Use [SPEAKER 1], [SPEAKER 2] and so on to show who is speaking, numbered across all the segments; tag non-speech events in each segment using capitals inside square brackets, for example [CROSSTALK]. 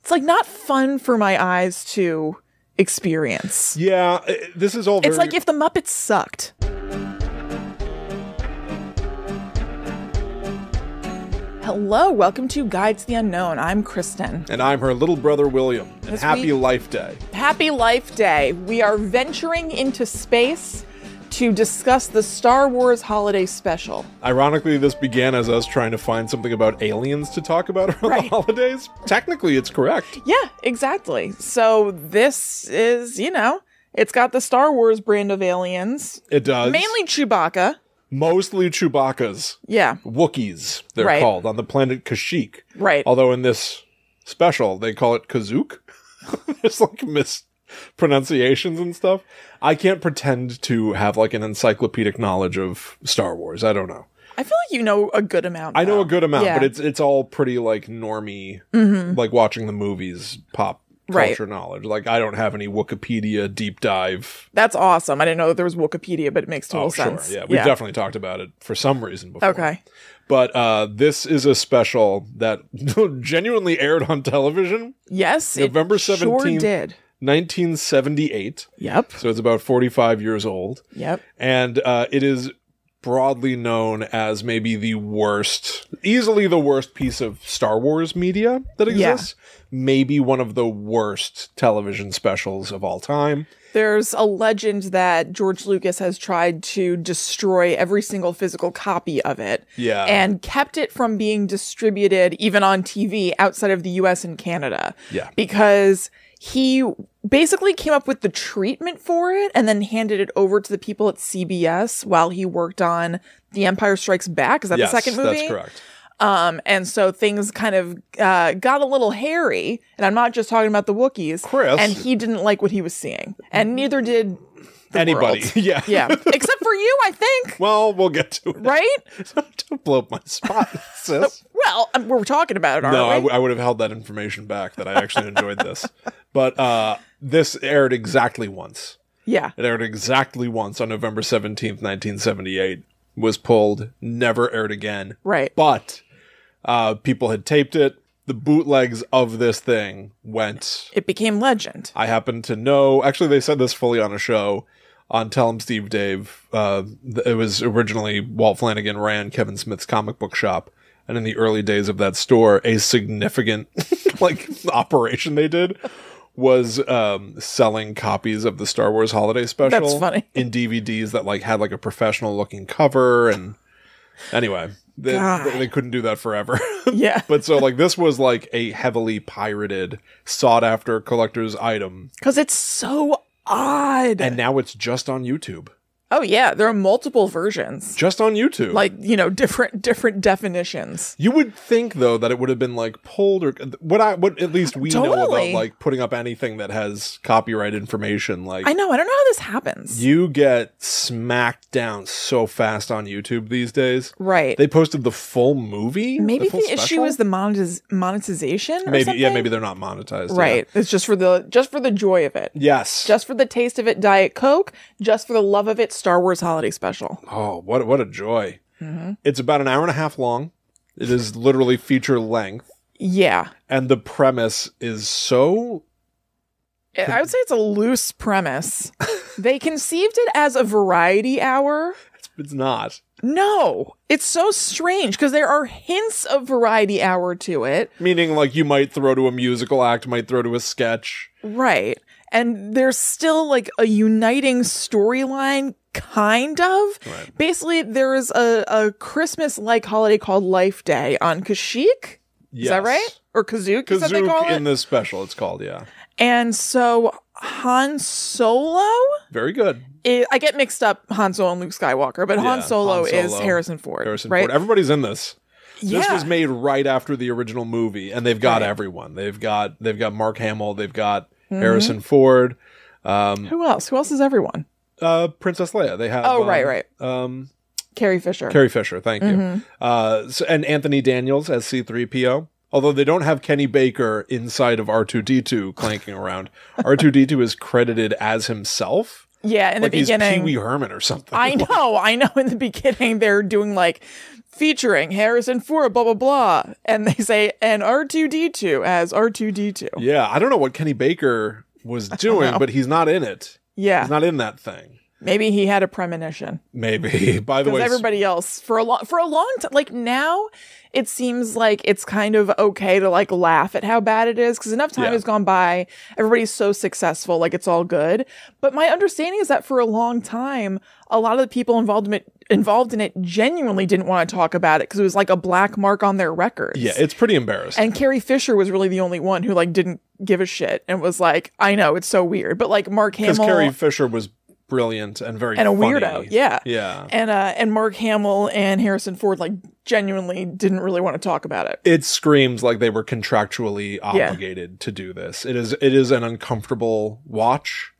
[SPEAKER 1] it's like not fun for my eyes to experience.
[SPEAKER 2] Yeah, uh, this is all. Very,
[SPEAKER 1] It's like if the Muppets sucked. Hello, welcome to Guides to the Unknown. I'm Kristen.
[SPEAKER 2] and I'm her little brother William. And
[SPEAKER 1] This
[SPEAKER 2] happy
[SPEAKER 1] week-
[SPEAKER 2] Life Day.
[SPEAKER 1] Happy Life Day. We are venturing into space to discuss the Star Wars holiday special.
[SPEAKER 2] Ironically, this began as us trying to find something about aliens to talk about [LAUGHS] around the
[SPEAKER 1] Right.
[SPEAKER 2] holidays. Technically, it's correct.
[SPEAKER 1] Yeah, exactly. So this is, you know, it's got the Star Wars brand of aliens,
[SPEAKER 2] It does.
[SPEAKER 1] mainly Chewbacca.
[SPEAKER 2] mostly Chewbacca's
[SPEAKER 1] Yeah,
[SPEAKER 2] Wookiees. They're
[SPEAKER 1] Right.
[SPEAKER 2] called on the planet Kashyyyk.
[SPEAKER 1] right.
[SPEAKER 2] Although in this special, they call it Kazook. [LAUGHS] There's like mispronunciations and stuff. I can't pretend to have like an encyclopedic knowledge of Star Wars. I don't know.
[SPEAKER 1] I feel like you know a good amount.
[SPEAKER 2] I know
[SPEAKER 1] though.
[SPEAKER 2] a good amount,
[SPEAKER 1] Yeah. Mm-hmm.
[SPEAKER 2] but it's it's all pretty like normy, like watching the movies, pop
[SPEAKER 1] Right.
[SPEAKER 2] culture knowledge. Like I don't have any Wikipedia deep dive.
[SPEAKER 1] That's awesome. I didn't know there was Wikipedia, but it makes total
[SPEAKER 2] Oh, sure,
[SPEAKER 1] sense.
[SPEAKER 2] yeah, we've definitely talked about it for some reason before.
[SPEAKER 1] Okay.
[SPEAKER 2] but uh, this is a special that [LAUGHS] genuinely aired on television,
[SPEAKER 1] Yes,
[SPEAKER 2] November
[SPEAKER 1] it Sure
[SPEAKER 2] 17th.
[SPEAKER 1] did.
[SPEAKER 2] 1978.
[SPEAKER 1] Yep.
[SPEAKER 2] So it's about 45 years old,
[SPEAKER 1] Yep.
[SPEAKER 2] and uh, it is broadly known as maybe the worst, easily the worst piece of Star Wars media that
[SPEAKER 1] Yeah.
[SPEAKER 2] exists. Maybe one of the worst television specials of all time.
[SPEAKER 1] There's a legend that George Lucas has tried to destroy every single physical copy of it
[SPEAKER 2] Yeah,
[SPEAKER 1] and kept it from being distributed even on TV outside of the US and Canada.
[SPEAKER 2] Yeah.
[SPEAKER 1] Because he basically came up with the treatment for it and then handed it over to the people at CBS while he worked on The Empire Strikes Back. Is that
[SPEAKER 2] yes,
[SPEAKER 1] the second movie?
[SPEAKER 2] that's correct.
[SPEAKER 1] Um, and so things kind of uh, got a little hairy, and I'm not just talking about the Wookiees.
[SPEAKER 2] Chris.
[SPEAKER 1] and he didn't like what he was seeing, and neither did the
[SPEAKER 2] Anybody?
[SPEAKER 1] world.
[SPEAKER 2] [LAUGHS] Yeah,
[SPEAKER 1] Yeah, except for you, I think.
[SPEAKER 2] Well, we'll get to it. [LAUGHS]
[SPEAKER 1] Right?
[SPEAKER 2] Don't blow up my
[SPEAKER 1] [LAUGHS]
[SPEAKER 2] spot, sis.
[SPEAKER 1] Well, um, we're talking about it, aren't
[SPEAKER 2] No, I,
[SPEAKER 1] we?
[SPEAKER 2] w- I would have held that information back that I actually enjoyed this. But uh, this aired exactly once.
[SPEAKER 1] yeah,
[SPEAKER 2] It aired exactly once on November 17th, 1978. Was pulled, never aired again.
[SPEAKER 1] right.
[SPEAKER 2] But uh, people had taped it. The bootlegs of this thing went.
[SPEAKER 1] It became
[SPEAKER 2] [LAUGHS]
[SPEAKER 1] legend.
[SPEAKER 2] I happen to know. Actually, they said this fully on a show on Tell 'em Steve Dave. Uh, th- it was originally Walt Flanagan ran Kevin Smith's comic book shop, and in the early days of that store, a significant [LAUGHS] like operation they did was um, selling copies of the Star Wars Holiday Special.
[SPEAKER 1] That's funny.
[SPEAKER 2] in DVDs that like had like a professional looking cover and anyway. They,
[SPEAKER 1] God.
[SPEAKER 2] they couldn't do that forever. [LAUGHS]
[SPEAKER 1] Yeah,
[SPEAKER 2] but so, like, this was like a heavily pirated, sought after collector's item
[SPEAKER 1] because it's so odd.
[SPEAKER 2] and now it's just on YouTube.
[SPEAKER 1] oh yeah, there are multiple versions,
[SPEAKER 2] Just on YouTube.
[SPEAKER 1] like you know, different different definitions.
[SPEAKER 2] you would think though that it would have been like pulled or what I what at least we know about
[SPEAKER 1] Totally.
[SPEAKER 2] like putting up anything that has copyright information like
[SPEAKER 1] I know. I don't know how this happens.
[SPEAKER 2] you get smacked down so fast on YouTube these days.
[SPEAKER 1] right.
[SPEAKER 2] They posted the full movie?
[SPEAKER 1] Maybe the,
[SPEAKER 2] full
[SPEAKER 1] issue
[SPEAKER 2] special?
[SPEAKER 1] is the monetiz- monetization. Or
[SPEAKER 2] maybe yeah,
[SPEAKER 1] something?
[SPEAKER 2] maybe they're not monetized. yeah.
[SPEAKER 1] Right. It's just for the just for the joy of it.
[SPEAKER 2] Yes.
[SPEAKER 1] Just for the taste of it, Diet Coke. Just for the love of it, Star Wars Holiday Special.
[SPEAKER 2] oh, what what a joy.
[SPEAKER 1] Mm-hmm.
[SPEAKER 2] It's about an hour and a half long. It is literally feature length
[SPEAKER 1] Yeah,
[SPEAKER 2] and the premise is so
[SPEAKER 1] I- I would say it's a loose
[SPEAKER 2] [LAUGHS]
[SPEAKER 1] premise. they conceived it as a variety hour.
[SPEAKER 2] it's, it's not.
[SPEAKER 1] No, it's so strange because there are hints of variety hour to it.
[SPEAKER 2] Meaning, like, you might throw to a musical act, might throw to a sketch.
[SPEAKER 1] Right. And there's still like a uniting storyline, kind of.
[SPEAKER 2] Right.
[SPEAKER 1] Basically, there is a, a Christmas like holiday called Life Day on Kashyyyk. Is that right? Or Kazook, is that they call
[SPEAKER 2] Kazook
[SPEAKER 1] it?
[SPEAKER 2] in this special, it's called, yeah.
[SPEAKER 1] and so Han Solo,
[SPEAKER 2] Very good.
[SPEAKER 1] is, I get mixed up Han Solo and Luke Skywalker, but Han,
[SPEAKER 2] Yeah,
[SPEAKER 1] Solo
[SPEAKER 2] Han
[SPEAKER 1] is
[SPEAKER 2] Solo,
[SPEAKER 1] Harrison Ford,
[SPEAKER 2] Harrison
[SPEAKER 1] right?
[SPEAKER 2] Ford. Everybody's in this.
[SPEAKER 1] yeah,
[SPEAKER 2] This was made right after the original movie, and they've got
[SPEAKER 1] Right. Mm-hmm.
[SPEAKER 2] everyone. They've got they've got Mark Hamill, they've got Harrison Ford, um,
[SPEAKER 1] who else? Who else is everyone?
[SPEAKER 2] uh, Princess Leia. They have
[SPEAKER 1] Oh,
[SPEAKER 2] um,
[SPEAKER 1] right, right. Mm-hmm.
[SPEAKER 2] Um,
[SPEAKER 1] Carrie Fisher.
[SPEAKER 2] Carrie Fisher, thank you. Uh, so, and Anthony Daniels as C3PO. Although they don't have Kenny Baker inside of R2D2 clanking around, R2D2 is credited as himself.
[SPEAKER 1] yeah, in
[SPEAKER 2] like
[SPEAKER 1] the
[SPEAKER 2] he's Pee
[SPEAKER 1] beginning.
[SPEAKER 2] Wee Herman or something. [LAUGHS]
[SPEAKER 1] I know, I know. In the beginning, they're doing like featuring Harrison Ford, blah blah blah, and they say and R two D two as R two D two.
[SPEAKER 2] yeah, I don't know what Kenny Baker
[SPEAKER 1] [LAUGHS]
[SPEAKER 2] was doing, but he's not in it.
[SPEAKER 1] Yeah,
[SPEAKER 2] He's not in that thing.
[SPEAKER 1] maybe he had a premonition [LAUGHS]
[SPEAKER 2] Maybe. By the
[SPEAKER 1] because
[SPEAKER 2] way,
[SPEAKER 1] everybody else for a long for a long time. Like now, it seems like it's kind of okay to like laugh at how bad it is because enough time
[SPEAKER 2] Yeah.
[SPEAKER 1] has gone by. Everybody's so successful, like it's all good. But my understanding is that for a long time, a lot of the people involved in it involved in it genuinely didn't want to talk about it because it was like a black mark on their records.
[SPEAKER 2] yeah, it's pretty embarrassing.
[SPEAKER 1] And Carrie Fisher was really the only one who like didn't give a shit and was like, I know it's so weird, but like Mark
[SPEAKER 2] Because
[SPEAKER 1] Hamill
[SPEAKER 2] Carrie Fisher was brilliant and very
[SPEAKER 1] and a
[SPEAKER 2] funny.
[SPEAKER 1] weirdo, yeah.
[SPEAKER 2] Yeah.
[SPEAKER 1] And uh, and Mark Hamill and Harrison Ford like genuinely didn't really want to talk about it.
[SPEAKER 2] it screams like they were contractually obligated to do this. It is it is an uncomfortable watch.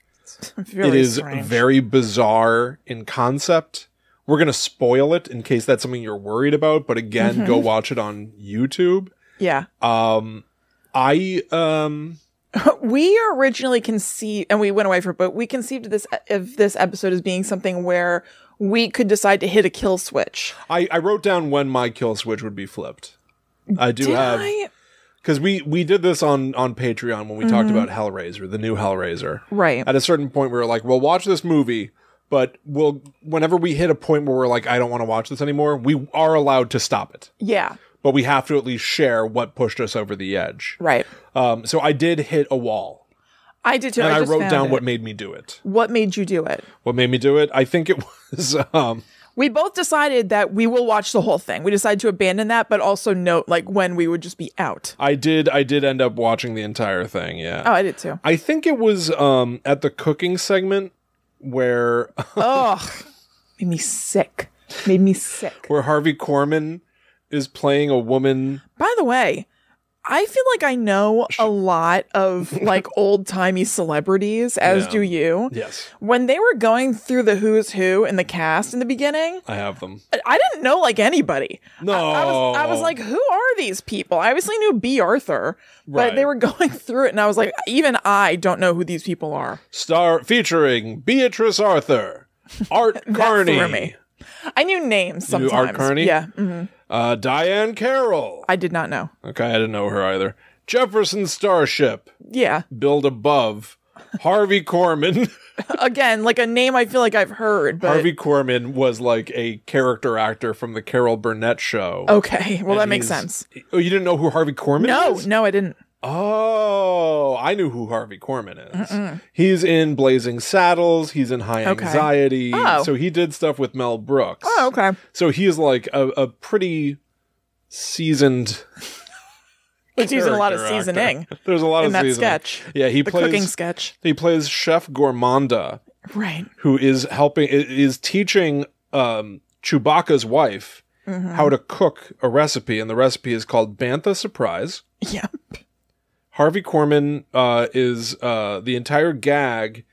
[SPEAKER 1] Very
[SPEAKER 2] it is
[SPEAKER 1] strange.
[SPEAKER 2] very bizarre in concept. We're going to spoil it in case that's something you're worried about, but again, go
[SPEAKER 1] Mm-hmm.
[SPEAKER 2] watch it on YouTube.
[SPEAKER 1] yeah. [LAUGHS]
[SPEAKER 2] Um I um
[SPEAKER 1] we originally conceived and we went away from it, but we conceived this of this episode as being something where we could decide to hit a kill switch.
[SPEAKER 2] I, I wrote down when my kill switch would be flipped. I do
[SPEAKER 1] Did
[SPEAKER 2] have
[SPEAKER 1] I?
[SPEAKER 2] because we we did this on on Patreon when we talked
[SPEAKER 1] Mm-hmm.
[SPEAKER 2] about Hellraiser, the new Hellraiser.
[SPEAKER 1] Right.
[SPEAKER 2] At a certain point, we were like, "Well, watch this movie." But we'll, whenever we hit a point where we're like, I don't want to watch this anymore, we are allowed to stop it.
[SPEAKER 1] Yeah.
[SPEAKER 2] But we have to at least share what pushed us over the edge.
[SPEAKER 1] Right.
[SPEAKER 2] Um, so I did hit a wall,
[SPEAKER 1] I did too.
[SPEAKER 2] and I,
[SPEAKER 1] just
[SPEAKER 2] wrote
[SPEAKER 1] found
[SPEAKER 2] down
[SPEAKER 1] it.
[SPEAKER 2] what made me do it.
[SPEAKER 1] what made you do it.
[SPEAKER 2] What made me do it? I think it [LAUGHS] was um,
[SPEAKER 1] We both decided that we will watch the whole thing. We decided to abandon that, but also note like when we would just be out.
[SPEAKER 2] I did I did end up watching the entire thing. Yeah,
[SPEAKER 1] Oh, I did too.
[SPEAKER 2] I think it was um, at the cooking segment where [LAUGHS]
[SPEAKER 1] Ugh. Made me sick. Made me sick.
[SPEAKER 2] where Harvey Korman is playing a woman.
[SPEAKER 1] By the way, I feel like I know a lot of like old timey celebrities, as
[SPEAKER 2] Yeah.
[SPEAKER 1] do you.
[SPEAKER 2] Yes,
[SPEAKER 1] When they were going through the who's who in the cast in the beginning,
[SPEAKER 2] I have them.
[SPEAKER 1] I- I didn't know like anybody.
[SPEAKER 2] No,
[SPEAKER 1] I was, I was like, who are these people? I obviously knew B. Arthur, but
[SPEAKER 2] Right.
[SPEAKER 1] they were [LAUGHS] going through it, and I was like, even I don't know who these people are.
[SPEAKER 2] star featuring Beatrice Arthur,
[SPEAKER 1] [LAUGHS]
[SPEAKER 2] Art
[SPEAKER 1] threw
[SPEAKER 2] Carney,
[SPEAKER 1] me. I knew names
[SPEAKER 2] You knew
[SPEAKER 1] sometimes.
[SPEAKER 2] Art Carney?
[SPEAKER 1] Yeah, hmm
[SPEAKER 2] uh, Diane Carroll.
[SPEAKER 1] I did not know.
[SPEAKER 2] okay, I didn't know her either. Jefferson Starship,
[SPEAKER 1] Yeah,
[SPEAKER 2] Build Above, Harvey Korman. [LAUGHS]
[SPEAKER 1] again, like a name I feel like I've heard, but
[SPEAKER 2] Harvey Korman was like a character actor from the Carol Burnett show.
[SPEAKER 1] okay. Well, that
[SPEAKER 2] And
[SPEAKER 1] makes
[SPEAKER 2] he's-
[SPEAKER 1] sense.
[SPEAKER 2] Oh, you didn't know who Harvey Korman
[SPEAKER 1] No,
[SPEAKER 2] is?
[SPEAKER 1] no, I didn't.
[SPEAKER 2] Oh, I knew who Harvey Korman is. He's in Blazing Saddles. He's in High
[SPEAKER 1] Okay.
[SPEAKER 2] Anxiety.
[SPEAKER 1] Oh.
[SPEAKER 2] So he did stuff with Mel Brooks.
[SPEAKER 1] Oh, okay.
[SPEAKER 2] So he's like a, a pretty seasoned.
[SPEAKER 1] Which using a lot of
[SPEAKER 2] character actor.
[SPEAKER 1] seasoning
[SPEAKER 2] [LAUGHS] There's a lot
[SPEAKER 1] in
[SPEAKER 2] of
[SPEAKER 1] that
[SPEAKER 2] seasoning.
[SPEAKER 1] sketch.
[SPEAKER 2] Yeah, he
[SPEAKER 1] The
[SPEAKER 2] plays.
[SPEAKER 1] cooking sketch.
[SPEAKER 2] he plays Chef Gourmanda,
[SPEAKER 1] Right.
[SPEAKER 2] who is helping i- is teaching um, Chewbacca's wife how to cook a recipe, and the recipe is called Bantha Surprise.
[SPEAKER 1] Yeah.
[SPEAKER 2] Harvey Korman uh, is uh, the entire gag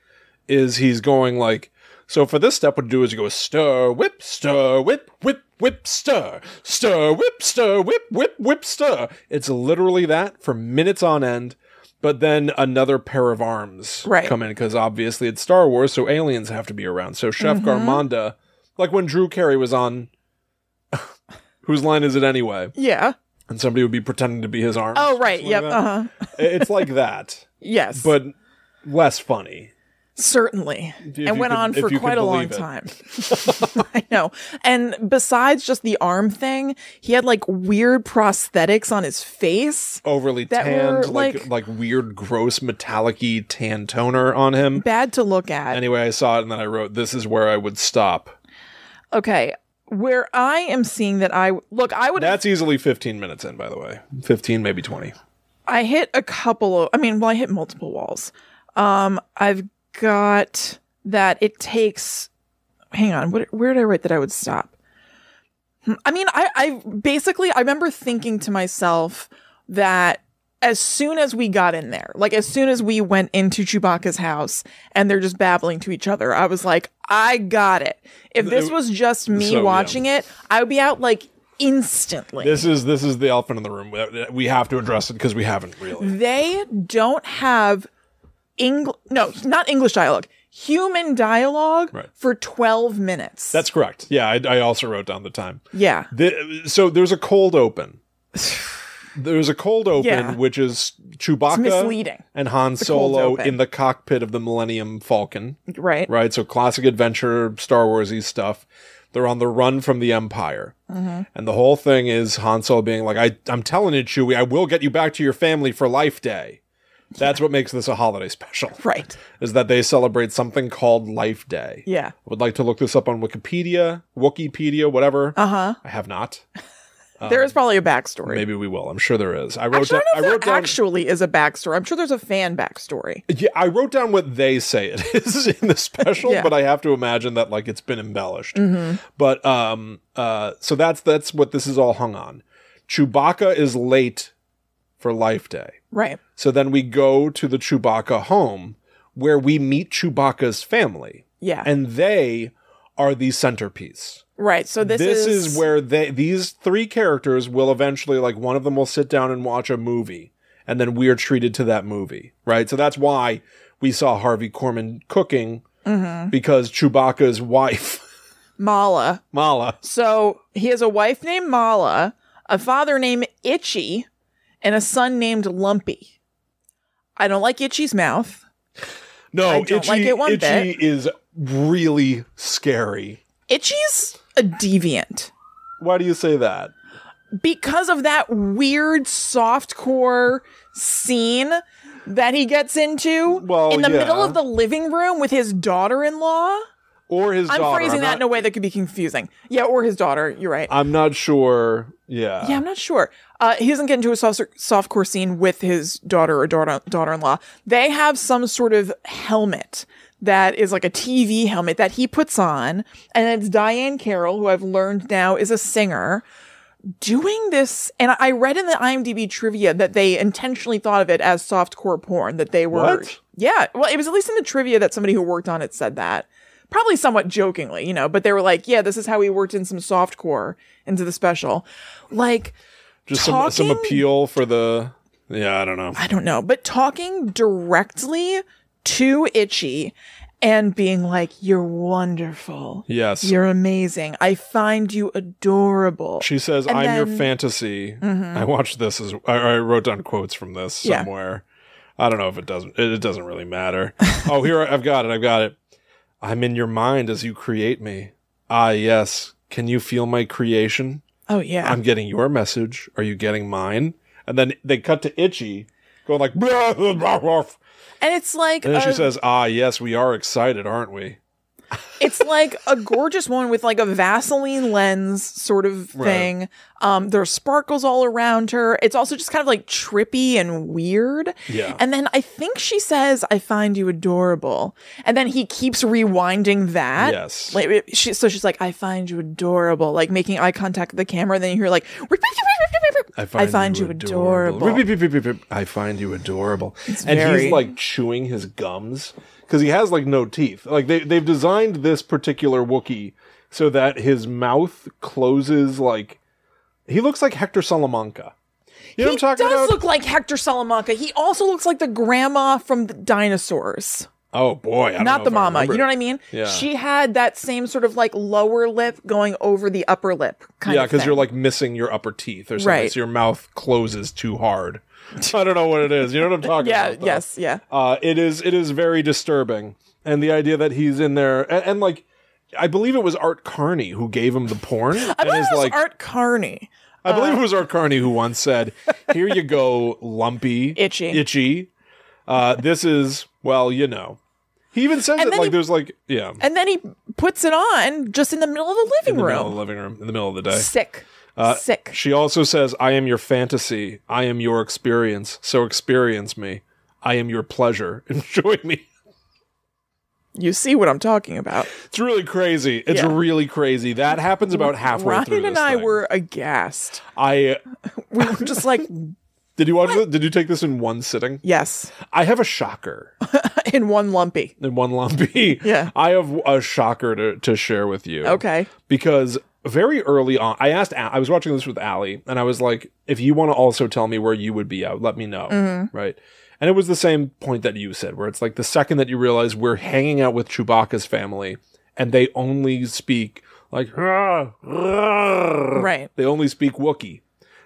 [SPEAKER 2] is he's going like so for this step what you do is you go stir whip stir whip whip whip stir stir whip stir whip whip whip stir it's literally that for minutes on end but then another pair of arms
[SPEAKER 1] Right.
[SPEAKER 2] come in because obviously it's Star Wars so aliens have to be around so Chef
[SPEAKER 1] Mm-hmm.
[SPEAKER 2] Garmanda like when Drew Carey was on [LAUGHS] whose line is it anyway
[SPEAKER 1] Yeah.
[SPEAKER 2] and somebody would be pretending to be his arm
[SPEAKER 1] Oh, right. Yep. Uh huh.
[SPEAKER 2] it's like that
[SPEAKER 1] Yes.
[SPEAKER 2] but less funny.
[SPEAKER 1] certainly.
[SPEAKER 2] If you
[SPEAKER 1] and went
[SPEAKER 2] could-
[SPEAKER 1] on
[SPEAKER 2] if
[SPEAKER 1] for
[SPEAKER 2] you could
[SPEAKER 1] quite a long
[SPEAKER 2] believe it.
[SPEAKER 1] time. [LAUGHS] I know. And besides just the arm thing, he had like weird prosthetics on his face.
[SPEAKER 2] Overly
[SPEAKER 1] That
[SPEAKER 2] tanned,
[SPEAKER 1] were,
[SPEAKER 2] like,
[SPEAKER 1] like-
[SPEAKER 2] like weird, gross, metallic-y tan toner on him.
[SPEAKER 1] Bad to look at.
[SPEAKER 2] Anyway, I saw it and then I wrote, "This is where I would stop."
[SPEAKER 1] Okay. Where I am seeing that I look, I would
[SPEAKER 2] That's easily 15 minutes in, by the way. 15, maybe 20.
[SPEAKER 1] I hit a couple of, I mean, well, I hit multiple walls. Um, I've got that it takes, hang on, what, where did I write that I would stop? Hmm, I mean, I, I basically, I remember thinking to myself that as soon as we got in there, like as soon as we went into Chewbacca's house and they're just babbling to each other, I was like, I got it. If this was just me
[SPEAKER 2] so, yeah.
[SPEAKER 1] watching it, I would be out like instantly.
[SPEAKER 2] This is this is the elephant in the room. We- We have to address it
[SPEAKER 1] Mm.
[SPEAKER 2] because we haven't really.
[SPEAKER 1] they don't have English. No, not English dialogue. human dialogue
[SPEAKER 2] Right.
[SPEAKER 1] for 12 minutes.
[SPEAKER 2] That's correct. Yeah, I, I also wrote down the time.
[SPEAKER 1] yeah.
[SPEAKER 2] The, so there's a cold open. There's a cold open,
[SPEAKER 1] Yeah.
[SPEAKER 2] which is
[SPEAKER 1] It's
[SPEAKER 2] Chewbacca
[SPEAKER 1] misleading,
[SPEAKER 2] and Han
[SPEAKER 1] cold
[SPEAKER 2] Solo
[SPEAKER 1] open.
[SPEAKER 2] in the cockpit of the Millennium Falcon,
[SPEAKER 1] right?
[SPEAKER 2] right? So classic adventure, Star Warsy stuff. They're on the run from the Empire,
[SPEAKER 1] Mm-hmm.
[SPEAKER 2] and the whole thing is Han Solo being like, I, "I'm telling you, Chewie, I will get you back to your family for Life Day." That's what makes this a holiday special,
[SPEAKER 1] Right.
[SPEAKER 2] is that they celebrate something called Life Day.
[SPEAKER 1] Yeah.
[SPEAKER 2] I would like to look this up on Wikipedia, Wikipedia, whatever.
[SPEAKER 1] Uh huh.
[SPEAKER 2] I have not.
[SPEAKER 1] there is probably a backstory.
[SPEAKER 2] Um, Maybe we will. I'm sure there is. I wrote
[SPEAKER 1] Actually,
[SPEAKER 2] down.
[SPEAKER 1] I
[SPEAKER 2] I
[SPEAKER 1] don't know if
[SPEAKER 2] wrote
[SPEAKER 1] there
[SPEAKER 2] down.
[SPEAKER 1] actually is a backstory. I'm sure there's a fan backstory.
[SPEAKER 2] yeah, I wrote down what they say it [LAUGHS] is in the special,
[SPEAKER 1] Yeah. Mm.
[SPEAKER 2] but I have to imagine that like it's been embellished. But um, uh, so that's that's what this is all hung on. Chewbacca is late for Life Day,
[SPEAKER 1] Right.
[SPEAKER 2] so then we go to the Chewbacca home where we meet Chewbacca's family,
[SPEAKER 1] Yeah.
[SPEAKER 2] and they are the centerpiece.
[SPEAKER 1] right. So this,
[SPEAKER 2] this
[SPEAKER 1] is,
[SPEAKER 2] is, where they these three characters will eventually like one of them will sit down and watch a movie and then we are treated to that movie right so that's why we saw harvey korman cooking because chewbacca's wife
[SPEAKER 1] Mm-hmm.
[SPEAKER 2] [LAUGHS]
[SPEAKER 1] Mala.
[SPEAKER 2] mala
[SPEAKER 1] So he has a wife named Mala, a father named Itchy, and a son named Lumpy. I don't like Itchy's mouth.
[SPEAKER 2] no
[SPEAKER 1] I don't
[SPEAKER 2] itchy,
[SPEAKER 1] like it one
[SPEAKER 2] itchy is really scary
[SPEAKER 1] Itchy's a deviant
[SPEAKER 2] why do you say that
[SPEAKER 1] because of that weird softcore scene that he gets into
[SPEAKER 2] Well,
[SPEAKER 1] in the
[SPEAKER 2] yeah.
[SPEAKER 1] middle of the living room with his daughter-in-law.
[SPEAKER 2] or his
[SPEAKER 1] I'm
[SPEAKER 2] daughter
[SPEAKER 1] phrasing
[SPEAKER 2] I'm
[SPEAKER 1] that
[SPEAKER 2] not, Uh,
[SPEAKER 1] in a way that could be confusing. Yeah, or his daughter. You're right.
[SPEAKER 2] i'm not sure yeah
[SPEAKER 1] Yeah, I'm not sure. Uh, he doesn't get into a soft softcore scene with his daughter or daughter daughter in law. They have some sort of helmet that is like a TV helmet that he puts on, and it's Diane Carroll, who I've learned now is a singer, doing this. And I read in the IMDb trivia that they intentionally thought of it as softcore porn. That they were,
[SPEAKER 2] What?
[SPEAKER 1] yeah. Well, it was at least in the trivia that somebody who worked on it said that. Probably somewhat jokingly, you know, but they were like, yeah, this is how we worked in some softcore into the special. Like,
[SPEAKER 2] just some, some
[SPEAKER 1] talking-
[SPEAKER 2] appeal for the yeah i don't know
[SPEAKER 1] I don't know, but talking directly to Itchy and being like, You're wonderful.
[SPEAKER 2] yes
[SPEAKER 1] You're amazing. I find you adorable. Mm-hmm.
[SPEAKER 2] She says,
[SPEAKER 1] And
[SPEAKER 2] "I'm your
[SPEAKER 1] then-
[SPEAKER 2] fantasy." I watched this as I, I wrote down quotes from this
[SPEAKER 1] Mm. Yeah.
[SPEAKER 2] somewhere. I don't know if it doesn't. It, it doesn't really matter. oh, here I've got it. I've got it. I'm in your mind as you create me. Ah, yes. Can you feel my creation?
[SPEAKER 1] Oh, yeah.
[SPEAKER 2] I'm getting your message. Are you getting mine? And then they cut to Itchy going like, [LAUGHS] "Blah, blah, blah, blah."
[SPEAKER 1] and it's like, oh,
[SPEAKER 2] and then she
[SPEAKER 1] a-
[SPEAKER 2] says, "Ah, yes. We are excited, aren't we?"
[SPEAKER 1] it's like a gorgeous woman with like a Vaseline lens sort of
[SPEAKER 2] Right.
[SPEAKER 1] thing. Um, there's sparkles all around her. It's also just kind of like trippy and weird.
[SPEAKER 2] Yeah.
[SPEAKER 1] And then I think she says, I find you adorable. And then he keeps rewinding that.
[SPEAKER 2] yes.
[SPEAKER 1] Like, it- she, so she's like, I find you adorable, like making eye contact with the camera. And then you hear like, "Rip, rip, rip, rip, rip, rip." find you adorable.
[SPEAKER 2] Rip, rip, rip, rip, rip. I find you adorable. and
[SPEAKER 1] very-
[SPEAKER 2] he's like chewing his gums because he has like no teeth. Like they they've designed this particular Wookiee so that his mouth closes like he looks like Hector Salamanca. You know
[SPEAKER 1] he
[SPEAKER 2] what I'm
[SPEAKER 1] does
[SPEAKER 2] talking about?
[SPEAKER 1] look like Hector Salamanca. He also looks like the grandma from the dinosaurs,
[SPEAKER 2] oh boy, I don't know
[SPEAKER 1] not the
[SPEAKER 2] if I
[SPEAKER 1] mama.
[SPEAKER 2] remember.
[SPEAKER 1] You know what I mean?
[SPEAKER 2] Yeah.
[SPEAKER 1] She had that same sort of like lower lip going over the upper lip kind
[SPEAKER 2] Yeah,
[SPEAKER 1] of thing.
[SPEAKER 2] because you're like missing your upper teeth or something.
[SPEAKER 1] Right.
[SPEAKER 2] So your mouth closes too hard. I don't know what it is. You know what I'm
[SPEAKER 1] [LAUGHS]
[SPEAKER 2] talking
[SPEAKER 1] yeah,
[SPEAKER 2] about? though.
[SPEAKER 1] yes, yeah.
[SPEAKER 2] uh, it is it is very disturbing and the idea that he's in there and, and like i believe it was art carney who gave him the
[SPEAKER 1] [LAUGHS]
[SPEAKER 2] porn
[SPEAKER 1] I
[SPEAKER 2] and
[SPEAKER 1] believe
[SPEAKER 2] is
[SPEAKER 1] it was
[SPEAKER 2] like
[SPEAKER 1] Art uh, Carney.
[SPEAKER 2] i believe it was art carney who once said here you go lumpy
[SPEAKER 1] Itchy.
[SPEAKER 2] itchy uh, this is well you know he even says
[SPEAKER 1] And
[SPEAKER 2] it
[SPEAKER 1] then
[SPEAKER 2] like
[SPEAKER 1] he-
[SPEAKER 2] there's like yeah
[SPEAKER 1] And then he puts it on just in the middle of the living
[SPEAKER 2] in the middle of
[SPEAKER 1] room.
[SPEAKER 2] the living room in the middle of the day
[SPEAKER 1] Sick.
[SPEAKER 2] Uh,
[SPEAKER 1] Sick.
[SPEAKER 2] she also says i am your fantasy i am your experience so experience me i am your pleasure [LAUGHS] enjoy me
[SPEAKER 1] You see what I'm talking about.
[SPEAKER 2] It's really crazy. It's
[SPEAKER 1] Yeah.
[SPEAKER 2] really crazy. That happens about halfway through.
[SPEAKER 1] Ryan and
[SPEAKER 2] this
[SPEAKER 1] I
[SPEAKER 2] thing.
[SPEAKER 1] were aghast.
[SPEAKER 2] I
[SPEAKER 1] We were just
[SPEAKER 2] [LAUGHS]
[SPEAKER 1] like,
[SPEAKER 2] did you watch? it? Did you take this in one sitting?
[SPEAKER 1] yes,
[SPEAKER 2] I have a shocker
[SPEAKER 1] in one lumpy.
[SPEAKER 2] in one [LAUGHS] lumpy.
[SPEAKER 1] Yeah.
[SPEAKER 2] I have a shocker to, to share with you.
[SPEAKER 1] Okay.
[SPEAKER 2] Because very early on, I asked. Al- I was
[SPEAKER 1] Mm-hmm.
[SPEAKER 2] watching this with Allie, and I was like, "If you want to also tell me where you would be out, let me know." Right. And it was the same point that you said, where it's like the second that you realize we're hanging out with Chewbacca's family and they only speak like, right.
[SPEAKER 1] Right.
[SPEAKER 2] They only speak Wookiee,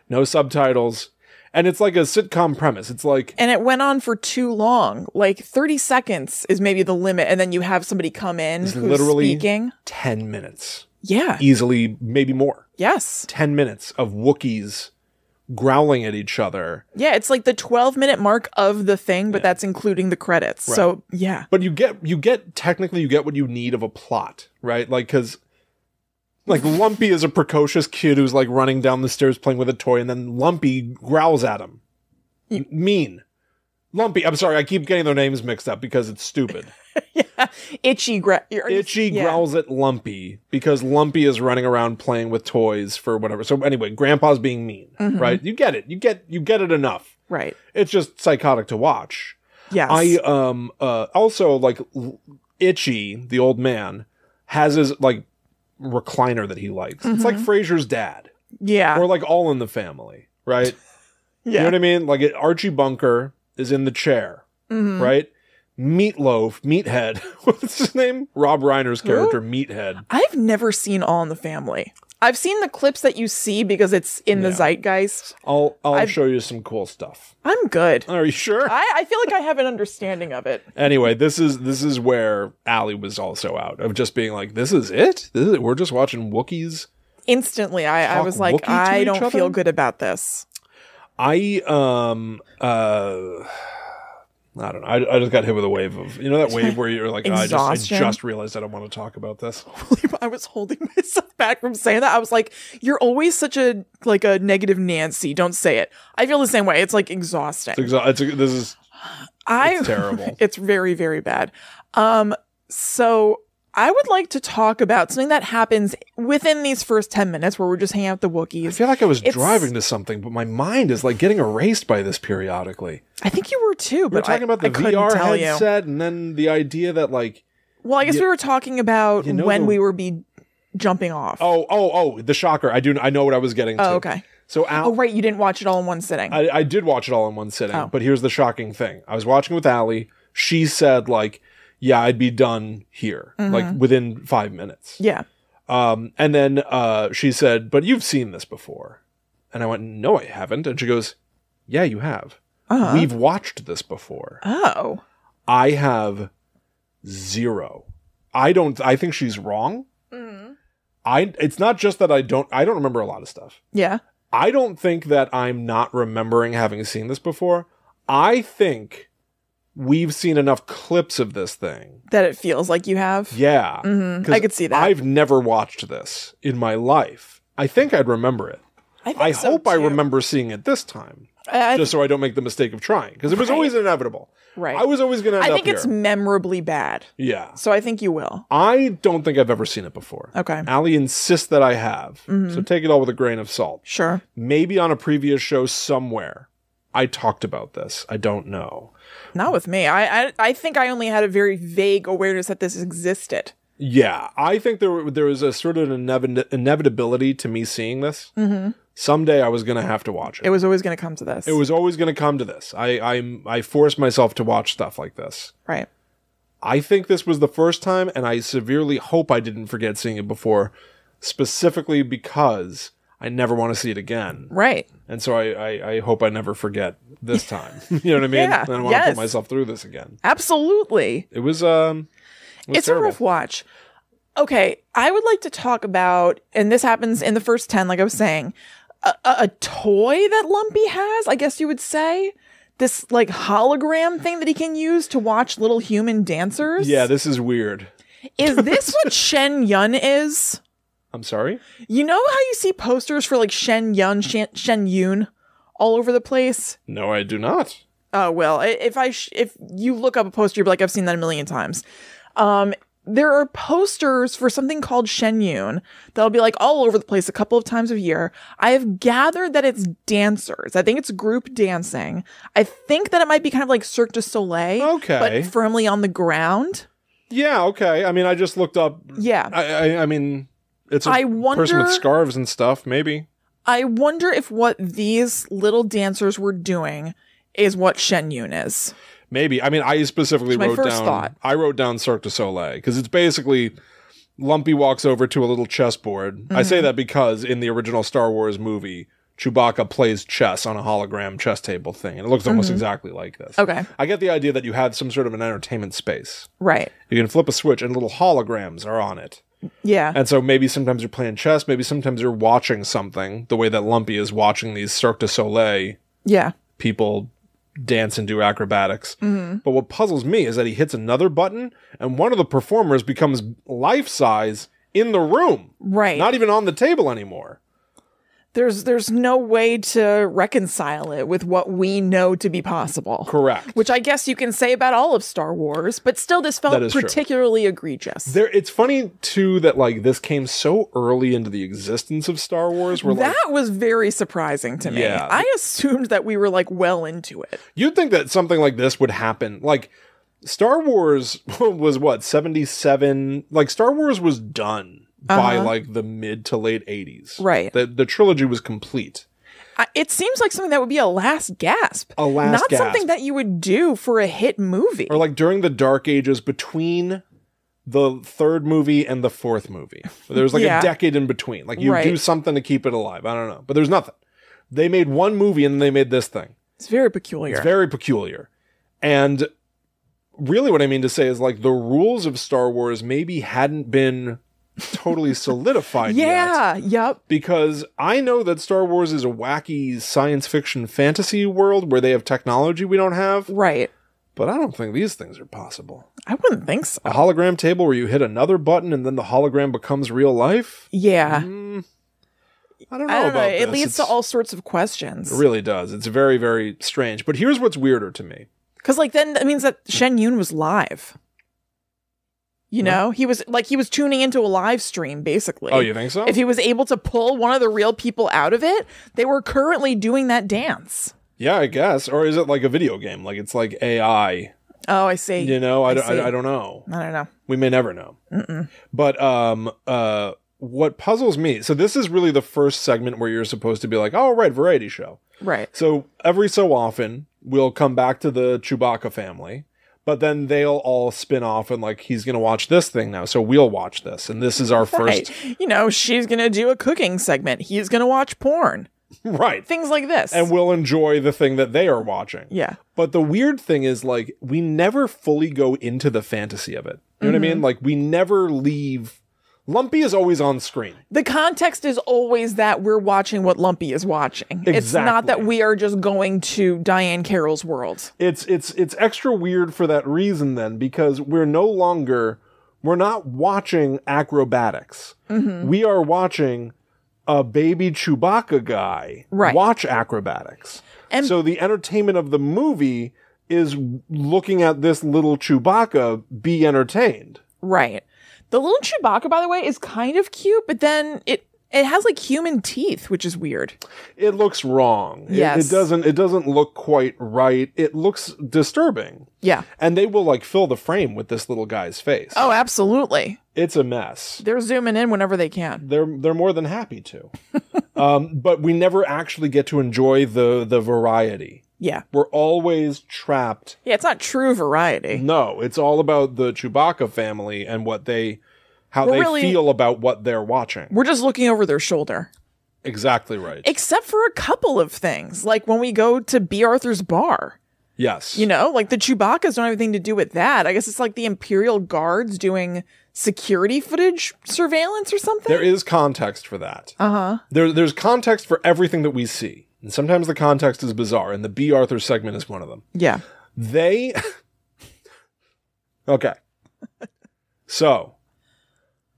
[SPEAKER 2] no subtitles. And it's like a sitcom premise. It's like,
[SPEAKER 1] And it went on for too long. Like 30 seconds is maybe the limit. And then you have somebody come in
[SPEAKER 2] It's
[SPEAKER 1] who's
[SPEAKER 2] literally- E
[SPEAKER 1] speaking.
[SPEAKER 2] 10 minutes,
[SPEAKER 1] Yeah.
[SPEAKER 2] easily, maybe more.
[SPEAKER 1] Yes.
[SPEAKER 2] 10 minutes of Wookiees growling at each other.
[SPEAKER 1] Yeah. It's like the 12 minute mark of the thing, but that's including the credits. So, yeah.
[SPEAKER 2] But you get, you get, technically, you get what you need of a plot, right? Like, because, like, Lumpy is a precocious kid who's like running down the stairs playing with a toy, and then Lumpy growls at him. mean. Lumpy, I'm sorry, I keep getting their names mixed up because it's stupid.
[SPEAKER 1] yeah. [LAUGHS] Itchy, gra- or-
[SPEAKER 2] Itchy
[SPEAKER 1] yeah.
[SPEAKER 2] growls at Lumpy because Lumpy is running around playing with toys for whatever. So anyway, Grandpa's being mean,
[SPEAKER 1] Mm-hmm.
[SPEAKER 2] right? You get it. You get you get it enough.
[SPEAKER 1] Right.
[SPEAKER 2] It's just psychotic to watch.
[SPEAKER 1] Yes.
[SPEAKER 2] I um uh also like L- Itchy, the old man, has his like recliner that he likes.
[SPEAKER 1] Mm-hmm.
[SPEAKER 2] It's like Frasier's dad
[SPEAKER 1] yeah.
[SPEAKER 2] or like All in the Family,
[SPEAKER 1] [LAUGHS]
[SPEAKER 2] right? You
[SPEAKER 1] yeah.
[SPEAKER 2] know what I mean? Like it, Archie Bunker is in the chair,
[SPEAKER 1] Mhm.
[SPEAKER 2] right? Meatloaf, Meathead. [LAUGHS] What's his name? Rob Reiner's character, Meathead.
[SPEAKER 1] I've never seen All in the Family. I've seen the clips that you see because it's in the
[SPEAKER 2] Yeah.
[SPEAKER 1] zeitgeist.
[SPEAKER 2] I'll I'll
[SPEAKER 1] I've-
[SPEAKER 2] show you some cool stuff.
[SPEAKER 1] I'm
[SPEAKER 2] [LAUGHS]
[SPEAKER 1] good.
[SPEAKER 2] Are you sure?
[SPEAKER 1] I, I feel like I have an understanding of it.
[SPEAKER 2] anyway, this is this is where Allie was also out of just being like, "This is it. This is it. We're just watching Wookiees."
[SPEAKER 1] Instantly, I, I
[SPEAKER 2] Talk
[SPEAKER 1] was
[SPEAKER 2] Wookiee
[SPEAKER 1] like,
[SPEAKER 2] to
[SPEAKER 1] I
[SPEAKER 2] each
[SPEAKER 1] don't
[SPEAKER 2] other?
[SPEAKER 1] feel good about this.
[SPEAKER 2] I um uh. I don't know. I, I just got hit with a wave of you know that wave where you're like "Oh, I just I
[SPEAKER 1] Exhaustion.
[SPEAKER 2] just realized I don't want to talk about this.
[SPEAKER 1] believe [LAUGHS] I was holding myself back from saying that. I was like, "You're always such a like a negative Nancy. Don't say it." I feel the same way. It's like exhausting.
[SPEAKER 2] It's, exa- it's this is
[SPEAKER 1] I
[SPEAKER 2] it's terrible.
[SPEAKER 1] [LAUGHS] it's very very bad. Um, so I would like to talk about something that happens within these first ten minutes where we're just hanging out with the
[SPEAKER 2] I
[SPEAKER 1] Wookiees.
[SPEAKER 2] feel like I was
[SPEAKER 1] It's-
[SPEAKER 2] driving to something, but my mind is like getting erased by this periodically.
[SPEAKER 1] I think you were too, but
[SPEAKER 2] We were
[SPEAKER 1] I,
[SPEAKER 2] talking about
[SPEAKER 1] I
[SPEAKER 2] the
[SPEAKER 1] couldn't
[SPEAKER 2] VR
[SPEAKER 1] tell you.
[SPEAKER 2] headset, and then the idea that like,
[SPEAKER 1] Well, I guess
[SPEAKER 2] You-
[SPEAKER 1] we were talking about
[SPEAKER 2] you know
[SPEAKER 1] when
[SPEAKER 2] the-
[SPEAKER 1] we were be jumping off.
[SPEAKER 2] oh, oh, oh, the shocker! I do, I know what I was getting. to.
[SPEAKER 1] Oh, okay.
[SPEAKER 2] So Al,
[SPEAKER 1] Oh, right. You didn't watch it all in one sitting.
[SPEAKER 2] I, I did watch it all in one sitting,
[SPEAKER 1] Oh.
[SPEAKER 2] but here's the shocking thing: I was watching with Allie. She said like, "Yeah, I'd be done here,
[SPEAKER 1] Mm-hmm.
[SPEAKER 2] like within five minutes."
[SPEAKER 1] yeah.
[SPEAKER 2] Um, and then uh, she said, "But you've seen this before," and I went, "No, I haven't." And she goes, "Yeah, you have.
[SPEAKER 1] Uh-huh.
[SPEAKER 2] We've watched this before."
[SPEAKER 1] Oh.
[SPEAKER 2] I have zero. I don't. I think she's wrong. I. It's not just that I don't. I don't remember a lot of stuff.
[SPEAKER 1] Yeah.
[SPEAKER 2] I don't think that I'm not remembering having seen this before. I think we've seen enough clips of this thing.
[SPEAKER 1] That it feels like you have.
[SPEAKER 2] Yeah,
[SPEAKER 1] Mm-hmm.
[SPEAKER 2] 'Cause
[SPEAKER 1] I could see that.
[SPEAKER 2] I've never watched this in my life. I think I'd remember it.
[SPEAKER 1] think
[SPEAKER 2] I
[SPEAKER 1] so,
[SPEAKER 2] hope I
[SPEAKER 1] too.
[SPEAKER 2] remember seeing it this time,
[SPEAKER 1] I, I-
[SPEAKER 2] just so I don't make the mistake of trying, because it was
[SPEAKER 1] Right.
[SPEAKER 2] always inevitable.
[SPEAKER 1] right.
[SPEAKER 2] I was always going to end
[SPEAKER 1] I
[SPEAKER 2] up
[SPEAKER 1] think it's
[SPEAKER 2] here.
[SPEAKER 1] memorably bad,
[SPEAKER 2] yeah.
[SPEAKER 1] so I think you will.
[SPEAKER 2] I don't think I've ever seen it before.
[SPEAKER 1] Okay. Mm-hmm.
[SPEAKER 2] Ali insists that I have. So take it all with a grain of salt.
[SPEAKER 1] Sure.
[SPEAKER 2] Maybe on a previous show somewhere, I talked about this. I don't know.
[SPEAKER 1] Not with me. I, I I think I only had a very vague awareness that this existed.
[SPEAKER 2] Yeah, I think there there was a sort of an inevit- inevitability to me seeing this.
[SPEAKER 1] Mm-hmm.
[SPEAKER 2] Someday I was going to have to watch it.
[SPEAKER 1] It was always going to come to this.
[SPEAKER 2] It was always going to come to this. I I'm I force myself to watch stuff like this.
[SPEAKER 1] right.
[SPEAKER 2] I think this was the first time, and I severely hope I didn't forget seeing it before, specifically because I never want to see it again.
[SPEAKER 1] Right.
[SPEAKER 2] And so I, I, I hope I never forget this time. [LAUGHS] you know what I mean?
[SPEAKER 1] Yeah,
[SPEAKER 2] I don't want to
[SPEAKER 1] yes.
[SPEAKER 2] put myself through this again.
[SPEAKER 1] Absolutely.
[SPEAKER 2] It was um it was
[SPEAKER 1] it's
[SPEAKER 2] terrible.
[SPEAKER 1] a rough watch. Okay, I would like to talk about, and this happens in the first 10, like I was saying, a, a, a toy that Lumpy has, I guess you would say. This like hologram thing that he can use to watch little human dancers.
[SPEAKER 2] Yeah, this is weird. [LAUGHS]
[SPEAKER 1] Is this what Shen Yun is?
[SPEAKER 2] I'm sorry?
[SPEAKER 1] You know how you see posters for like Shen Yun, Shen, Shen Yun all over the place?
[SPEAKER 2] No, I do not.
[SPEAKER 1] Oh well, i- if I sh- if you look up a poster, you'll be like, I've seen that a million times. Um, there are posters for something called Shenyun that'll be like all over the place a couple of times a year. I have gathered that it's dancers. I think it's group dancing. I think that it might be kind of like Cirque du Soleil,
[SPEAKER 2] Okay.
[SPEAKER 1] but firmly on the ground.
[SPEAKER 2] Yeah, okay. I mean I just looked up
[SPEAKER 1] Yeah,
[SPEAKER 2] I I, I mean it's a
[SPEAKER 1] I wonder.
[SPEAKER 2] person with scarves and stuff, maybe.
[SPEAKER 1] I wonder if what these little dancers were doing is what Shen Yun is.
[SPEAKER 2] Maybe. I mean, I specifically
[SPEAKER 1] It's my
[SPEAKER 2] wrote
[SPEAKER 1] first
[SPEAKER 2] down.
[SPEAKER 1] thought.
[SPEAKER 2] I wrote down Cirque du Soleil because it's basically Lumpy walks over to a little chessboard. I
[SPEAKER 1] Mm-hmm.
[SPEAKER 2] say that because in the original Star Wars movie, Chewbacca plays chess on a hologram chess table thing, and it looks almost exactly like this.
[SPEAKER 1] Mm-hmm. Okay.
[SPEAKER 2] I get the idea that you have some sort of an entertainment space.
[SPEAKER 1] Right.
[SPEAKER 2] You can flip a switch, and little holograms are on it.
[SPEAKER 1] Yeah.
[SPEAKER 2] And so maybe sometimes you're playing chess, maybe sometimes you're watching something, the way that Lumpy is watching these Cirque du Soleil
[SPEAKER 1] yeah.
[SPEAKER 2] people dance and do acrobatics. But what puzzles me is that he hits another button and one of the performers becomes life size in the room,
[SPEAKER 1] Right.
[SPEAKER 2] not even on the table anymore.
[SPEAKER 1] there's there's no way to reconcile it with what we know to be possible.
[SPEAKER 2] Correct.
[SPEAKER 1] Which I guess you can say about all of Star Wars, but still this
[SPEAKER 2] That
[SPEAKER 1] felt
[SPEAKER 2] is true.
[SPEAKER 1] particularly egregious.
[SPEAKER 2] there, it's funny too that like this came so early into the existence of Star Wars. Where like
[SPEAKER 1] that was very surprising to me.
[SPEAKER 2] Yeah.
[SPEAKER 1] I assumed that we were like well into it.
[SPEAKER 2] you'd think that something like this would happen, like Star Wars [LAUGHS] was what seventy seven. Like Star Wars was done by
[SPEAKER 1] Uh-huh.
[SPEAKER 2] like the mid to late eighties.
[SPEAKER 1] Right.
[SPEAKER 2] The the trilogy was complete.
[SPEAKER 1] I, it seems like something that would be a last gasp.
[SPEAKER 2] A last
[SPEAKER 1] Not
[SPEAKER 2] gasp.
[SPEAKER 1] something that you would do for a hit movie.
[SPEAKER 2] or like during the dark ages between the third movie and the fourth movie. There's like
[SPEAKER 1] Yeah.
[SPEAKER 2] a decade in between. Like you
[SPEAKER 1] Right.
[SPEAKER 2] do something to keep it alive. I don't know, but there's nothing. They made one movie and then they made this thing.
[SPEAKER 1] it's very peculiar.
[SPEAKER 2] It's very peculiar. And really what I mean to say is like the rules of Star Wars maybe hadn't been
[SPEAKER 1] [LAUGHS]
[SPEAKER 2] totally solidified yet
[SPEAKER 1] yeah. Yep.
[SPEAKER 2] because I know that Star Wars is a wacky science fiction fantasy world where they have technology we don't have,
[SPEAKER 1] Right.
[SPEAKER 2] but I don't think these things are possible
[SPEAKER 1] I wouldn't think so.
[SPEAKER 2] a hologram table where you hit another button and then the hologram becomes real life?
[SPEAKER 1] Yeah.
[SPEAKER 2] Mm, I don't know
[SPEAKER 1] Uh-huh. I don't know.
[SPEAKER 2] about this.
[SPEAKER 1] It leads to
[SPEAKER 2] It's-
[SPEAKER 1] all sorts of questions.
[SPEAKER 2] It really does. It's very, very strange. But here's what's weirder to me.
[SPEAKER 1] Because like then that means that Shen Yun was live. You
[SPEAKER 2] What?
[SPEAKER 1] know, he was like he was tuning into a live stream basically.
[SPEAKER 2] Oh, you think so?
[SPEAKER 1] If he was able to pull one of the real people out of it, they were currently doing that dance.
[SPEAKER 2] yeah, I guess. Or is it like a video game? Like it's like AI.
[SPEAKER 1] Oh, I see.
[SPEAKER 2] You know, I,
[SPEAKER 1] I
[SPEAKER 2] don't-
[SPEAKER 1] see.
[SPEAKER 2] I, I don't know.
[SPEAKER 1] I don't know.
[SPEAKER 2] We may never know.
[SPEAKER 1] Mm-mm.
[SPEAKER 2] But um, uh, what puzzles me. So this is really the first segment where you're supposed to be like, oh, right, variety show.
[SPEAKER 1] Right.
[SPEAKER 2] So every so often, we'll come back to the Chewbacca family, but then they'll all spin off and like he's gonna watch this thing now, so we'll watch this, and this is our first [LAUGHS]
[SPEAKER 1] Right. You know, she's gonna do a cooking segment. He's gonna watch porn.
[SPEAKER 2] right,
[SPEAKER 1] Things like this.
[SPEAKER 2] and we'll enjoy the thing that they are watching.
[SPEAKER 1] yeah.
[SPEAKER 2] But the weird thing is like we never fully go into the fantasy of it. You know what I
[SPEAKER 1] Mm-hmm.
[SPEAKER 2] mean? Like we never leave. Lumpy is always on screen.
[SPEAKER 1] The context is always that we're watching what Lumpy is watching. It's not
[SPEAKER 2] Exactly.
[SPEAKER 1] that we are just going to Diane Carroll's world.
[SPEAKER 2] it's it's it's extra weird for that reason then because we're no longer we're not watching acrobatics
[SPEAKER 1] Mm-hmm.
[SPEAKER 2] we are watching a baby chewbacca guy
[SPEAKER 1] Right.
[SPEAKER 2] watch acrobatics
[SPEAKER 1] And-
[SPEAKER 2] so the entertainment of the movie is looking at this little chewbacca be entertained
[SPEAKER 1] Right. The little Chewbacca, by the way, is kind of cute, but then it it has like human teeth, which is weird.
[SPEAKER 2] it looks wrong It-
[SPEAKER 1] Yes.
[SPEAKER 2] it doesn't it doesn't look quite right it looks disturbing
[SPEAKER 1] Yeah.
[SPEAKER 2] and they will like fill the frame with this little guy's face
[SPEAKER 1] Oh, absolutely.
[SPEAKER 2] it's a mess
[SPEAKER 1] They're zooming in whenever they can.
[SPEAKER 2] they're they're more than
[SPEAKER 1] [LAUGHS]
[SPEAKER 2] happy to. um, but we never actually get to enjoy the the variety.
[SPEAKER 1] Yeah.
[SPEAKER 2] We're always trapped.
[SPEAKER 1] Yeah, it's not true variety.
[SPEAKER 2] No, it's all about the Chewbacca family and what they how
[SPEAKER 1] We're
[SPEAKER 2] they
[SPEAKER 1] really-
[SPEAKER 2] feel about what they're watching.
[SPEAKER 1] We're just looking over their shoulder.
[SPEAKER 2] Exactly right.
[SPEAKER 1] Except for a couple of things, like when we go to B. Arthur's bar.
[SPEAKER 2] yes.
[SPEAKER 1] You know, like the Chewbaccas don't have anything to do with that. I guess it's like the Imperial Guards doing security footage surveillance or something.
[SPEAKER 2] there is context for that.
[SPEAKER 1] uh huh.
[SPEAKER 2] There there's context for everything that we see. And sometimes the context is bizarre and the B Arthur segment is one of them.
[SPEAKER 1] Yeah.
[SPEAKER 2] They. [LAUGHS] okay. So,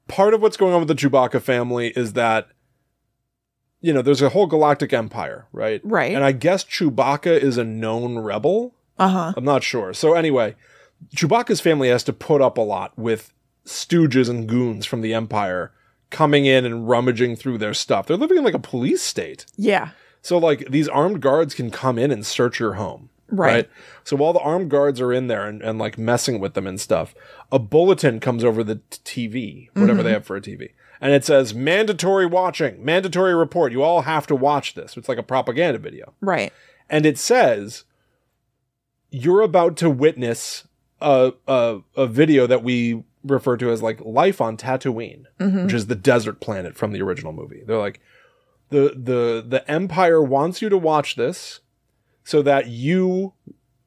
[SPEAKER 2] part of what's going on with the Chewbacca family is that, you know, there's a whole galactic empire, right?
[SPEAKER 1] Right.
[SPEAKER 2] And I guess Chewbacca is a known rebel.
[SPEAKER 1] Uh huh.
[SPEAKER 2] I'm not sure. So, anyway, Chewbacca's family has to put up a lot with stooges and goons from the empire coming in and rummaging through their stuff. They're living in like a police state.
[SPEAKER 1] Yeah.
[SPEAKER 2] So, like, these armed guards can come in and search your home
[SPEAKER 1] Right.
[SPEAKER 2] right. So while the armed guards are in there and, and like messing with them and stuff, a bulletin comes over the t- TV, whatever they have for a TV, and it says mandatory watching, mandatory report. You all have to watch this. It's like a propaganda video,
[SPEAKER 1] Right.
[SPEAKER 2] and it says you're about to witness a, a a video that we refer to as like life on Tatooine,
[SPEAKER 1] Mhm.
[SPEAKER 2] which is the desert planet from the original movie. They're like the the the empire wants you to watch this so that you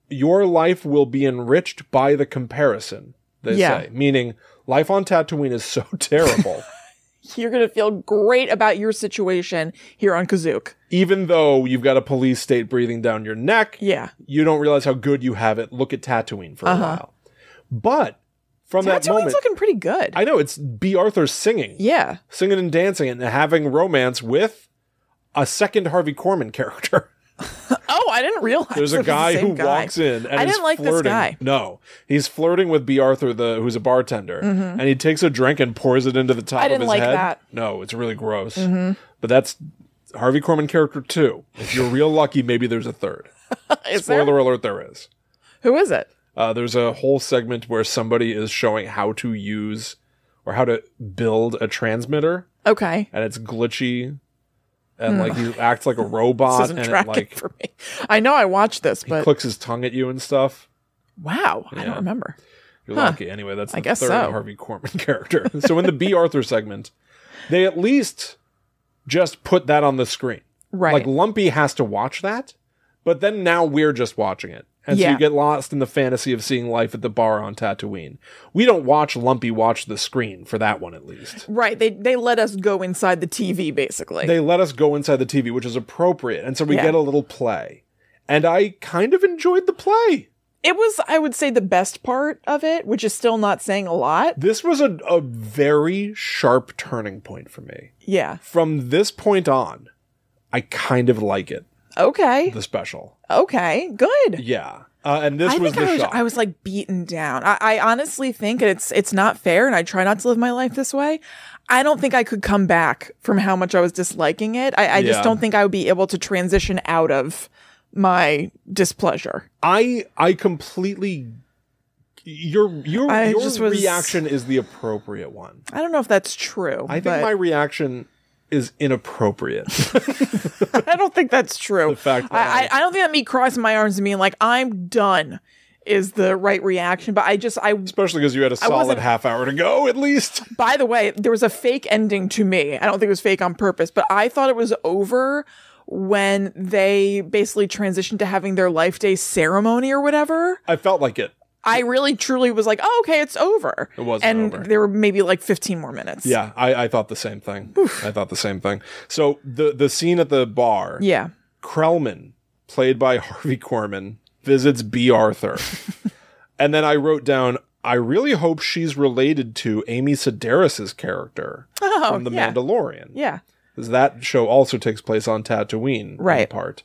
[SPEAKER 2] your life will be enriched by the comparison. They
[SPEAKER 1] Yeah.
[SPEAKER 2] say, meaning life on Tatooine is so [LAUGHS] terrible,
[SPEAKER 1] You're going to feel great about your situation here on Kazook.
[SPEAKER 2] even though you've got a police state breathing down your neck,
[SPEAKER 1] Yeah.
[SPEAKER 2] you don't realize how good you have it. Look at Tatooine for
[SPEAKER 1] Uh-huh.
[SPEAKER 2] a while. But from that
[SPEAKER 1] Tatooine's
[SPEAKER 2] moment,
[SPEAKER 1] looking pretty good.
[SPEAKER 2] I know it's B. Arthur singing,
[SPEAKER 1] yeah.
[SPEAKER 2] singing and dancing and having romance with a second Harvey Korman [LAUGHS] character.
[SPEAKER 1] Oh, I didn't realize
[SPEAKER 2] There's
[SPEAKER 1] it
[SPEAKER 2] a
[SPEAKER 1] was the
[SPEAKER 2] guy
[SPEAKER 1] same
[SPEAKER 2] who
[SPEAKER 1] guy.
[SPEAKER 2] walks in and
[SPEAKER 1] I
[SPEAKER 2] is
[SPEAKER 1] didn't like this
[SPEAKER 2] flirting.
[SPEAKER 1] guy.
[SPEAKER 2] No, he's flirting with B. Arthur, the who's a bartender, and he takes a drink and pours it into the top
[SPEAKER 1] Mm-hmm. I didn't
[SPEAKER 2] of
[SPEAKER 1] like
[SPEAKER 2] his head.
[SPEAKER 1] that. Mm-hmm.
[SPEAKER 2] No, it's really gross. But that's Harvey Korman character two. If you're real lucky, maybe there's a third.
[SPEAKER 1] Is there?
[SPEAKER 2] Spoiler alert: there is.
[SPEAKER 1] Who is it?
[SPEAKER 2] Uh, there's a whole segment where somebody is showing how to use or how to build a transmitter,
[SPEAKER 1] Okay.
[SPEAKER 2] and it's glitchy, and like he acts like a robot,
[SPEAKER 1] Hmm. [LAUGHS] This
[SPEAKER 2] and
[SPEAKER 1] isn't
[SPEAKER 2] it,
[SPEAKER 1] tracking
[SPEAKER 2] like
[SPEAKER 1] for me. I know I watched this,
[SPEAKER 2] he
[SPEAKER 1] but
[SPEAKER 2] clicks his tongue at you and stuff.
[SPEAKER 1] wow, I
[SPEAKER 2] Yeah.
[SPEAKER 1] don't remember.
[SPEAKER 2] You're
[SPEAKER 1] Huh.
[SPEAKER 2] lucky. Anyway, that's the
[SPEAKER 1] I guess
[SPEAKER 2] third
[SPEAKER 1] so.
[SPEAKER 2] Harvey Korman [LAUGHS] character. so in the B. Arthur segment, they at least just put that on the screen.
[SPEAKER 1] Right.
[SPEAKER 2] Like Lumpy has to watch that, but then now we're just watching it. And so
[SPEAKER 1] Yeah.
[SPEAKER 2] you get lost in the fantasy of seeing life at the bar on Tatooine. We don't watch Lumpy watch the screen for that one at least.
[SPEAKER 1] right. They they let us go inside the TV basically.
[SPEAKER 2] They let us go inside the TV, which is appropriate, and so we
[SPEAKER 1] Yeah.
[SPEAKER 2] get a little play. And I kind of enjoyed the play.
[SPEAKER 1] it was, I would say, the best part of it, which is still not saying a lot.
[SPEAKER 2] This was a, a very sharp turning point for me.
[SPEAKER 1] Yeah.
[SPEAKER 2] From this point on, I kind of like it,
[SPEAKER 1] Okay.
[SPEAKER 2] the special.
[SPEAKER 1] Okay. Good.
[SPEAKER 2] Yeah. Uh, and this
[SPEAKER 1] I
[SPEAKER 2] was
[SPEAKER 1] think
[SPEAKER 2] the
[SPEAKER 1] I was,
[SPEAKER 2] shock.
[SPEAKER 1] I was like beaten down. I, I honestly think, and it's it's not fair, and I try not to live my life this way. I don't think I could come back from how much I was disliking it. I, I
[SPEAKER 2] Yeah.
[SPEAKER 1] just don't think I would be able to transition out of my displeasure.
[SPEAKER 2] I I completely your your
[SPEAKER 1] I
[SPEAKER 2] your
[SPEAKER 1] just was-
[SPEAKER 2] reaction is the appropriate one.
[SPEAKER 1] I don't know if that's true.
[SPEAKER 2] I think
[SPEAKER 1] but
[SPEAKER 2] my reaction is inappropriate.
[SPEAKER 1] [LAUGHS]
[SPEAKER 2] [LAUGHS]
[SPEAKER 1] I don't think that's true.
[SPEAKER 2] The fact that
[SPEAKER 1] I, I, I don't think that me crossing my arms and being like, I'm done is the right reaction. But I just, I,
[SPEAKER 2] Especially because you had a solid
[SPEAKER 1] wasn't-
[SPEAKER 2] half hour to go at least.
[SPEAKER 1] by the way, there was a fake ending to me. I don't think it was fake on purpose, but I thought it was over when they basically transitioned to having their life day ceremony or whatever.
[SPEAKER 2] I felt like it.
[SPEAKER 1] I really truly was like, oh, okay, it's over.
[SPEAKER 2] It wasn't
[SPEAKER 1] And
[SPEAKER 2] over.
[SPEAKER 1] there were maybe like 15 more minutes.
[SPEAKER 2] Yeah, I, I thought the same thing. I thought the same thing. So the the scene at the bar,
[SPEAKER 1] Yeah.
[SPEAKER 2] Krellman, played by Harvey Korman, visits B.
[SPEAKER 1] [LAUGHS]
[SPEAKER 2] Arthur. and then I wrote down, I really hope she's related to Amy Sedaris's character
[SPEAKER 1] Oh,
[SPEAKER 2] from The
[SPEAKER 1] yeah.
[SPEAKER 2] Mandalorian.
[SPEAKER 1] yeah.
[SPEAKER 2] Because that show also takes place on Tatooine. in
[SPEAKER 1] Right.
[SPEAKER 2] part.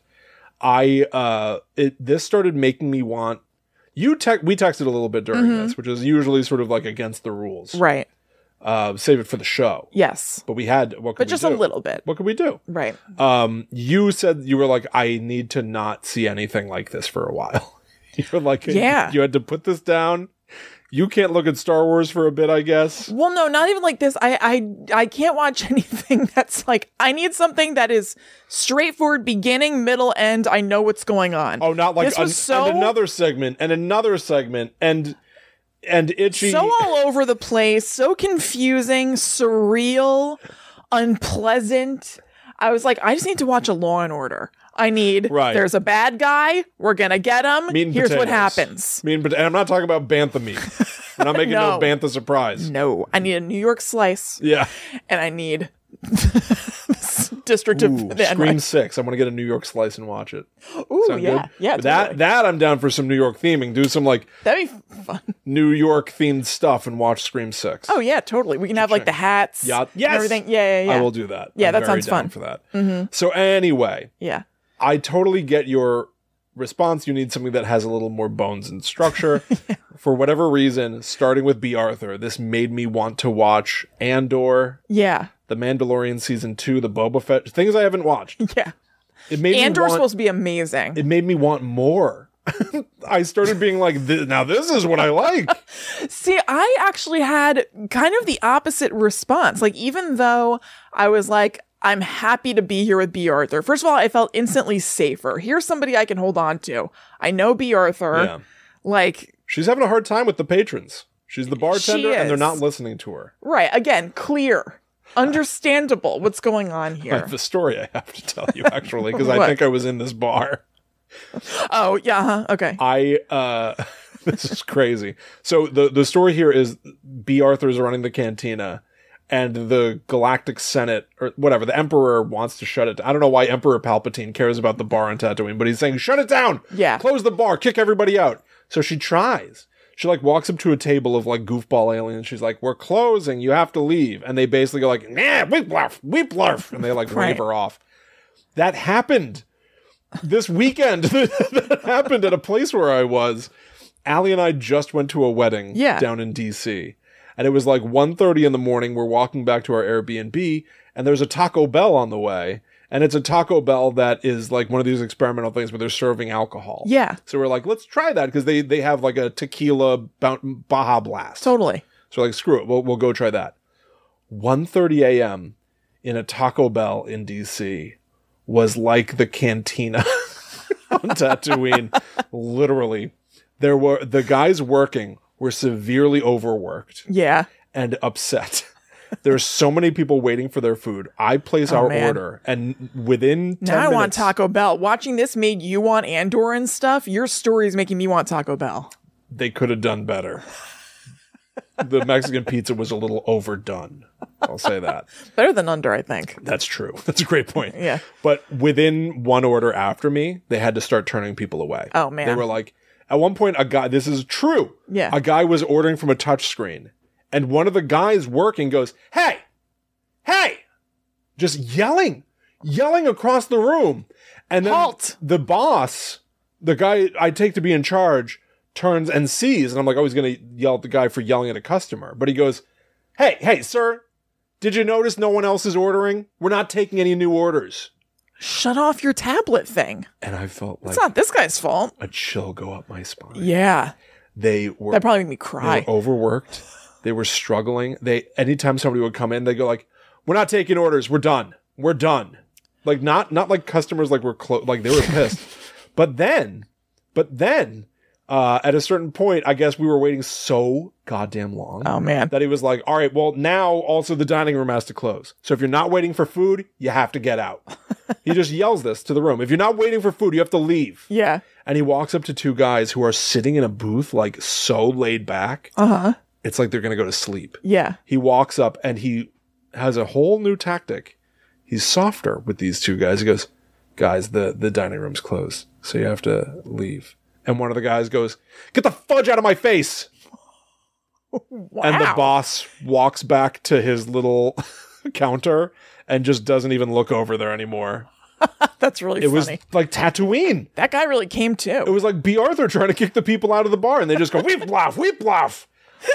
[SPEAKER 2] I uh, it this started making me want you tech we texted a little bit during this, which is usually sort of like against the rules.
[SPEAKER 1] Mm-hmm. Right.
[SPEAKER 2] Uh, save it for the show.
[SPEAKER 1] Yes.
[SPEAKER 2] But we had what could
[SPEAKER 1] But
[SPEAKER 2] we
[SPEAKER 1] just
[SPEAKER 2] do?
[SPEAKER 1] a little bit.
[SPEAKER 2] What could we do?
[SPEAKER 1] Right.
[SPEAKER 2] um, you said you were like, I need to not see anything like this for a while. [LAUGHS] you were like,
[SPEAKER 1] Yeah.
[SPEAKER 2] you had to put this down. You can't look at Star Wars for a bit, I guess.
[SPEAKER 1] Well, no, not even like this. I, I, I can't watch [LAUGHS] anything that's like. I need something that is straightforward, beginning, middle, end. I know what's going on.
[SPEAKER 2] Oh, not like
[SPEAKER 1] This was
[SPEAKER 2] an-
[SPEAKER 1] so-
[SPEAKER 2] and another segment and another segment and and itchy.
[SPEAKER 1] so all over the place, so confusing, surreal, unpleasant. I was like, I just need to watch a Law and Order. I need.
[SPEAKER 2] Right.
[SPEAKER 1] There's a bad guy. We're gonna get him.
[SPEAKER 2] Meat and
[SPEAKER 1] Here's what
[SPEAKER 2] potatoes.
[SPEAKER 1] happens.
[SPEAKER 2] I mean, but and I'm not talking about bantha
[SPEAKER 1] [LAUGHS]
[SPEAKER 2] meat. We're not making
[SPEAKER 1] No.
[SPEAKER 2] no, bantha surprise.
[SPEAKER 1] No, I need a New York slice,
[SPEAKER 2] Yeah,
[SPEAKER 1] and I need [LAUGHS] District
[SPEAKER 2] [LAUGHS] Ooh,
[SPEAKER 1] of the
[SPEAKER 2] Scream Six. I want to get a New York slice and watch it.
[SPEAKER 1] Ooh,
[SPEAKER 2] Sound
[SPEAKER 1] yeah,
[SPEAKER 2] good?
[SPEAKER 1] yeah.
[SPEAKER 2] But that
[SPEAKER 1] totally.
[SPEAKER 2] that I'm down for some New York theming. Do some like
[SPEAKER 1] that'd be f- fun.
[SPEAKER 2] New York themed stuff and watch Scream Six.
[SPEAKER 1] Oh yeah, totally. We can have like the hats.
[SPEAKER 2] Yeah.
[SPEAKER 1] and
[SPEAKER 2] Yes!
[SPEAKER 1] Everything. Yeah, yeah, yeah.
[SPEAKER 2] I will do that.
[SPEAKER 1] Yeah, that
[SPEAKER 2] very
[SPEAKER 1] sounds
[SPEAKER 2] down
[SPEAKER 1] fun. Mm-hmm.
[SPEAKER 2] for that. So anyway,
[SPEAKER 1] yeah.
[SPEAKER 2] I totally get your response. You need something that has a little more bones and
[SPEAKER 1] [LAUGHS]
[SPEAKER 2] structure. For whatever reason, starting with B. Arthur, this made me want to watch Andor,
[SPEAKER 1] Yeah.
[SPEAKER 2] The Mandalorian season two, The Boba Fett things I haven't watched.
[SPEAKER 1] Yeah.
[SPEAKER 2] It made
[SPEAKER 1] Andor's
[SPEAKER 2] me want,
[SPEAKER 1] supposed to be amazing.
[SPEAKER 2] it made me want more. [LAUGHS] I started being like, "Th- now this is what
[SPEAKER 1] [LAUGHS]
[SPEAKER 2] I like.
[SPEAKER 1] See, I actually had kind of the opposite response. Like, even though I was like, I'm happy to be here with B. Arthur. First of all, I felt instantly safer. Here's somebody I can hold on to. I know B. Arthur.
[SPEAKER 2] Yeah.
[SPEAKER 1] Like,
[SPEAKER 2] She's having a hard time with the patrons. She's the bartender, and they're
[SPEAKER 1] is.
[SPEAKER 2] not listening to her.
[SPEAKER 1] right. Again,
[SPEAKER 2] [LAUGHS]
[SPEAKER 1] clear, understandable what's going on
[SPEAKER 2] I
[SPEAKER 1] here.
[SPEAKER 2] have a story I have to tell
[SPEAKER 1] [LAUGHS]
[SPEAKER 2] you, actually, because I
[SPEAKER 1] What?
[SPEAKER 2] think I was in this bar.
[SPEAKER 1] Oh, yeah. Huh? Okay.
[SPEAKER 2] [LAUGHS] I uh [LAUGHS] this is crazy. So the the story here is B Arthur's running the cantina and the Galactic Senate or whatever, the Emperor wants to shut it. I don't know why Emperor Palpatine cares about the bar on Tatooine, but he's saying shut it down.
[SPEAKER 1] Yeah.
[SPEAKER 2] Close the bar, kick everybody out. So she tries. She like walks up to a table of like goofball aliens. She's like, "We're closing. You have to leave." And they basically go like, "Nah, we bluff. We bluff." And they like
[SPEAKER 1] [LAUGHS]
[SPEAKER 2] wave
[SPEAKER 1] Right.
[SPEAKER 2] her off. That happened this weekend [LAUGHS] that happened at a place where I was. Allie and I just went to a wedding
[SPEAKER 1] Yeah.
[SPEAKER 2] down in DC. And it was like 1.30 in the morning. We're walking back to our Airbnb, and there's a Taco Bell on the way. And it's a Taco Bell that is like one of these experimental things where they're serving alcohol.
[SPEAKER 1] Yeah.
[SPEAKER 2] So we're like, let's try that because they, they have like a tequila ba- Baja Blast.
[SPEAKER 1] Totally.
[SPEAKER 2] So we're like, screw it, we'll, we'll go try that. 1.30 a.m. in a Taco Bell in D.C. was like the cantina [LAUGHS] on Tatooine. [LAUGHS] Literally, there were the guys working were severely overworked
[SPEAKER 1] Yeah.
[SPEAKER 2] and upset. [LAUGHS] There's so many people waiting for their food. I place our
[SPEAKER 1] Oh, man.
[SPEAKER 2] order, and within 10
[SPEAKER 1] Now I want
[SPEAKER 2] minutes,
[SPEAKER 1] Taco Bell. Watching this made you want Andor and stuff. Your story is making me want Taco Bell.
[SPEAKER 2] they could have done better. the Mexican pizza was a little overdone. I'll say that.
[SPEAKER 1] Better than under, I think.
[SPEAKER 2] That's true. [LAUGHS] That's a great point.
[SPEAKER 1] Yeah.
[SPEAKER 2] But within one order after me, they had to start turning people away.
[SPEAKER 1] Oh, man.
[SPEAKER 2] They were like, at one point, a guy, this is true.
[SPEAKER 1] Yeah.
[SPEAKER 2] A guy was ordering from a touch screen, and one of the guys working goes, Hey, hey, just yelling, yelling across the room. And then
[SPEAKER 1] Halt.
[SPEAKER 2] the boss, the guy I take to be in charge, turns and sees, and I'm like, oh, he's going to yell at the guy for yelling at a customer. But he goes, Hey, hey, sir, did you notice no one else is ordering? We're not taking any new orders.
[SPEAKER 1] Shut off your tablet thing.
[SPEAKER 2] And I felt like
[SPEAKER 1] It's not this guy's fault.
[SPEAKER 2] a chill go up my spine.
[SPEAKER 1] Yeah.
[SPEAKER 2] They were
[SPEAKER 1] That probably made me
[SPEAKER 2] they
[SPEAKER 1] cry.
[SPEAKER 2] were overworked. They were struggling. They anytime somebody would come in, they go like, "We're not taking orders. We're done. We're done." Like not not like customers like were close. Like they were pissed. but then, but then, uh, at a certain point, I guess we were waiting so goddamn long
[SPEAKER 1] Oh, man.
[SPEAKER 2] that he was like, "All right, well now also the dining room has to close. So if you're not waiting for food, you have to get out." he just yells this to the room. If you're not waiting for food, you have to leave
[SPEAKER 1] Yeah.
[SPEAKER 2] and he walks up to two guys who are sitting in a booth like so laid back
[SPEAKER 1] Uh huh.
[SPEAKER 2] it's like they're gonna go to sleep
[SPEAKER 1] Yeah.
[SPEAKER 2] he walks up and he has a whole new tactic he's softer with these two guys he goes guys the the dining room's closed so you have to leave and one of the guys goes get the fudge out of my face
[SPEAKER 1] Wow.
[SPEAKER 2] and the boss walks back to his little [LAUGHS] counter and just doesn't even look over there anymore
[SPEAKER 1] That's really
[SPEAKER 2] it
[SPEAKER 1] funny.
[SPEAKER 2] was like tatooine
[SPEAKER 1] that guy really came
[SPEAKER 2] It
[SPEAKER 1] too.
[SPEAKER 2] was like B. Arthur trying to kick the people out of the bar, and they just go, "We bluff, we bluff."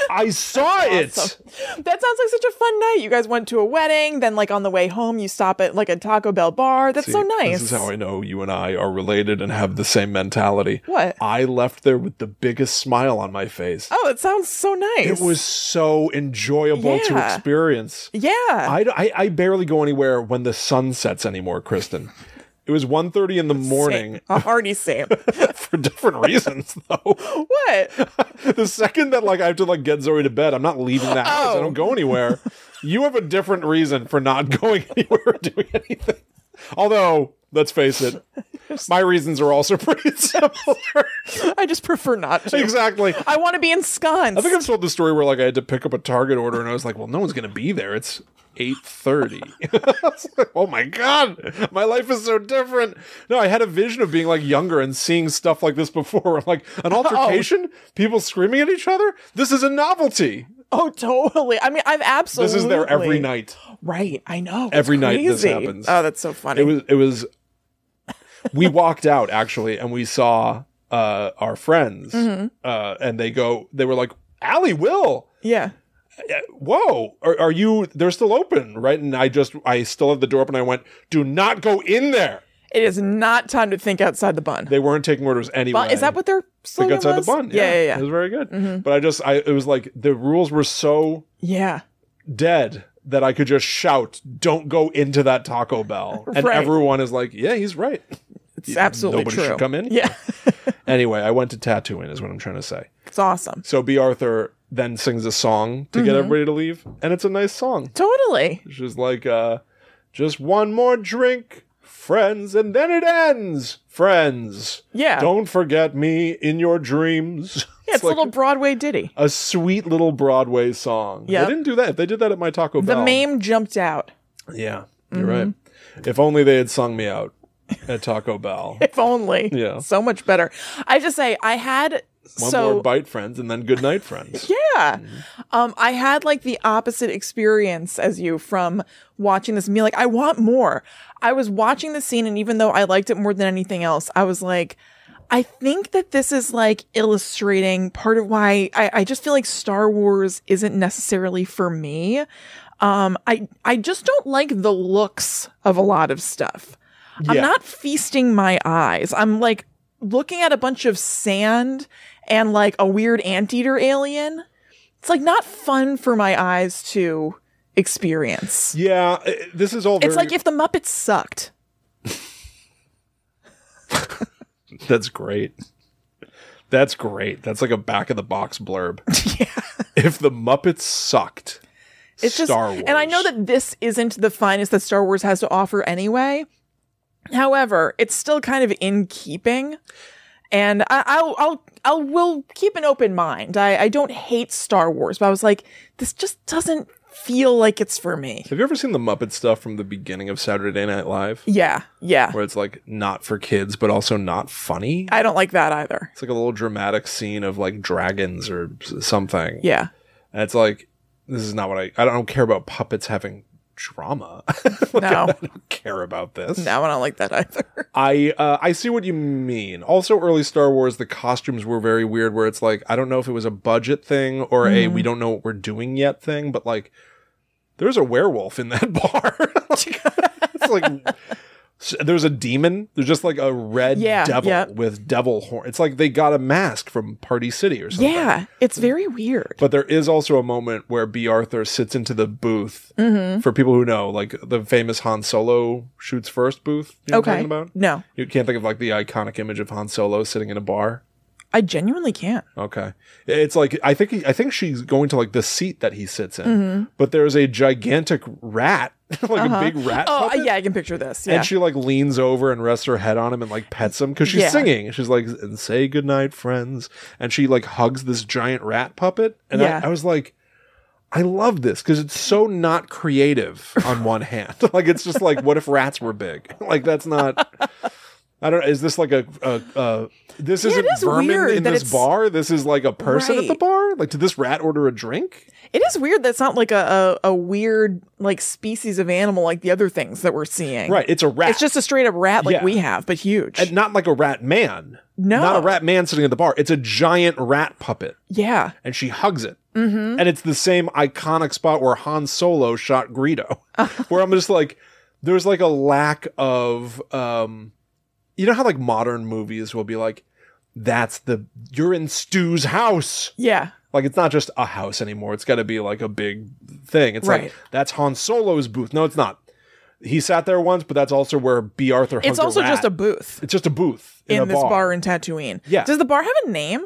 [SPEAKER 2] I saw it.
[SPEAKER 1] Awesome. That sounds like such a fun night. You guys went to a wedding, then like on the way home, you stop at like a Taco Bell bar. That's so nice.
[SPEAKER 2] This is how I know you and I are related and have the same mentality.
[SPEAKER 1] What?
[SPEAKER 2] I left there with the biggest smile on my face.
[SPEAKER 1] oh, it sounds so nice.
[SPEAKER 2] It was so enjoyable to
[SPEAKER 1] Yeah.
[SPEAKER 2] experience.
[SPEAKER 1] Yeah.
[SPEAKER 2] I, I, I barely go anywhere when the sun sets anymore, Kristen. It was 1.30 in the morning [LAUGHS]
[SPEAKER 1] Same. A hearty same.
[SPEAKER 2] for different reasons, though.
[SPEAKER 1] what?
[SPEAKER 2] [LAUGHS] the second that like I have to like get Zoe to bed, I'm not leaving that house. I
[SPEAKER 1] Oh.
[SPEAKER 2] don't go anywhere. you have a different reason for not [LAUGHS] going anywhere or doing anything. Although, let's face it, my reasons are also pretty [LAUGHS] similar.
[SPEAKER 1] I just prefer not to.
[SPEAKER 2] exactly.
[SPEAKER 1] I want to be ensconced.
[SPEAKER 2] I think I've told the story where like I had to pick up a Target order and I was like, well, no one's gonna be there. It's eight thirty. [LAUGHS] oh my god, my life is so different. No, I had a vision of being like younger and seeing stuff like this before. [LAUGHS] like an altercation, people screaming at each other. This is a novelty.
[SPEAKER 1] oh, totally. I mean, I've absolutely.
[SPEAKER 2] This is there every night.
[SPEAKER 1] Right. I know. It's
[SPEAKER 2] Every night this
[SPEAKER 1] crazy.
[SPEAKER 2] happens.
[SPEAKER 1] Oh, that's so funny.
[SPEAKER 2] It was it was we walked out actually and we saw uh our friends uh and they go they were like Allie will
[SPEAKER 1] yeah.
[SPEAKER 2] whoa are, are you they're still open right and I just I still had the door open I went do not go in there
[SPEAKER 1] It is not time to think outside the bun.
[SPEAKER 2] they weren't taking orders anyway
[SPEAKER 1] Bun- Is that what their
[SPEAKER 2] think
[SPEAKER 1] slogan
[SPEAKER 2] outside
[SPEAKER 1] was?
[SPEAKER 2] the
[SPEAKER 1] Yeah,
[SPEAKER 2] bun
[SPEAKER 1] Mm-hmm. yeah,
[SPEAKER 2] it
[SPEAKER 1] yeah.
[SPEAKER 2] was very good but I just I it was like the rules were so
[SPEAKER 1] Yeah.
[SPEAKER 2] dead that I could just shout, "Don't go into that
[SPEAKER 1] [LAUGHS]
[SPEAKER 2] Taco Bell," and
[SPEAKER 1] Right.
[SPEAKER 2] everyone is like, "Yeah, he's right."
[SPEAKER 1] It's absolutely
[SPEAKER 2] nobody
[SPEAKER 1] true.
[SPEAKER 2] should come in.
[SPEAKER 1] Yeah.
[SPEAKER 2] Anyway, I went to Tatooine, is what I'm trying to say.
[SPEAKER 1] it's awesome.
[SPEAKER 2] So B. Arthur then sings a song to
[SPEAKER 1] Mm-hmm.
[SPEAKER 2] get everybody to leave, and it's a nice song.
[SPEAKER 1] Totally.
[SPEAKER 2] It's just like, uh, just one more drink, friends, and then it ends, friends.
[SPEAKER 1] Yeah.
[SPEAKER 2] Don't forget me in your dreams. [LAUGHS]
[SPEAKER 1] yeah, it's
[SPEAKER 2] like
[SPEAKER 1] a little Broadway ditty.
[SPEAKER 2] a sweet little Broadway song.
[SPEAKER 1] Yep.
[SPEAKER 2] They didn't do that. If they did that at my Taco
[SPEAKER 1] The Mm-hmm.
[SPEAKER 2] Bell,
[SPEAKER 1] meme jumped out. [LAUGHS]
[SPEAKER 2] yeah, you're right. If only they had sung me out at Taco Bell.
[SPEAKER 1] If only.
[SPEAKER 2] Yeah.
[SPEAKER 1] So much better. I just say I had [LAUGHS]
[SPEAKER 2] One
[SPEAKER 1] so
[SPEAKER 2] more bite, friends, and then good night, friends.
[SPEAKER 1] Yeah. Um, I had like the opposite experience as you from watching this meal. Like, I want more. I was watching the scene, and even though I liked it more than anything else, I was like, I think that this is like illustrating part of why I, I just feel like Star Wars isn't necessarily for me. Um, I I just don't like the looks of a lot of stuff. I'm
[SPEAKER 2] Yeah.
[SPEAKER 1] not feasting my eyes. I'm like looking at a bunch of sand and like a weird anteater alien. It's like not fun for my eyes to experience.
[SPEAKER 2] Yeah, uh, this is all. Very,
[SPEAKER 1] It's like if the Muppets sucked. [LAUGHS]
[SPEAKER 2] that's great. That's great. That's like a back of the box blurb.
[SPEAKER 1] yeah.
[SPEAKER 2] if the Muppets sucked,
[SPEAKER 1] It's
[SPEAKER 2] Star
[SPEAKER 1] just,
[SPEAKER 2] Wars.
[SPEAKER 1] and I know that this isn't the finest that Star Wars has to offer anyway. However, it's still kind of in keeping, and I, I'll, I'll, I'll, will keep an open mind. I, I don't hate Star Wars, but I was like, this just doesn't feel like it's for me.
[SPEAKER 2] Have you ever seen the Muppet stuff from the beginning of Saturday Night Live?
[SPEAKER 1] Yeah, yeah,
[SPEAKER 2] Where it's like not for kids, but also not funny?
[SPEAKER 1] I don't like that either.
[SPEAKER 2] It's like a little dramatic scene of like dragons or s- something.
[SPEAKER 1] Yeah,
[SPEAKER 2] And it's like, this is not what I. I don't care about puppets having drama. [LAUGHS] Like,
[SPEAKER 1] No.
[SPEAKER 2] I don't care about this.
[SPEAKER 1] no, I don't like that either.
[SPEAKER 2] I uh, I see what you mean. Also, early Star Wars, the costumes were very weird. Where it's like I don't know if it was a budget thing or a
[SPEAKER 1] Mm-hmm.
[SPEAKER 2] we don't know what we're doing yet thing, but like there's a werewolf in that [LAUGHS] bar.
[SPEAKER 1] [LAUGHS]
[SPEAKER 2] it's like s- there's a demon. There's just like a red
[SPEAKER 1] Yeah,
[SPEAKER 2] devil
[SPEAKER 1] yeah.
[SPEAKER 2] with devil horn. It's like they got a mask from Party City or something.
[SPEAKER 1] Yeah, it's very weird.
[SPEAKER 2] But there is also a moment where B. Arthur sits into the booth
[SPEAKER 1] Mm-hmm.
[SPEAKER 2] for people who know, like the famous Han Solo shoots first booth. You know what I'm
[SPEAKER 1] okay,
[SPEAKER 2] talking about?
[SPEAKER 1] no,
[SPEAKER 2] You can't think of like the iconic image of Han Solo sitting in a bar.
[SPEAKER 1] I genuinely can't.
[SPEAKER 2] Okay, it's like I think I think she's going to like the seat that he sits in,
[SPEAKER 1] Mm-hmm.
[SPEAKER 2] but there's a gigantic rat, [LAUGHS] like a big rat.
[SPEAKER 1] Oh,
[SPEAKER 2] puppet,
[SPEAKER 1] yeah, I can picture this. Yeah,
[SPEAKER 2] And she like leans over and rests her head on him and like pets him because she's
[SPEAKER 1] Yeah.
[SPEAKER 2] singing. She's like, and say goodnight, friends. And she like hugs this giant rat puppet. And
[SPEAKER 1] Yeah.
[SPEAKER 2] I, I was like, I love this because it's so not creative on one [LAUGHS] hand. like it's just like, what if rats were big? [LAUGHS] like that's not. I don't. Is this like a? a, a this isn't
[SPEAKER 1] it is
[SPEAKER 2] vermin
[SPEAKER 1] weird
[SPEAKER 2] in
[SPEAKER 1] that
[SPEAKER 2] this
[SPEAKER 1] it's-
[SPEAKER 2] bar. This is like a person at the
[SPEAKER 1] Right.
[SPEAKER 2] bar. Like, did this rat order a drink?
[SPEAKER 1] It is weird that's not like a, a, a weird like species of animal like the other things that we're seeing.
[SPEAKER 2] Right. It's a rat.
[SPEAKER 1] It's just a straight up rat like
[SPEAKER 2] Yeah.
[SPEAKER 1] we have, but huge.
[SPEAKER 2] and not like a rat man.
[SPEAKER 1] No.
[SPEAKER 2] Not a rat man sitting at the bar. It's a giant rat puppet.
[SPEAKER 1] yeah.
[SPEAKER 2] and she hugs it. Mm-hmm. And it's the same iconic spot where Han Solo shot Greedo, [LAUGHS] where I'm just like, there's like a lack of, um, you know how like modern movies will be like, that's the, you're in Stu's house.
[SPEAKER 1] Yeah.
[SPEAKER 2] Like it's not just a house anymore. It's got to be like a big thing. It's
[SPEAKER 1] Right.
[SPEAKER 2] like, that's Han Solo's booth. No, it's not. He sat there once, but that's also where B. Arthur hugged
[SPEAKER 1] It's also
[SPEAKER 2] rat.
[SPEAKER 1] just a booth
[SPEAKER 2] it's just a booth in,
[SPEAKER 1] in,
[SPEAKER 2] a
[SPEAKER 1] this bar in Tatooine.
[SPEAKER 2] Yeah.
[SPEAKER 1] Does the bar have a name?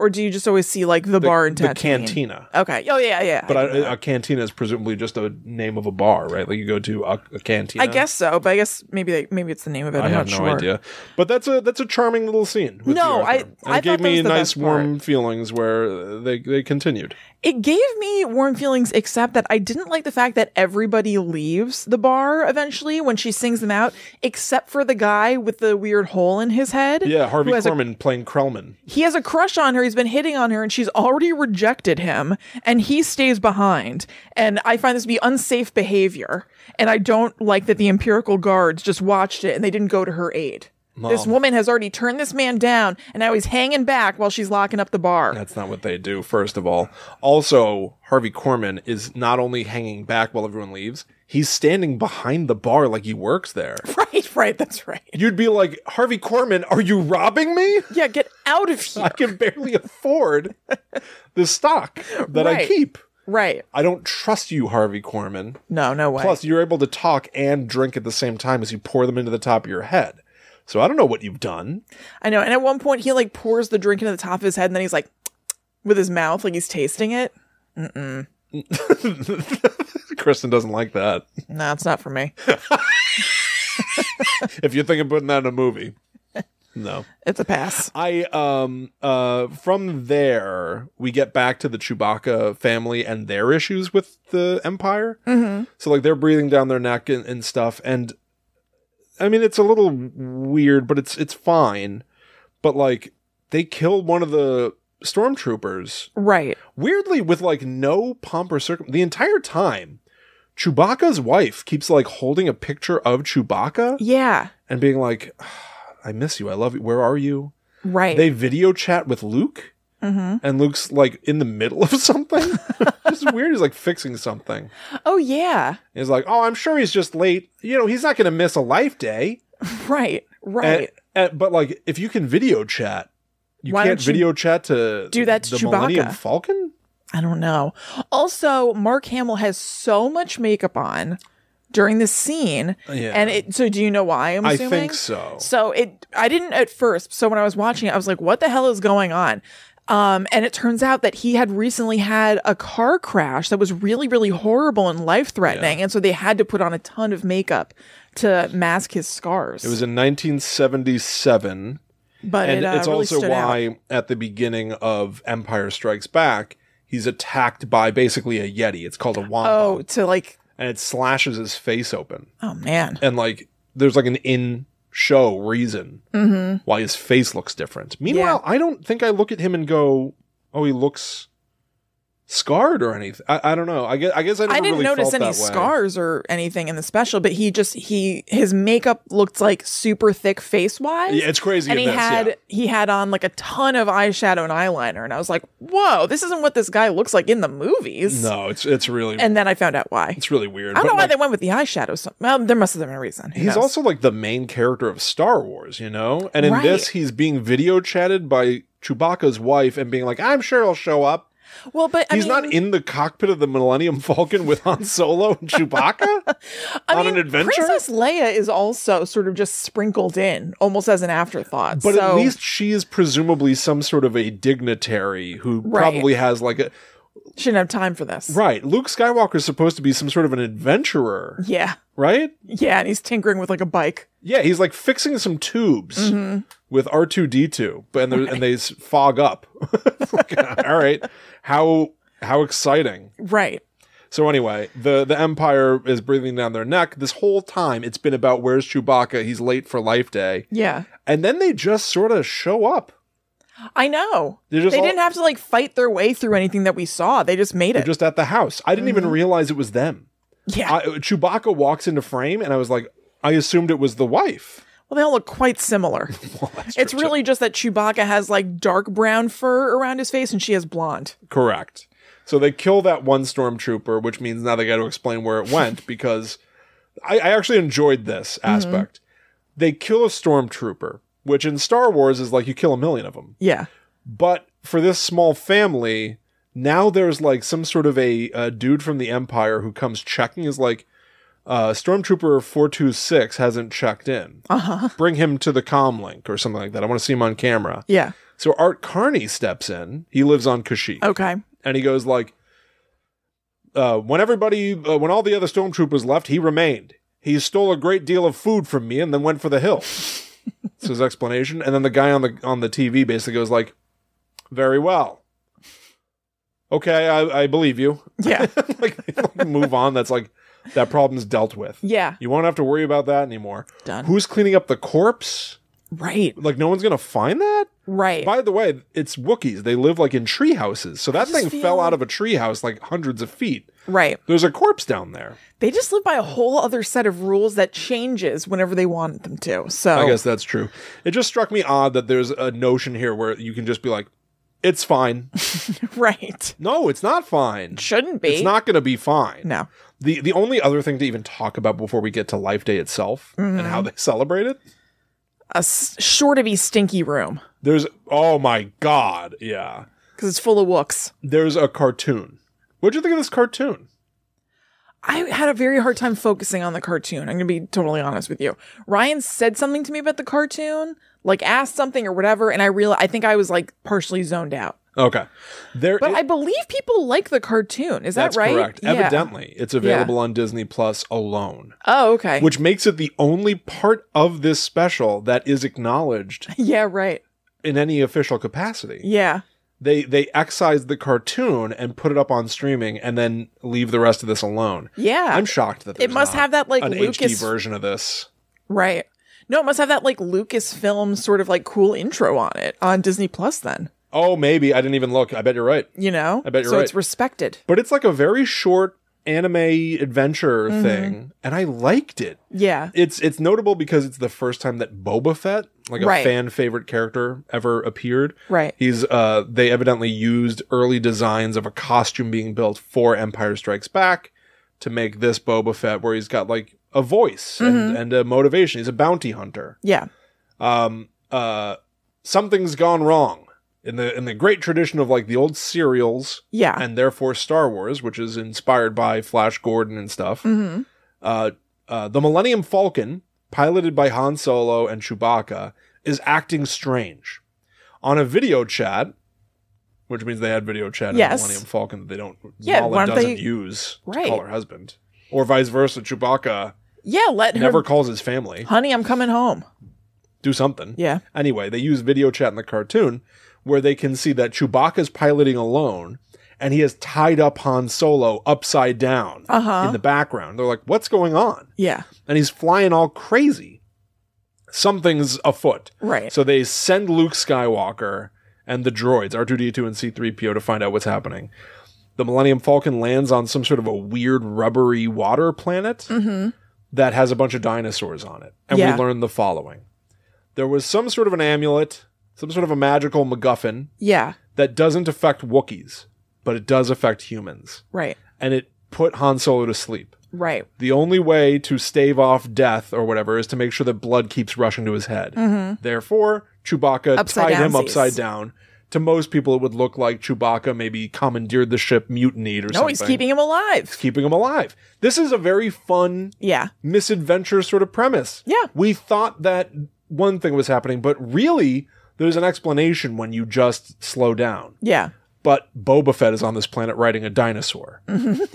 [SPEAKER 1] Or do you just always see like the, bar in Tatooine?
[SPEAKER 2] the cantina.
[SPEAKER 1] Okay. Oh yeah, yeah.
[SPEAKER 2] But
[SPEAKER 1] I,
[SPEAKER 2] I, a cantina is presumably just a name of a bar, right? Like you go to a, a cantina.
[SPEAKER 1] I guess so, but I guess maybe they, maybe it's the name of it.
[SPEAKER 2] I
[SPEAKER 1] I'm
[SPEAKER 2] have
[SPEAKER 1] not
[SPEAKER 2] no
[SPEAKER 1] sure.
[SPEAKER 2] idea. But that's a that's a charming little scene. with
[SPEAKER 1] No,
[SPEAKER 2] the
[SPEAKER 1] I-
[SPEAKER 2] Arthur. and
[SPEAKER 1] I
[SPEAKER 2] it gave
[SPEAKER 1] thought that
[SPEAKER 2] me
[SPEAKER 1] was the
[SPEAKER 2] nice
[SPEAKER 1] best part.
[SPEAKER 2] warm feelings where uh, they they continued.
[SPEAKER 1] It gave me warm feelings, except that I didn't like the fact that everybody leaves the bar eventually when she sings them out, except for the guy with the weird hole in his head.
[SPEAKER 2] Yeah, Harvey
[SPEAKER 1] who has a-
[SPEAKER 2] Korman playing Krellman.
[SPEAKER 1] he has a crush on her. He's been hitting on her, and she's already rejected him, and he stays behind. And I find this to be unsafe behavior. And I don't like that the empirical guards just watched it and they didn't go to her aid. This woman has already turned this man down, and now he's hanging back while she's locking up the bar.
[SPEAKER 2] That's not what they do. First of all, also Harvey Korman is not only hanging back while everyone leaves, he's standing behind the bar like he works there.
[SPEAKER 1] [LAUGHS] Right, right, that's right.
[SPEAKER 2] You'd be like, Harvey Korman, are you robbing me?
[SPEAKER 1] Yeah,
[SPEAKER 2] [LAUGHS]
[SPEAKER 1] get out of here.
[SPEAKER 2] I can barely afford the stock that I
[SPEAKER 1] Right.
[SPEAKER 2] keep.
[SPEAKER 1] Right.
[SPEAKER 2] I don't trust you, Harvey Korman.
[SPEAKER 1] No, no way.
[SPEAKER 2] Plus, you're able to talk and drink at the same time as you pour them into the top of your head. So I don't know what you've done. [LAUGHS]
[SPEAKER 1] I know. And at one point, he like pours the drink into the top of his head, and then he's like, with his mouth, like he's tasting it. Mm-mm.
[SPEAKER 2] Kristen doesn't like that.
[SPEAKER 1] No, it's not for me.
[SPEAKER 2] If you think of putting that in a movie, no.
[SPEAKER 1] It's a pass.
[SPEAKER 2] I um uh from there we get back to the Chewbacca family and their issues with the Empire.
[SPEAKER 1] Mm-hmm.
[SPEAKER 2] So like they're breathing down their neck and, and stuff, and I mean it's a little weird, but it's it's fine. But like they kill one of the stormtroopers
[SPEAKER 1] Right.
[SPEAKER 2] weirdly with like no pomp or circum. The entire time, Chewbacca's wife keeps like holding a picture of Chewbacca
[SPEAKER 1] Yeah.
[SPEAKER 2] and being like, "I miss you. I love you. Where are you?"
[SPEAKER 1] Right.
[SPEAKER 2] They video chat with Luke
[SPEAKER 1] mm-hmm.
[SPEAKER 2] and Luke's like in the middle of [LAUGHS] something. it's weird. He's like fixing something.
[SPEAKER 1] Oh yeah.
[SPEAKER 2] He's like, oh, I'm sure he's just late. You know, he's not going to miss a life day.
[SPEAKER 1] Right. Right.
[SPEAKER 2] And- and- but like, if you can video chat, you
[SPEAKER 1] Why
[SPEAKER 2] can't
[SPEAKER 1] don't you
[SPEAKER 2] video chat to
[SPEAKER 1] do that to
[SPEAKER 2] the
[SPEAKER 1] Chewbacca?
[SPEAKER 2] Millennium Falcon.
[SPEAKER 1] I don't know. Also, Mark Hamill has so much makeup on during this scene,
[SPEAKER 2] Yeah,
[SPEAKER 1] and it. So do you know why? I'm
[SPEAKER 2] I
[SPEAKER 1] assuming.
[SPEAKER 2] think so.
[SPEAKER 1] So it I didn't at first. So when I was watching it, I was like, what the hell is going on? Um, and it turns out that he had recently had a car crash that was really, really horrible and life threatening. And so they had to put on a ton of makeup to mask his scars.
[SPEAKER 2] It was in 1977,
[SPEAKER 1] but
[SPEAKER 2] and
[SPEAKER 1] it, uh,
[SPEAKER 2] it's
[SPEAKER 1] really
[SPEAKER 2] also
[SPEAKER 1] stood out.
[SPEAKER 2] why at the beginning of Empire Strikes Back, he's attacked by basically a yeti. It's called a
[SPEAKER 1] Oh,
[SPEAKER 2] wampa,
[SPEAKER 1] to like,
[SPEAKER 2] and it slashes his face open.
[SPEAKER 1] oh man.
[SPEAKER 2] and like there's like an in show reason
[SPEAKER 1] Mm-hmm.
[SPEAKER 2] why his face looks different. Meanwhile, I don't think I look at him and go, "Oh, he looks scarred or anything." I, I don't know. I guess I guess I, never
[SPEAKER 1] I didn't
[SPEAKER 2] really
[SPEAKER 1] notice
[SPEAKER 2] felt
[SPEAKER 1] any
[SPEAKER 2] that way.
[SPEAKER 1] scars or anything in the special, but he just he his makeup looked like super thick face wise.
[SPEAKER 2] Yeah, it's crazy.
[SPEAKER 1] and
[SPEAKER 2] in
[SPEAKER 1] he
[SPEAKER 2] this,
[SPEAKER 1] had
[SPEAKER 2] yeah.
[SPEAKER 1] he had on like a ton of eyeshadow and eyeliner and i was like whoa this isn't what this guy looks like in the movies
[SPEAKER 2] no. It's it's really
[SPEAKER 1] and then i found out why
[SPEAKER 2] it's really weird.
[SPEAKER 1] i don't
[SPEAKER 2] But,
[SPEAKER 1] know why
[SPEAKER 2] like,
[SPEAKER 1] they went with the eyeshadow so well, there must have been a reason Who
[SPEAKER 2] He's
[SPEAKER 1] knows?
[SPEAKER 2] also like the main character of Star Wars, you know. And in
[SPEAKER 1] Right.
[SPEAKER 2] this, he's being video chatted by Chewbacca's wife and being like, "I'm sure he'll show up."
[SPEAKER 1] well but I
[SPEAKER 2] He's
[SPEAKER 1] mean,
[SPEAKER 2] not in the cockpit of the Millennium Falcon with Han Solo
[SPEAKER 1] [LAUGHS]
[SPEAKER 2] and Chewbacca
[SPEAKER 1] I
[SPEAKER 2] on
[SPEAKER 1] mean,
[SPEAKER 2] an adventure.
[SPEAKER 1] princess leia is also sort of just sprinkled in almost as an afterthought
[SPEAKER 2] But
[SPEAKER 1] so
[SPEAKER 2] at least she is presumably some sort of a dignitary who
[SPEAKER 1] Right.
[SPEAKER 2] probably has like a
[SPEAKER 1] shouldn't have time for this
[SPEAKER 2] right. Luke Skywalker is supposed to be some sort of an adventurer,
[SPEAKER 1] yeah
[SPEAKER 2] right?
[SPEAKER 1] yeah and he's tinkering with like a bike
[SPEAKER 2] Yeah, he's like fixing some tubes with R two D two, but and, there- and they s- fog up. [LAUGHS] It's like, all right, how how exciting!
[SPEAKER 1] right
[SPEAKER 2] So anyway, the the Empire is breathing down their neck this whole time. It's been about where's Chewbacca? He's late for Life Day,
[SPEAKER 1] yeah
[SPEAKER 2] and then they just sort of show up.
[SPEAKER 1] i know
[SPEAKER 2] They're just
[SPEAKER 1] they
[SPEAKER 2] all-
[SPEAKER 1] didn't have to like fight their way through anything that we saw they just made
[SPEAKER 2] They're
[SPEAKER 1] it
[SPEAKER 2] just at the house. I didn't
[SPEAKER 1] Mm-hmm.
[SPEAKER 2] even realize it was them.
[SPEAKER 1] yeah
[SPEAKER 2] I, Chewbacca walks into frame, and I was like, I assumed it was the wife.
[SPEAKER 1] Well, they all look quite similar.
[SPEAKER 2] [LAUGHS] Well, that's
[SPEAKER 1] it's
[SPEAKER 2] true,
[SPEAKER 1] really just that Chewbacca has like dark brown fur around his face and she has blonde.
[SPEAKER 2] too. correct. So they kill that one stormtrooper, which means now they got to explain where it went because I, I actually enjoyed this aspect. They kill a stormtrooper, which in Star Wars is like you kill a million of them.
[SPEAKER 1] Yeah.
[SPEAKER 2] But for this small family, now there's like some sort of a, uh dude from the Empire who comes checking is like, uh, Stormtrooper 426 hasn't checked in.
[SPEAKER 1] Uh huh.
[SPEAKER 2] Bring him to the comm link or something like that. I want to see him on camera.
[SPEAKER 1] Yeah.
[SPEAKER 2] So Art Carney steps in. He lives on Kashyyyk.
[SPEAKER 1] Okay.
[SPEAKER 2] And he goes like, uh, when everybody, uh, when all the other stormtroopers left, he remained. He stole a great deal of food from me and then went for the hill. That's his explanation. And then the guy on the on the TV basically goes like, very well. Okay, I, I believe you. [LAUGHS]
[SPEAKER 1] Yeah.
[SPEAKER 2] like, like, [LAUGHS] move on. That's like that problem's dealt with.
[SPEAKER 1] Yeah.
[SPEAKER 2] You won't have to worry about that anymore.
[SPEAKER 1] Done.
[SPEAKER 2] Who's cleaning up the corpse?
[SPEAKER 1] Right.
[SPEAKER 2] Like no one's gonna find that.
[SPEAKER 1] Right.
[SPEAKER 2] By the way, it's Wookiees. They live like in tree houses. So that
[SPEAKER 1] just
[SPEAKER 2] thing
[SPEAKER 1] feel-
[SPEAKER 2] fell out of a tree house like hundreds of feet.
[SPEAKER 1] right.
[SPEAKER 2] There's a corpse down there.
[SPEAKER 1] They just live by a whole other set of rules that changes whenever they want them to. So
[SPEAKER 2] I guess that's true. It just struck me odd that there's a notion here where you can just be like, it's
[SPEAKER 1] [LAUGHS]
[SPEAKER 2] fine.
[SPEAKER 1] [LAUGHS] right.
[SPEAKER 2] no, it's not fine.
[SPEAKER 1] Shouldn't be.
[SPEAKER 2] It's not going to be fine.
[SPEAKER 1] No.
[SPEAKER 2] The the only other thing to even talk about before we get to Life Day itself
[SPEAKER 1] Mm-hmm.
[SPEAKER 2] and how they celebrate it,
[SPEAKER 1] A s- sure to be stinky room
[SPEAKER 2] there's oh my god, yeah.
[SPEAKER 1] because it's full of wooks.
[SPEAKER 2] There's a cartoon What'd you think of this cartoon?
[SPEAKER 1] I had a very hard time focusing on the cartoon. I'm going to be totally honest with you. Ryan said something to me about the cartoon, like asked something or whatever, and I real I think I was like partially zoned out.
[SPEAKER 2] Okay, there.
[SPEAKER 1] But
[SPEAKER 2] it-
[SPEAKER 1] I believe people like the cartoon. Is
[SPEAKER 2] that's
[SPEAKER 1] that right?
[SPEAKER 2] correct.
[SPEAKER 1] Yeah.
[SPEAKER 2] Evidently, it's available on Disney Plus alone,
[SPEAKER 1] Oh, okay.
[SPEAKER 2] which makes it the only part of this special that is acknowledged
[SPEAKER 1] [LAUGHS] yeah, right.
[SPEAKER 2] in any official capacity.
[SPEAKER 1] Yeah.
[SPEAKER 2] They they excise the cartoon and put it up on streaming, and then leave the rest of this alone.
[SPEAKER 1] Yeah.
[SPEAKER 2] I'm shocked that
[SPEAKER 1] Uh, it
[SPEAKER 2] there's
[SPEAKER 1] must
[SPEAKER 2] not
[SPEAKER 1] have that like
[SPEAKER 2] an HD
[SPEAKER 1] Lucas
[SPEAKER 2] version of this.
[SPEAKER 1] Right. No, it must have that like Lucasfilm sort of like cool intro on it on Disney Plus then,
[SPEAKER 2] Oh, maybe I didn't even look. I bet you're right.
[SPEAKER 1] you know?
[SPEAKER 2] I bet you're
[SPEAKER 1] so
[SPEAKER 2] right.
[SPEAKER 1] it's respected.
[SPEAKER 2] But it's like a very short anime adventure
[SPEAKER 1] Mm-hmm.
[SPEAKER 2] thing, and I liked it.
[SPEAKER 1] Yeah.
[SPEAKER 2] It's it's notable because it's the first time that Boba Fett, like a
[SPEAKER 1] Right.
[SPEAKER 2] fan favorite character, ever appeared.
[SPEAKER 1] Right.
[SPEAKER 2] He's uh they evidently used early designs of a costume being built for Empire Strikes Back to make this Boba Fett where he's got like a voice and, and a motivation. He's a bounty hunter.
[SPEAKER 1] Mm-hmm. Yeah.
[SPEAKER 2] Um uh something's gone wrong. In the in the great tradition of like the old serials
[SPEAKER 1] Yeah.
[SPEAKER 2] and therefore Star Wars, which is inspired by Flash Gordon and stuff.
[SPEAKER 1] mm-hmm.
[SPEAKER 2] Uh, uh, the Millennium Falcon, piloted by Han Solo and Chewbacca, is acting strange. On a video chat, which means they had video chat in
[SPEAKER 1] Yes.
[SPEAKER 2] the Millennium Falcon that they don't,
[SPEAKER 1] Yeah,
[SPEAKER 2] Mala
[SPEAKER 1] why don't
[SPEAKER 2] doesn't
[SPEAKER 1] they-
[SPEAKER 2] use to
[SPEAKER 1] Right.
[SPEAKER 2] call her husband. Or vice versa, Chewbacca
[SPEAKER 1] Yeah, let her
[SPEAKER 2] never calls his family.
[SPEAKER 1] Honey, I'm coming home.
[SPEAKER 2] Do something.
[SPEAKER 1] Yeah.
[SPEAKER 2] Anyway, they use video chat in the cartoon where they can see that Chewbacca's piloting alone and he has tied up Han Solo upside down
[SPEAKER 1] Uh-huh.
[SPEAKER 2] in the background. They're like, what's going on?
[SPEAKER 1] Yeah.
[SPEAKER 2] And he's flying all crazy. Something's afoot.
[SPEAKER 1] Right.
[SPEAKER 2] So they send Luke Skywalker and the droids, R2D2 and C3PO, to find out what's happening. The Millennium Falcon lands on some sort of a weird rubbery water planet
[SPEAKER 1] mm-hmm.
[SPEAKER 2] that has a bunch of dinosaurs on it. And
[SPEAKER 1] Yeah.
[SPEAKER 2] we learn the following there was some sort of an amulet, some sort of a magical MacGuffin
[SPEAKER 1] Yeah.
[SPEAKER 2] that doesn't affect Wookiees, but it does affect humans.
[SPEAKER 1] Right.
[SPEAKER 2] And it put Han Solo to sleep.
[SPEAKER 1] Right.
[SPEAKER 2] The only way to stave off death or whatever is to make sure that blood keeps rushing to his head.
[SPEAKER 1] Mm-hmm.
[SPEAKER 2] Therefore, Chewbacca
[SPEAKER 1] Upside
[SPEAKER 2] tied him
[SPEAKER 1] downsies.
[SPEAKER 2] upside down. To most people, it would look like Chewbacca maybe commandeered the ship, mutinied, or
[SPEAKER 1] No,
[SPEAKER 2] something.
[SPEAKER 1] he's keeping him alive.
[SPEAKER 2] keeping him alive. This is a very fun
[SPEAKER 1] Yeah.
[SPEAKER 2] misadventure sort of premise.
[SPEAKER 1] Yeah.
[SPEAKER 2] We thought that one thing was happening, but really there's an explanation when you just slow down.
[SPEAKER 1] Yeah.
[SPEAKER 2] But Boba Fett is on this planet riding a dinosaur.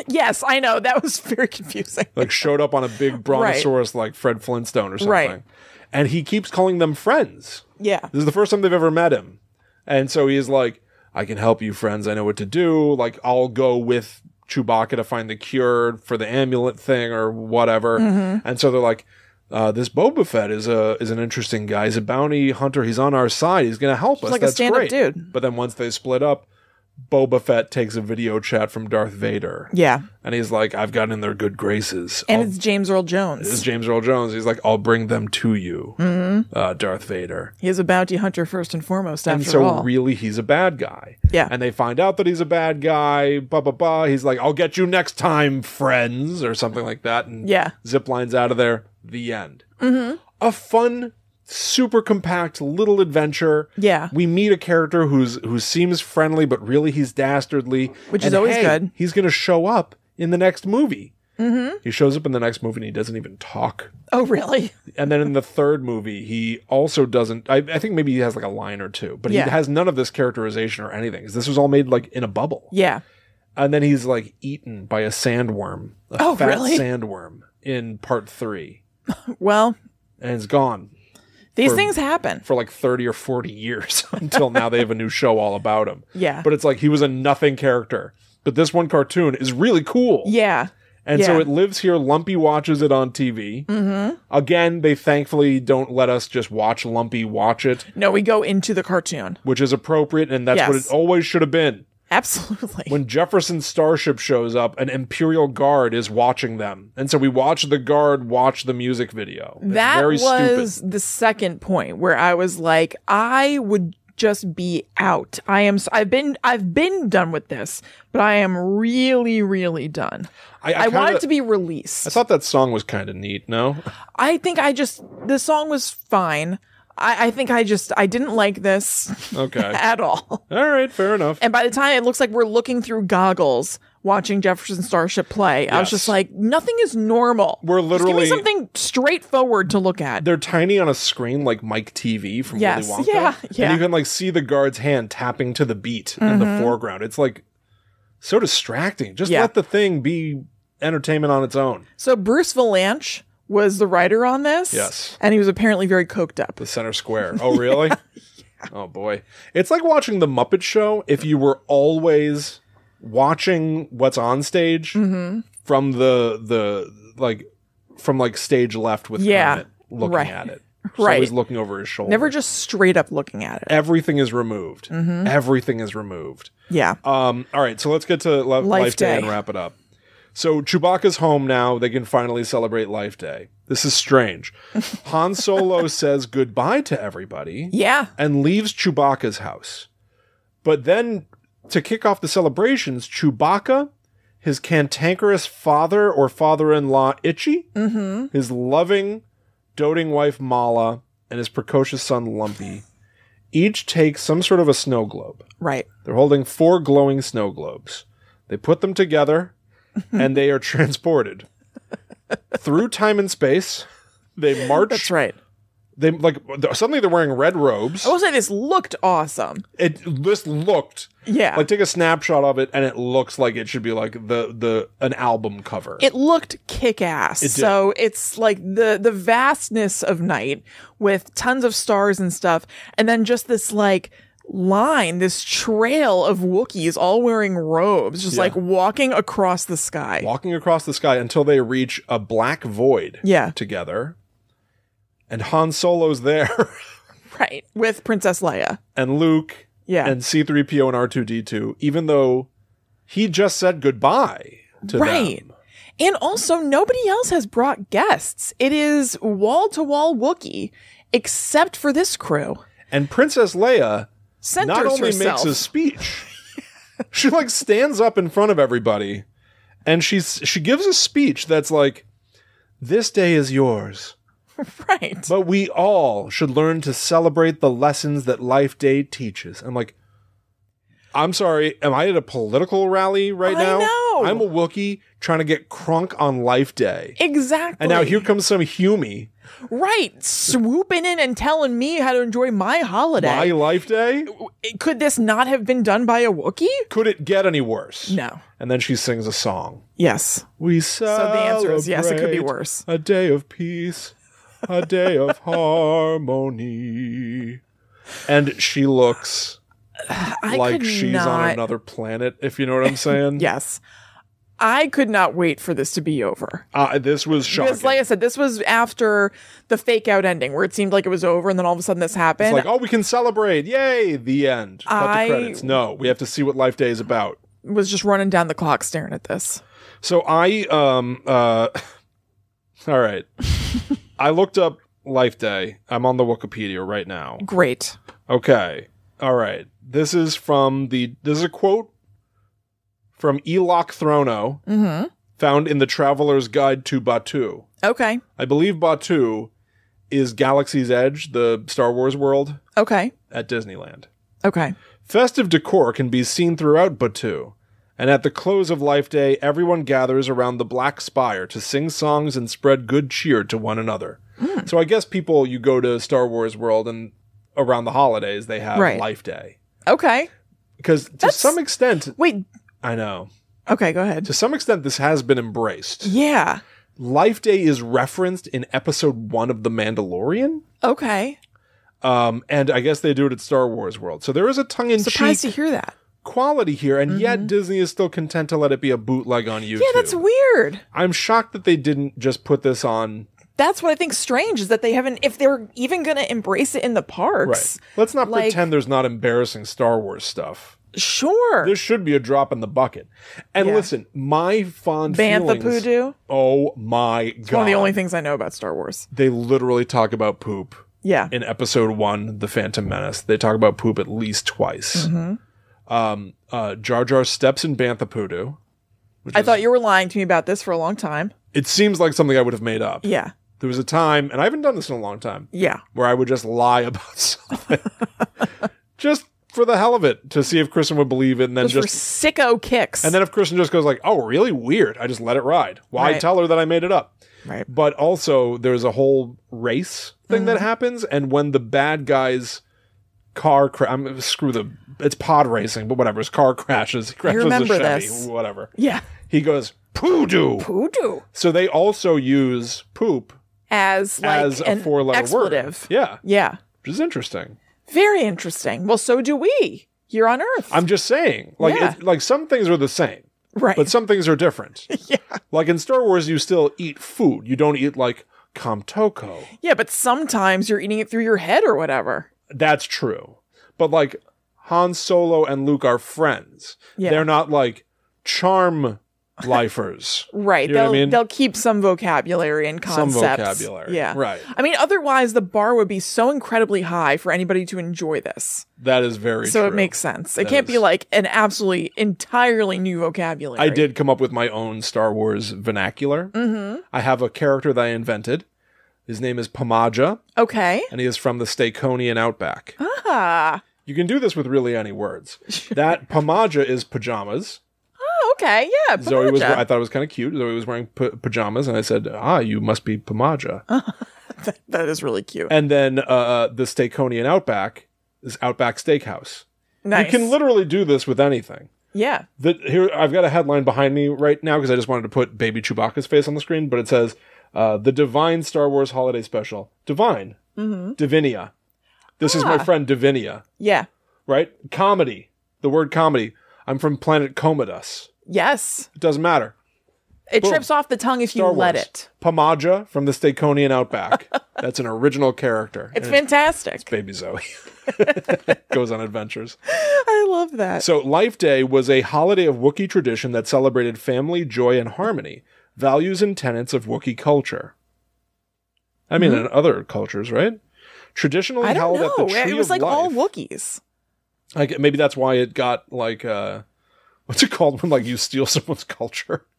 [SPEAKER 1] Yes, I know. That was [LAUGHS] very confusing.
[SPEAKER 2] Like showed up on a big brontosaurus like Fred Flintstone or something.
[SPEAKER 1] Right.
[SPEAKER 2] And he keeps calling them friends.
[SPEAKER 1] Yeah.
[SPEAKER 2] This is the first time they've ever met him. And so he is like, I can help you, friends. I know what to do. Like, I'll go with Chewbacca to find the cure for the amulet thing or whatever.
[SPEAKER 1] Mm-hmm.
[SPEAKER 2] And so they're like, uh, this Boba Fett is a is an interesting guy. He's a bounty hunter. He's on our side. He's gonna help us.
[SPEAKER 1] like a
[SPEAKER 2] That's
[SPEAKER 1] stand-up
[SPEAKER 2] great."
[SPEAKER 1] dude.
[SPEAKER 2] But then once they split up, Boba Fett takes a video chat from Darth Vader,
[SPEAKER 1] Yeah.
[SPEAKER 2] and he's like, "I've gotten in their good graces."
[SPEAKER 1] And
[SPEAKER 2] I'll-
[SPEAKER 1] it's James Earl
[SPEAKER 2] this Oh. is
[SPEAKER 1] Jones.
[SPEAKER 2] James Earl Jones. He's like, "I'll bring them to you, uh, Darth Vader."
[SPEAKER 1] He is a bounty hunter first and foremost,
[SPEAKER 2] and
[SPEAKER 1] Mm-hmm. after
[SPEAKER 2] so
[SPEAKER 1] all.
[SPEAKER 2] really he's a bad guy.
[SPEAKER 1] Yeah.
[SPEAKER 2] And they find out that he's a bad guy, blah blah blah. He's like, I'll get you next time, friends, or something like that. And
[SPEAKER 1] Yeah.
[SPEAKER 2] zip lines out of there. The end. Mm-hmm. A fun, super compact little adventure.
[SPEAKER 1] Yeah.
[SPEAKER 2] We meet a character who's who seems friendly, but really he's dastardly.
[SPEAKER 1] Which is always good.
[SPEAKER 2] He's gonna show up in the next movie. Mm-hmm. He shows up in the next movie and he doesn't even talk.
[SPEAKER 1] Oh, really?
[SPEAKER 2] And then in the third movie, he also doesn't. I, I think maybe he has like a line or two, but
[SPEAKER 1] Yeah.
[SPEAKER 2] he has none of this characterization or anything. 'cause This was all made like in a bubble.
[SPEAKER 1] Yeah.
[SPEAKER 2] And then he's like eaten by a sandworm, a
[SPEAKER 1] Oh,
[SPEAKER 2] fat
[SPEAKER 1] really?
[SPEAKER 2] sandworm in part three,
[SPEAKER 1] Well,
[SPEAKER 2] and it's gone
[SPEAKER 1] these
[SPEAKER 2] For-
[SPEAKER 1] things happen.
[SPEAKER 2] for like thirty or forty years [LAUGHS] until now they have a new show all about him.
[SPEAKER 1] Yeah.
[SPEAKER 2] But it's like he was a nothing character. But this one cartoon is really cool.
[SPEAKER 1] yeah.
[SPEAKER 2] And so
[SPEAKER 1] Yeah.
[SPEAKER 2] it lives here. Lumpy watches it on TV.
[SPEAKER 1] Mm-hmm.
[SPEAKER 2] Again, they thankfully don't let us just watch Lumpy watch it.
[SPEAKER 1] No, we go into the cartoon.
[SPEAKER 2] which is appropriate, and that's what
[SPEAKER 1] Yes.
[SPEAKER 2] it always should have been.
[SPEAKER 1] Absolutely.
[SPEAKER 2] When Jefferson's starship shows up, an Imperial Guard is watching them, and so we watch the guard watch the music video. It's
[SPEAKER 1] that
[SPEAKER 2] very
[SPEAKER 1] was
[SPEAKER 2] stupid.
[SPEAKER 1] the second point where I was like, I would just be out. I am. s- I've been. I've been done with this, but I am really, really done.
[SPEAKER 2] I,
[SPEAKER 1] I, wanted to
[SPEAKER 2] be.
[SPEAKER 1] be
[SPEAKER 2] I
[SPEAKER 1] released.
[SPEAKER 2] thought that song was kind of neat. No,
[SPEAKER 1] I think I just the song was fine. I, I think I just I didn't like this
[SPEAKER 2] [LAUGHS]
[SPEAKER 1] [LAUGHS]
[SPEAKER 2] Okay.
[SPEAKER 1] at all.
[SPEAKER 2] All right. Fair enough.
[SPEAKER 1] And by the time it looks like we're looking through goggles watching Jefferson Starship play, I was
[SPEAKER 2] Yes.
[SPEAKER 1] just like, nothing is normal.
[SPEAKER 2] We're
[SPEAKER 1] Just give me
[SPEAKER 2] literally-
[SPEAKER 1] something straightforward to look at.
[SPEAKER 2] They're tiny on a screen like Mike TV from
[SPEAKER 1] Yes,
[SPEAKER 2] Willy Wonka.
[SPEAKER 1] yeah, yeah. Mm-hmm.
[SPEAKER 2] And you can like see the guard's hand tapping to the beat in the foreground. It's like so distracting. Just
[SPEAKER 1] Yeah.
[SPEAKER 2] let the thing be entertainment on its own.
[SPEAKER 1] So Bruce Valanche was the writer on this.
[SPEAKER 2] Yes.
[SPEAKER 1] And he was apparently very coked up.
[SPEAKER 2] The center square.
[SPEAKER 1] [LAUGHS]
[SPEAKER 2] Oh, really? Oh boy. It's like watching the Muppet Show if you were always watching what's on stage
[SPEAKER 1] Mm-hmm.
[SPEAKER 2] from the the like from like stage left with
[SPEAKER 1] Yeah.
[SPEAKER 2] Kermit looking
[SPEAKER 1] Right.
[SPEAKER 2] at
[SPEAKER 1] [LAUGHS]
[SPEAKER 2] it.
[SPEAKER 1] Right.
[SPEAKER 2] So he's looking over his shoulder.
[SPEAKER 1] Never Mm-hmm. just straight up looking at it.
[SPEAKER 2] everything is removed. Everything is removed.
[SPEAKER 1] Yeah.
[SPEAKER 2] Um, all right, so let's get to li- Life, Day.
[SPEAKER 1] Day.
[SPEAKER 2] and wrap it up. So Chewbacca's home now. They can finally celebrate Life Day. This
[SPEAKER 1] [LAUGHS]
[SPEAKER 2] is strange. Han Solo says goodbye to everybody
[SPEAKER 1] Yeah.
[SPEAKER 2] and leaves Chewbacca's house. But then, to kick off the celebrations, Chewbacca, his cantankerous father or father in law, Itchy,
[SPEAKER 1] Mm-hmm.
[SPEAKER 2] his loving, doting wife, Mala, and his precocious son, Lumpy, each take some sort of a snow globe.
[SPEAKER 1] Right.
[SPEAKER 2] They're holding four glowing snow globes. They put
[SPEAKER 1] [LAUGHS]
[SPEAKER 2] them together and they are transported through time and space. They march.
[SPEAKER 1] That's right.
[SPEAKER 2] They like suddenly they're wearing red robes.
[SPEAKER 1] I will say this looked awesome.
[SPEAKER 2] It this looked
[SPEAKER 1] Yeah.
[SPEAKER 2] like take a snapshot of it and it looks like it should be like the the an album cover.
[SPEAKER 1] it looked kick ass.
[SPEAKER 2] did.
[SPEAKER 1] so it's like the the vastness of night with tons of stars and stuff, and then just this like line, this trail of Wookiees all wearing robes, just like walking across the sky.
[SPEAKER 2] Walking across the sky until they reach a black void
[SPEAKER 1] Yeah,
[SPEAKER 2] together. And Han Solo's there [LAUGHS]
[SPEAKER 1] right. With Princess Leia.
[SPEAKER 2] and Luke
[SPEAKER 1] Yeah.
[SPEAKER 2] and C3PO and R2D2 even though he just said goodbye to
[SPEAKER 1] Right.
[SPEAKER 2] them.
[SPEAKER 1] And also, nobody else has brought guests. It is wall to wall Wookiee, except for this crew.
[SPEAKER 2] And Princess Leia
[SPEAKER 1] Centers
[SPEAKER 2] not only
[SPEAKER 1] herself.
[SPEAKER 2] makes a speech, she like stands up in front of everybody, and she's she gives a speech that's like, "This day is yours,
[SPEAKER 1] [LAUGHS] right.
[SPEAKER 2] but we all should learn to celebrate the lessons that Life Day teaches." I'm like, I'm sorry, am I at a political rally right
[SPEAKER 1] I
[SPEAKER 2] now?
[SPEAKER 1] know.
[SPEAKER 2] I'm a Wookiee trying to get crunk on Life Day.
[SPEAKER 1] Exactly.
[SPEAKER 2] And now here comes some Humie.
[SPEAKER 1] Right, swooping in and telling me how to enjoy my
[SPEAKER 2] My
[SPEAKER 1] holiday.
[SPEAKER 2] Life Day?
[SPEAKER 1] Could this not have been done by a Wookiee?
[SPEAKER 2] Could it get any worse?
[SPEAKER 1] No.
[SPEAKER 2] And then she sings a song.
[SPEAKER 1] Yes.
[SPEAKER 2] We celebrate.
[SPEAKER 1] So the answer is yes, it could be worse.
[SPEAKER 2] A day of peace, a day of harmony. And she looks
[SPEAKER 1] I
[SPEAKER 2] like
[SPEAKER 1] could
[SPEAKER 2] she's
[SPEAKER 1] not,
[SPEAKER 2] on another planet, if you know what I'm saying.
[SPEAKER 1] Yes. I could not wait for this to be over.
[SPEAKER 2] Uh, this was shocking.
[SPEAKER 1] Because, like I said, this was after the fake out ending where it seemed like it was over and then all of a sudden this happened.
[SPEAKER 2] It's like, oh, we can celebrate. Yay, the end. Cut
[SPEAKER 1] I-
[SPEAKER 2] the credits. No, we have to see what Life Day is about.
[SPEAKER 1] I was just running down the clock staring at this.
[SPEAKER 2] So I um uh [LAUGHS]
[SPEAKER 1] [LAUGHS]
[SPEAKER 2] all right. I looked up Life Day. I'm on the Wikipedia right now.
[SPEAKER 1] Great.
[SPEAKER 2] Okay. All right. This is from the this is a quote from Eloc Throno
[SPEAKER 1] Mm-hmm.
[SPEAKER 2] found in the Traveler's Guide to Batu.
[SPEAKER 1] Okay.
[SPEAKER 2] I believe Batu is Galaxy's Edge, the Star Wars world
[SPEAKER 1] Okay.
[SPEAKER 2] at Disneyland.
[SPEAKER 1] Okay.
[SPEAKER 2] Festive decor can be seen throughout Batu, and at the close of Life Day, everyone gathers around the Black Spire to sing songs and spread good cheer to one another. So I guess people, you go to Star Wars World and around the holidays, they have
[SPEAKER 1] Right.
[SPEAKER 2] Life Day.
[SPEAKER 1] Okay.
[SPEAKER 2] Because to
[SPEAKER 1] That's-
[SPEAKER 2] some extent,
[SPEAKER 1] Wait.
[SPEAKER 2] I know,
[SPEAKER 1] Okay, go ahead.
[SPEAKER 2] to some extent, this has been embraced.
[SPEAKER 1] Yeah.
[SPEAKER 2] Life Day is referenced in episode one of The Mandalorian.
[SPEAKER 1] Okay.
[SPEAKER 2] Um, and I guess they do it at Star Wars World. So there is a tongue in cheek
[SPEAKER 1] Surprised to hear that.
[SPEAKER 2] quality here, and yet Disney is still content to let it be a bootleg on YouTube.
[SPEAKER 1] Mm-hmm. Yeah, that's weird.
[SPEAKER 2] I'm shocked that they didn't just put this on.
[SPEAKER 1] that's what I think strange is that they haven't if they're even gonna embrace it in the
[SPEAKER 2] Right.
[SPEAKER 1] parks.
[SPEAKER 2] Let's not
[SPEAKER 1] Like-
[SPEAKER 2] pretend there's not embarrassing Star Wars stuff.
[SPEAKER 1] Sure.
[SPEAKER 2] There should be a drop in the bucket. And
[SPEAKER 1] Yeah.
[SPEAKER 2] listen, my fond
[SPEAKER 1] Bantha
[SPEAKER 2] feelings.
[SPEAKER 1] Poodoo.
[SPEAKER 2] Oh my god!
[SPEAKER 1] One of the only things I know about Star Wars.
[SPEAKER 2] they literally talk about poop
[SPEAKER 1] Yeah.
[SPEAKER 2] in episode one, The Phantom Menace. They talk about poop at least twice.
[SPEAKER 1] Mm-hmm.
[SPEAKER 2] Um, uh, Jar Jar steps in Bantha Poodoo.
[SPEAKER 1] I thought you were lying to me about this for a long time.
[SPEAKER 2] It seems like something I would have made up.
[SPEAKER 1] Yeah.
[SPEAKER 2] There was a time, and I haven't done this in a long time,
[SPEAKER 1] Yeah.
[SPEAKER 2] where I would just lie [LAUGHS] about something just for the hell of it to see if Kristen would believe it, and then
[SPEAKER 1] Those were
[SPEAKER 2] just
[SPEAKER 1] sicko kicks.
[SPEAKER 2] and then if Kristen just goes like, "Oh, really weird," I just let it ride. Why
[SPEAKER 1] Right.
[SPEAKER 2] tell her that I made it up?
[SPEAKER 1] right.
[SPEAKER 2] But also, there's a whole race thing
[SPEAKER 1] Mm.
[SPEAKER 2] that happens, and when the bad guys car cra- I'm screw the it's pod racing, but whatever. His car [LAUGHS] crashes. He crashes a
[SPEAKER 1] remember
[SPEAKER 2] Chevy,
[SPEAKER 1] this.
[SPEAKER 2] whatever.
[SPEAKER 1] Yeah.
[SPEAKER 2] He goes poodoo.
[SPEAKER 1] Poodoo.
[SPEAKER 2] So they also use poop
[SPEAKER 1] As like
[SPEAKER 2] as a
[SPEAKER 1] an
[SPEAKER 2] four-letter
[SPEAKER 1] expletive.
[SPEAKER 2] word. Yeah,
[SPEAKER 1] Yeah.
[SPEAKER 2] which is interesting.
[SPEAKER 1] Very interesting. Well, so do we here on Earth.
[SPEAKER 2] I'm just saying, like,
[SPEAKER 1] Yeah.
[SPEAKER 2] it, like some things are the same,
[SPEAKER 1] right.
[SPEAKER 2] but some things
[SPEAKER 1] [LAUGHS]
[SPEAKER 2] are different. yeah. Like in Star Wars, you still eat food. You don't eat like kamtoko.
[SPEAKER 1] yeah, but sometimes you're eating it through your head or whatever.
[SPEAKER 2] That's true. But like Han Solo and Luke are friends.
[SPEAKER 1] Yeah.
[SPEAKER 2] They're not like charm
[SPEAKER 1] [LAUGHS]
[SPEAKER 2] lifers.
[SPEAKER 1] Right.
[SPEAKER 2] You know
[SPEAKER 1] they'll
[SPEAKER 2] what I mean?
[SPEAKER 1] they'll keep some vocabulary and
[SPEAKER 2] some
[SPEAKER 1] concepts.
[SPEAKER 2] vocabulary.
[SPEAKER 1] Yeah.
[SPEAKER 2] Right.
[SPEAKER 1] I mean, otherwise the bar would be so incredibly high for anybody to enjoy this.
[SPEAKER 2] That is very
[SPEAKER 1] so it
[SPEAKER 2] true.
[SPEAKER 1] makes sense. It
[SPEAKER 2] That
[SPEAKER 1] can't be
[SPEAKER 2] is-
[SPEAKER 1] like an absolutely entirely new vocabulary.
[SPEAKER 2] I did come up with my own Star Wars vernacular.
[SPEAKER 1] Mm-hmm.
[SPEAKER 2] I have a character that I invented. His name is Pamaja,
[SPEAKER 1] Okay.
[SPEAKER 2] and he is from the Staconian outback.
[SPEAKER 1] Ah.
[SPEAKER 2] You can do this with really
[SPEAKER 1] [LAUGHS]
[SPEAKER 2] any words. That Pamaja is pajamas.
[SPEAKER 1] Oh, okay. Yeah.
[SPEAKER 2] Zoe was.
[SPEAKER 1] Panaja.
[SPEAKER 2] I thought it was kind of cute. Zoe was wearing p- pajamas, and I said, "Ah, you must be Pamaja."
[SPEAKER 1] That- that is really cute.
[SPEAKER 2] And then uh, the Staconian Outback is Outback Steakhouse.
[SPEAKER 1] Nice.
[SPEAKER 2] You can literally do this with anything.
[SPEAKER 1] yeah.
[SPEAKER 2] The, here, I've got a headline behind me right now because I just wanted to put Baby Chewbacca's face on the screen, but it says uh, the Divine Star Wars Holiday Special. Divine,
[SPEAKER 1] Mm-hmm.
[SPEAKER 2] Divinia. This is my
[SPEAKER 1] Ah.
[SPEAKER 2] friend Divinia,
[SPEAKER 1] Yeah.
[SPEAKER 2] right? Comedy. The word comedy. I'm from planet Commodus.
[SPEAKER 1] Yes.
[SPEAKER 2] It doesn't matter.
[SPEAKER 1] It
[SPEAKER 2] Boom.
[SPEAKER 1] trips off the tongue if you
[SPEAKER 2] Star
[SPEAKER 1] let
[SPEAKER 2] Wars.
[SPEAKER 1] it.
[SPEAKER 2] Pamaja from the
[SPEAKER 1] [LAUGHS]
[SPEAKER 2] Staconian Outback. That's an original character.
[SPEAKER 1] It's
[SPEAKER 2] And
[SPEAKER 1] fantastic.
[SPEAKER 2] Baby Zoe [LAUGHS] goes on adventures.
[SPEAKER 1] [LAUGHS] I love that.
[SPEAKER 2] So, Life Day was a holiday of Wookiee tradition that celebrated family, joy, and harmony, values and tenets of Wookiee culture. I mean, in other cultures, right? Traditionally
[SPEAKER 1] Mm-hmm. I
[SPEAKER 2] held
[SPEAKER 1] don't know.
[SPEAKER 2] at the tree
[SPEAKER 1] It was
[SPEAKER 2] of
[SPEAKER 1] like
[SPEAKER 2] life.
[SPEAKER 1] all Wookiees.
[SPEAKER 2] Like, maybe that's why it got like uh, what's it called when like you steal [LAUGHS] someone's culture?
[SPEAKER 1] [LAUGHS]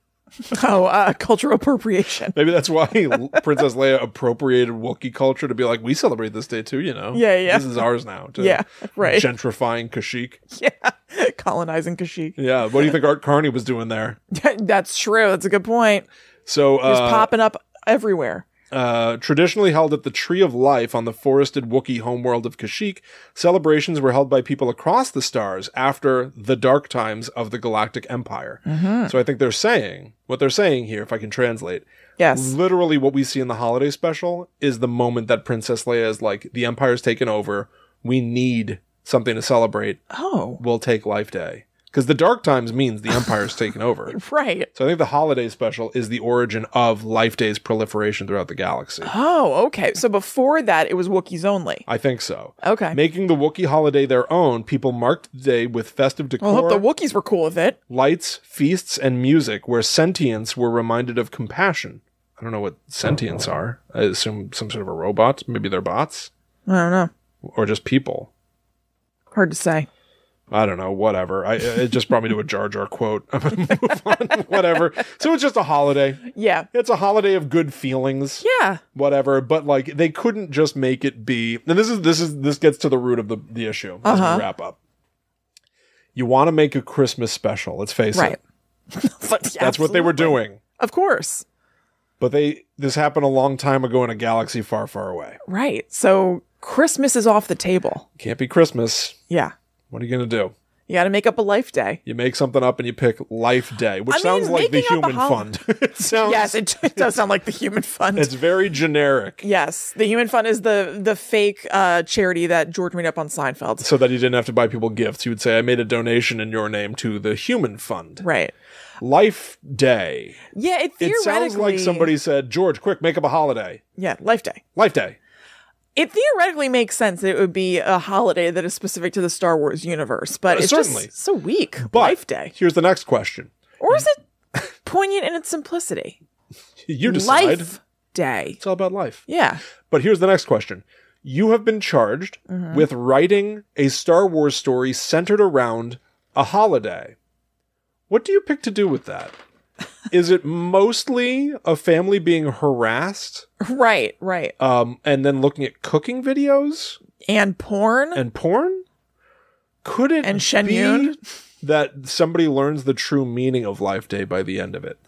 [SPEAKER 1] Oh, uh, cultural appropriation. [LAUGHS]
[SPEAKER 2] Maybe that's why [LAUGHS] Princess Leia appropriated Wookiee culture to be like, we celebrate this day too, you know?
[SPEAKER 1] Yeah, yeah.
[SPEAKER 2] This is ours now.
[SPEAKER 1] [LAUGHS]
[SPEAKER 2] To
[SPEAKER 1] Yeah, right.
[SPEAKER 2] Gentrifying Kashyyyk.
[SPEAKER 1] yeah, colonizing Kashyyyk.
[SPEAKER 2] Yeah. What do you think Art Carney was doing there?
[SPEAKER 1] [LAUGHS] That's true. That's a good point.
[SPEAKER 2] So
[SPEAKER 1] It was
[SPEAKER 2] uh,
[SPEAKER 1] popping up everywhere.
[SPEAKER 2] uh, traditionally held at the Tree of Life on the forested Wookiee homeworld of Kashyyyk, celebrations were held by people across the stars after the dark times of the Galactic Empire.
[SPEAKER 1] Mm-hmm.
[SPEAKER 2] So I think they're saying what they're saying here, if I can translate,
[SPEAKER 1] Yes.
[SPEAKER 2] literally what we see in the holiday special is the moment that Princess Leia is like, the Empire's taken over. We need something to celebrate.
[SPEAKER 1] Oh,
[SPEAKER 2] We'll take Life Day. Because the dark times means the Empire's
[SPEAKER 1] [LAUGHS]
[SPEAKER 2] taken over.
[SPEAKER 1] right.
[SPEAKER 2] So I think the holiday special is the origin of Life Day's proliferation throughout the galaxy.
[SPEAKER 1] Oh, okay. So before that, it was Wookiees only.
[SPEAKER 2] I think so.
[SPEAKER 1] Okay.
[SPEAKER 2] Making the Wookiee holiday their own, people marked the day with festive
[SPEAKER 1] Well, I
[SPEAKER 2] decor,
[SPEAKER 1] hope the Wookiees were cool with it.
[SPEAKER 2] lights, feasts, and music, where sentients were reminded of compassion. I don't know what sentients
[SPEAKER 1] Oh.
[SPEAKER 2] are. I assume some sort of a robot. Maybe they're bots
[SPEAKER 1] I don't know.
[SPEAKER 2] or just people.
[SPEAKER 1] Hard to say.
[SPEAKER 2] I don't know. Whatever. I, it just brought me to a Jar Jar quote. [LAUGHS] I'm gonna move on. [LAUGHS] whatever. So it's just a holiday.
[SPEAKER 1] Yeah.
[SPEAKER 2] It's a holiday of good feelings.
[SPEAKER 1] Yeah.
[SPEAKER 2] whatever but like they couldn't just make it be and this is this is this gets to the root of the, the issue as
[SPEAKER 1] Uh-huh.
[SPEAKER 2] we wrap up you want to make a christmas special let's face
[SPEAKER 1] Right.
[SPEAKER 2] it [LAUGHS] that's what they were doing
[SPEAKER 1] Of course.
[SPEAKER 2] but they this happened a long time ago in a galaxy far far away
[SPEAKER 1] Right. So Christmas is off the table.
[SPEAKER 2] can't be christmas
[SPEAKER 1] Yeah.
[SPEAKER 2] what are you gonna do
[SPEAKER 1] You got to make up a life day.
[SPEAKER 2] you make something up and you pick life day which
[SPEAKER 1] I mean,
[SPEAKER 2] sounds like the
[SPEAKER 1] making up a
[SPEAKER 2] human
[SPEAKER 1] hol-
[SPEAKER 2] fund [LAUGHS] it [LAUGHS] sounds
[SPEAKER 1] Yes, it, it does sound like the Human Fund.
[SPEAKER 2] it's very generic
[SPEAKER 1] yes, the Human Fund is the the fake uh, charity that George made up on Seinfeld.
[SPEAKER 2] so that you didn't have to buy people gifts you would say i made a donation in your name to the human fund
[SPEAKER 1] Right.
[SPEAKER 2] life day
[SPEAKER 1] Yeah. It
[SPEAKER 2] It
[SPEAKER 1] theoretically
[SPEAKER 2] sounds like somebody said, George, quick, make up a holiday.
[SPEAKER 1] Yeah, Life Day.
[SPEAKER 2] Life Day.
[SPEAKER 1] It theoretically makes sense that it would be a holiday that is specific to the Star Wars universe, but
[SPEAKER 2] Uh,
[SPEAKER 1] it's
[SPEAKER 2] certainly.
[SPEAKER 1] just so weak.
[SPEAKER 2] But
[SPEAKER 1] Life Day,
[SPEAKER 2] Here's the next question.
[SPEAKER 1] or is it poignant in its simplicity?
[SPEAKER 2] You decide.
[SPEAKER 1] Life Day.
[SPEAKER 2] It's all about life.
[SPEAKER 1] Yeah.
[SPEAKER 2] But here's the next question. You have been charged
[SPEAKER 1] Mm-hmm.
[SPEAKER 2] with writing a Star Wars
[SPEAKER 1] [LAUGHS]
[SPEAKER 2] story centered around a holiday. What do you pick to do with that? is it mostly a family being harassed
[SPEAKER 1] right, right.
[SPEAKER 2] um, and then looking at cooking videos
[SPEAKER 1] And porn.
[SPEAKER 2] and porn? Could it
[SPEAKER 1] And Shen
[SPEAKER 2] be
[SPEAKER 1] Yun?
[SPEAKER 2] that somebody learns the true meaning of Life Day by the end of it?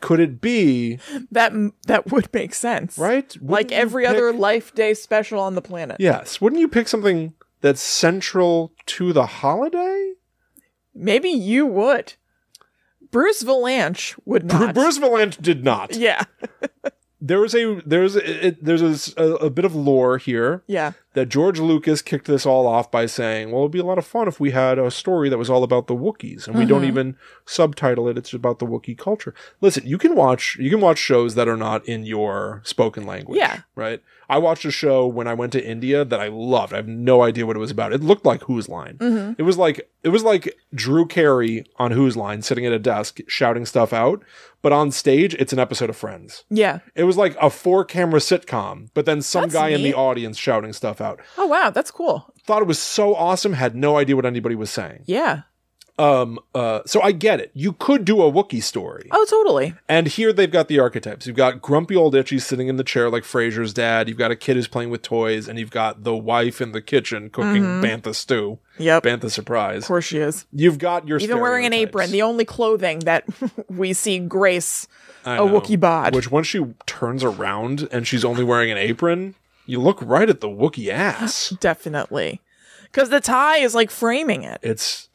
[SPEAKER 2] Could it be
[SPEAKER 1] that that would make sense.
[SPEAKER 2] right?
[SPEAKER 1] Like
[SPEAKER 2] Wouldn't you
[SPEAKER 1] every
[SPEAKER 2] pick-
[SPEAKER 1] other Life Day special on the planet.
[SPEAKER 2] Yes. Wouldn't you pick something that's central to the holiday?
[SPEAKER 1] Maybe you would. Bruce Valanche would
[SPEAKER 2] Bru-
[SPEAKER 1] not.
[SPEAKER 2] Bruce Valanche did not.
[SPEAKER 1] Yeah,
[SPEAKER 2] There was a there's a, it, there's a s- a, a bit of lore here
[SPEAKER 1] yeah,
[SPEAKER 2] that George Lucas kicked this all off by saying, "Well, it'd be a lot of fun if we had a story that was all about the Wookiees, and we don't
[SPEAKER 1] Mm-hmm.
[SPEAKER 2] even subtitle it; it's about the Wookiee culture." Listen, you can watch you can watch shows that are not in your spoken language.
[SPEAKER 1] Yeah.
[SPEAKER 2] right. I watched a show when I went to India that I loved. I have no idea what it was about. It looked like Who's Line.
[SPEAKER 1] Mm-hmm.
[SPEAKER 2] It was like it was like Drew Carey on Who's Line, sitting at a desk shouting stuff out, but on stage, it's an episode of Friends.
[SPEAKER 1] yeah.
[SPEAKER 2] It was like a four camera sitcom, but then some
[SPEAKER 1] That's
[SPEAKER 2] guy in
[SPEAKER 1] neat.
[SPEAKER 2] the audience shouting stuff out.
[SPEAKER 1] Oh wow, that's cool.
[SPEAKER 2] Thought it was so awesome, had no idea what anybody was saying.
[SPEAKER 1] Yeah.
[SPEAKER 2] Um, uh, so I get it. You could do a Wookiee story.
[SPEAKER 1] Oh, totally.
[SPEAKER 2] And here they've got the archetypes. You've got grumpy old Itchy sitting in the chair like Frasier's dad. You've got a kid who's playing with toys, and you've got the wife in the kitchen cooking
[SPEAKER 1] Mm-hmm.
[SPEAKER 2] Bantha stew,
[SPEAKER 1] Yep.
[SPEAKER 2] Bantha
[SPEAKER 1] Of
[SPEAKER 2] surprise.
[SPEAKER 1] course she is.
[SPEAKER 2] You've got your
[SPEAKER 1] Even wearing an apron, the only clothing that [LAUGHS] we see grace
[SPEAKER 2] a
[SPEAKER 1] a Wookiee bod.
[SPEAKER 2] Which once she turns around and she's only wearing an apron, you look right at the Wookiee ass.
[SPEAKER 1] Definitely. Because the tie is like framing it.
[SPEAKER 2] It's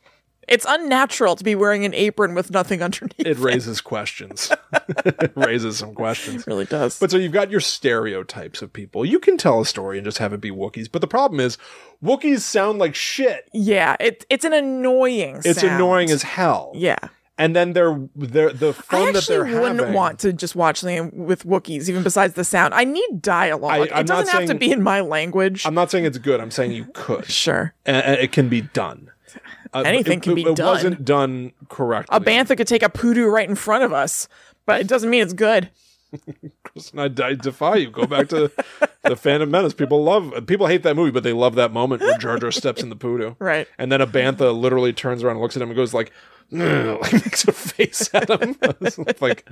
[SPEAKER 1] It's unnatural to be wearing an apron with nothing [LAUGHS] underneath. It
[SPEAKER 2] it raises questions. [LAUGHS] it raises some questions.
[SPEAKER 1] really does.
[SPEAKER 2] But so you've got your stereotypes of people. You can tell a story and just have it be Wookiees. But the problem is, Wookiees sound like shit.
[SPEAKER 1] yeah, it, it's an annoying
[SPEAKER 2] It's
[SPEAKER 1] sound.
[SPEAKER 2] annoying as hell.
[SPEAKER 1] Yeah.
[SPEAKER 2] And then they're, they're the
[SPEAKER 1] I
[SPEAKER 2] fun that
[SPEAKER 1] actually
[SPEAKER 2] they're
[SPEAKER 1] wouldn't
[SPEAKER 2] having.
[SPEAKER 1] want to just watch something with Wookiees, even besides the sound. I need dialogue.
[SPEAKER 2] I- I'm
[SPEAKER 1] it
[SPEAKER 2] not
[SPEAKER 1] doesn't have to
[SPEAKER 2] saying-
[SPEAKER 1] be in my language.
[SPEAKER 2] I'm not saying it's good. I'm saying you could.
[SPEAKER 1] sure.
[SPEAKER 2] A- a- it can be done. Uh,
[SPEAKER 1] Anything
[SPEAKER 2] it,
[SPEAKER 1] can be
[SPEAKER 2] it, It
[SPEAKER 1] done.
[SPEAKER 2] wasn't done correctly.
[SPEAKER 1] A bantha could take a poodoo right in front of us, but it doesn't mean it's good.
[SPEAKER 2] And I, I defy you. Go back to the Phantom Menace. People love. People hate that movie, but they love that moment where Jar Jar steps in the poodoo.
[SPEAKER 1] Right.
[SPEAKER 2] And then a bantha literally turns around and looks at him and goes like, [LAUGHS] "Ugh," like makes a face at him. [LAUGHS] It's like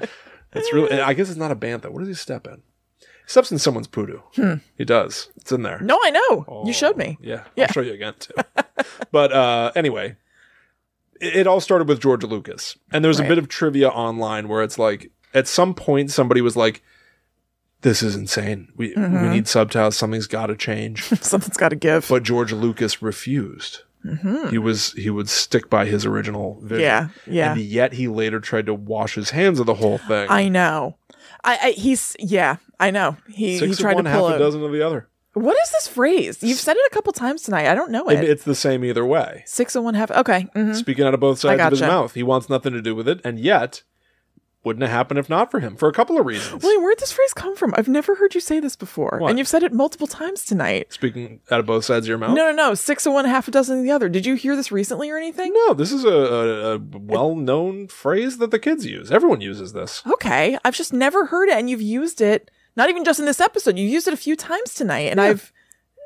[SPEAKER 2] it's really. I guess it's not a bantha. What does he step in? He steps in someone's poodoo. He does. It's in there.
[SPEAKER 1] No, I know. Hmm.
[SPEAKER 2] Oh.
[SPEAKER 1] You showed me. [LAUGHS]
[SPEAKER 2] Yeah,
[SPEAKER 1] Yeah.
[SPEAKER 2] I'll show you again too. [LAUGHS] but uh, anyway, it, it all started with George Lucas, and there's
[SPEAKER 1] Right.
[SPEAKER 2] a bit of trivia online where it's like at some point somebody was like, "This is insane. We
[SPEAKER 1] Mm-hmm.
[SPEAKER 2] we need subtitles. Something's got to change."
[SPEAKER 1] Something's got to give.
[SPEAKER 2] but George Lucas refused. He was he would stick by his original vision.
[SPEAKER 1] Mm-hmm. yeah, yeah.
[SPEAKER 2] And yet he later tried to wash his hands of the whole thing.
[SPEAKER 1] [GASPS] I know. I, I he's yeah. I know. He
[SPEAKER 2] Six
[SPEAKER 1] he
[SPEAKER 2] of
[SPEAKER 1] tried
[SPEAKER 2] one,
[SPEAKER 1] to
[SPEAKER 2] half
[SPEAKER 1] pull
[SPEAKER 2] a
[SPEAKER 1] a.
[SPEAKER 2] dozen of the other.
[SPEAKER 1] What is this phrase? You've said it a couple times tonight. I don't know it.
[SPEAKER 2] And it's the same either way.
[SPEAKER 1] Six and one half. Okay. hmm
[SPEAKER 2] speaking out of both sides of his
[SPEAKER 1] gotcha.
[SPEAKER 2] mouth. He wants nothing to do with it, and yet wouldn't have happened if not for him for a couple of reasons.
[SPEAKER 1] William, where'd this phrase come from? I've never heard you say this before,
[SPEAKER 2] What?
[SPEAKER 1] and you've said it multiple times tonight.
[SPEAKER 2] Speaking out of both sides of your mouth.
[SPEAKER 1] No, no, no. Six of one, half a dozen of the other. Did you hear this recently or anything?
[SPEAKER 2] No, this is a, a, a well-known phrase that the kids use. Everyone uses this.
[SPEAKER 1] Okay. I've just never heard it, and you've used it, not even just in this episode. You used it a few times tonight, and I've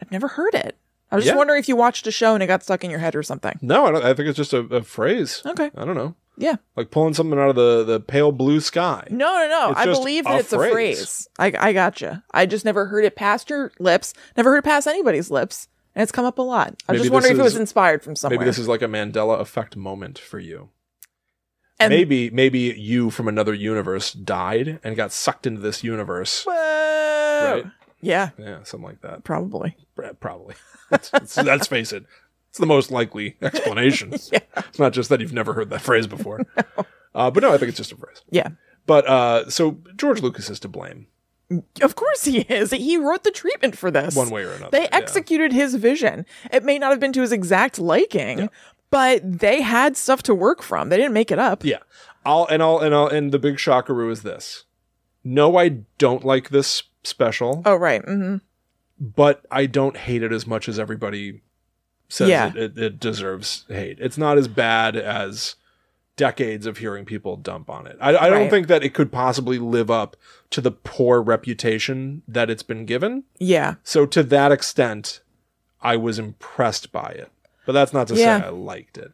[SPEAKER 1] I've never heard it. I was just
[SPEAKER 2] Yeah.
[SPEAKER 1] wondering if you watched a show and it got stuck in your head or something.
[SPEAKER 2] No, I, don't, I think it's just a, a phrase.
[SPEAKER 1] Okay.
[SPEAKER 2] I don't know,
[SPEAKER 1] Yeah. Mm.
[SPEAKER 2] like pulling something out of the, the pale blue sky.
[SPEAKER 1] No, no, no.
[SPEAKER 2] It's
[SPEAKER 1] I
[SPEAKER 2] just
[SPEAKER 1] believe
[SPEAKER 2] a
[SPEAKER 1] that it's
[SPEAKER 2] phrase.
[SPEAKER 1] a phrase. I, I gotcha. I just never heard it past your lips, never heard it past anybody's lips, and it's come up a lot. I was
[SPEAKER 2] Maybe this
[SPEAKER 1] just wondering if it
[SPEAKER 2] is-
[SPEAKER 1] was inspired from somewhere.
[SPEAKER 2] Maybe this is like a Mandela effect moment for you.
[SPEAKER 1] and,
[SPEAKER 2] maybe maybe you from another universe died and got sucked into this universe.
[SPEAKER 1] Whoa!
[SPEAKER 2] Right.
[SPEAKER 1] Yeah,
[SPEAKER 2] Yeah, something like that.
[SPEAKER 1] probably.
[SPEAKER 2] Pro- Probably. [LAUGHS] Let's, let's- let's face it. It's the
[SPEAKER 1] [LAUGHS]
[SPEAKER 2] most likely explanation.
[SPEAKER 1] Yeah.
[SPEAKER 2] It's not just that you've never heard that phrase before.
[SPEAKER 1] [LAUGHS]
[SPEAKER 2] Uh, but no, I think it's just a phrase.
[SPEAKER 1] Yeah.
[SPEAKER 2] But uh, so George Lucas is to blame
[SPEAKER 1] Of course he is. He wrote the treatment for this.
[SPEAKER 2] one way or another.
[SPEAKER 1] They
[SPEAKER 2] yeah.
[SPEAKER 1] executed his vision. It may not have been to his exact liking, but they had stuff to work from. They didn't make it up.
[SPEAKER 2] Yeah. I'll and I'll and I'll and the big shockeroo is this. No, I don't like this special,
[SPEAKER 1] Oh, right. hmm
[SPEAKER 2] but I don't hate it as much as everybody says
[SPEAKER 1] Yeah.
[SPEAKER 2] it, it, it deserves hate. It's not as bad as decades of hearing people dump on it. I, I don't
[SPEAKER 1] Right.
[SPEAKER 2] think that it could possibly live up to the poor reputation that it's been given.
[SPEAKER 1] Yeah.
[SPEAKER 2] So to that extent, I was impressed by it. But that's not to
[SPEAKER 1] Yeah.
[SPEAKER 2] say I liked it.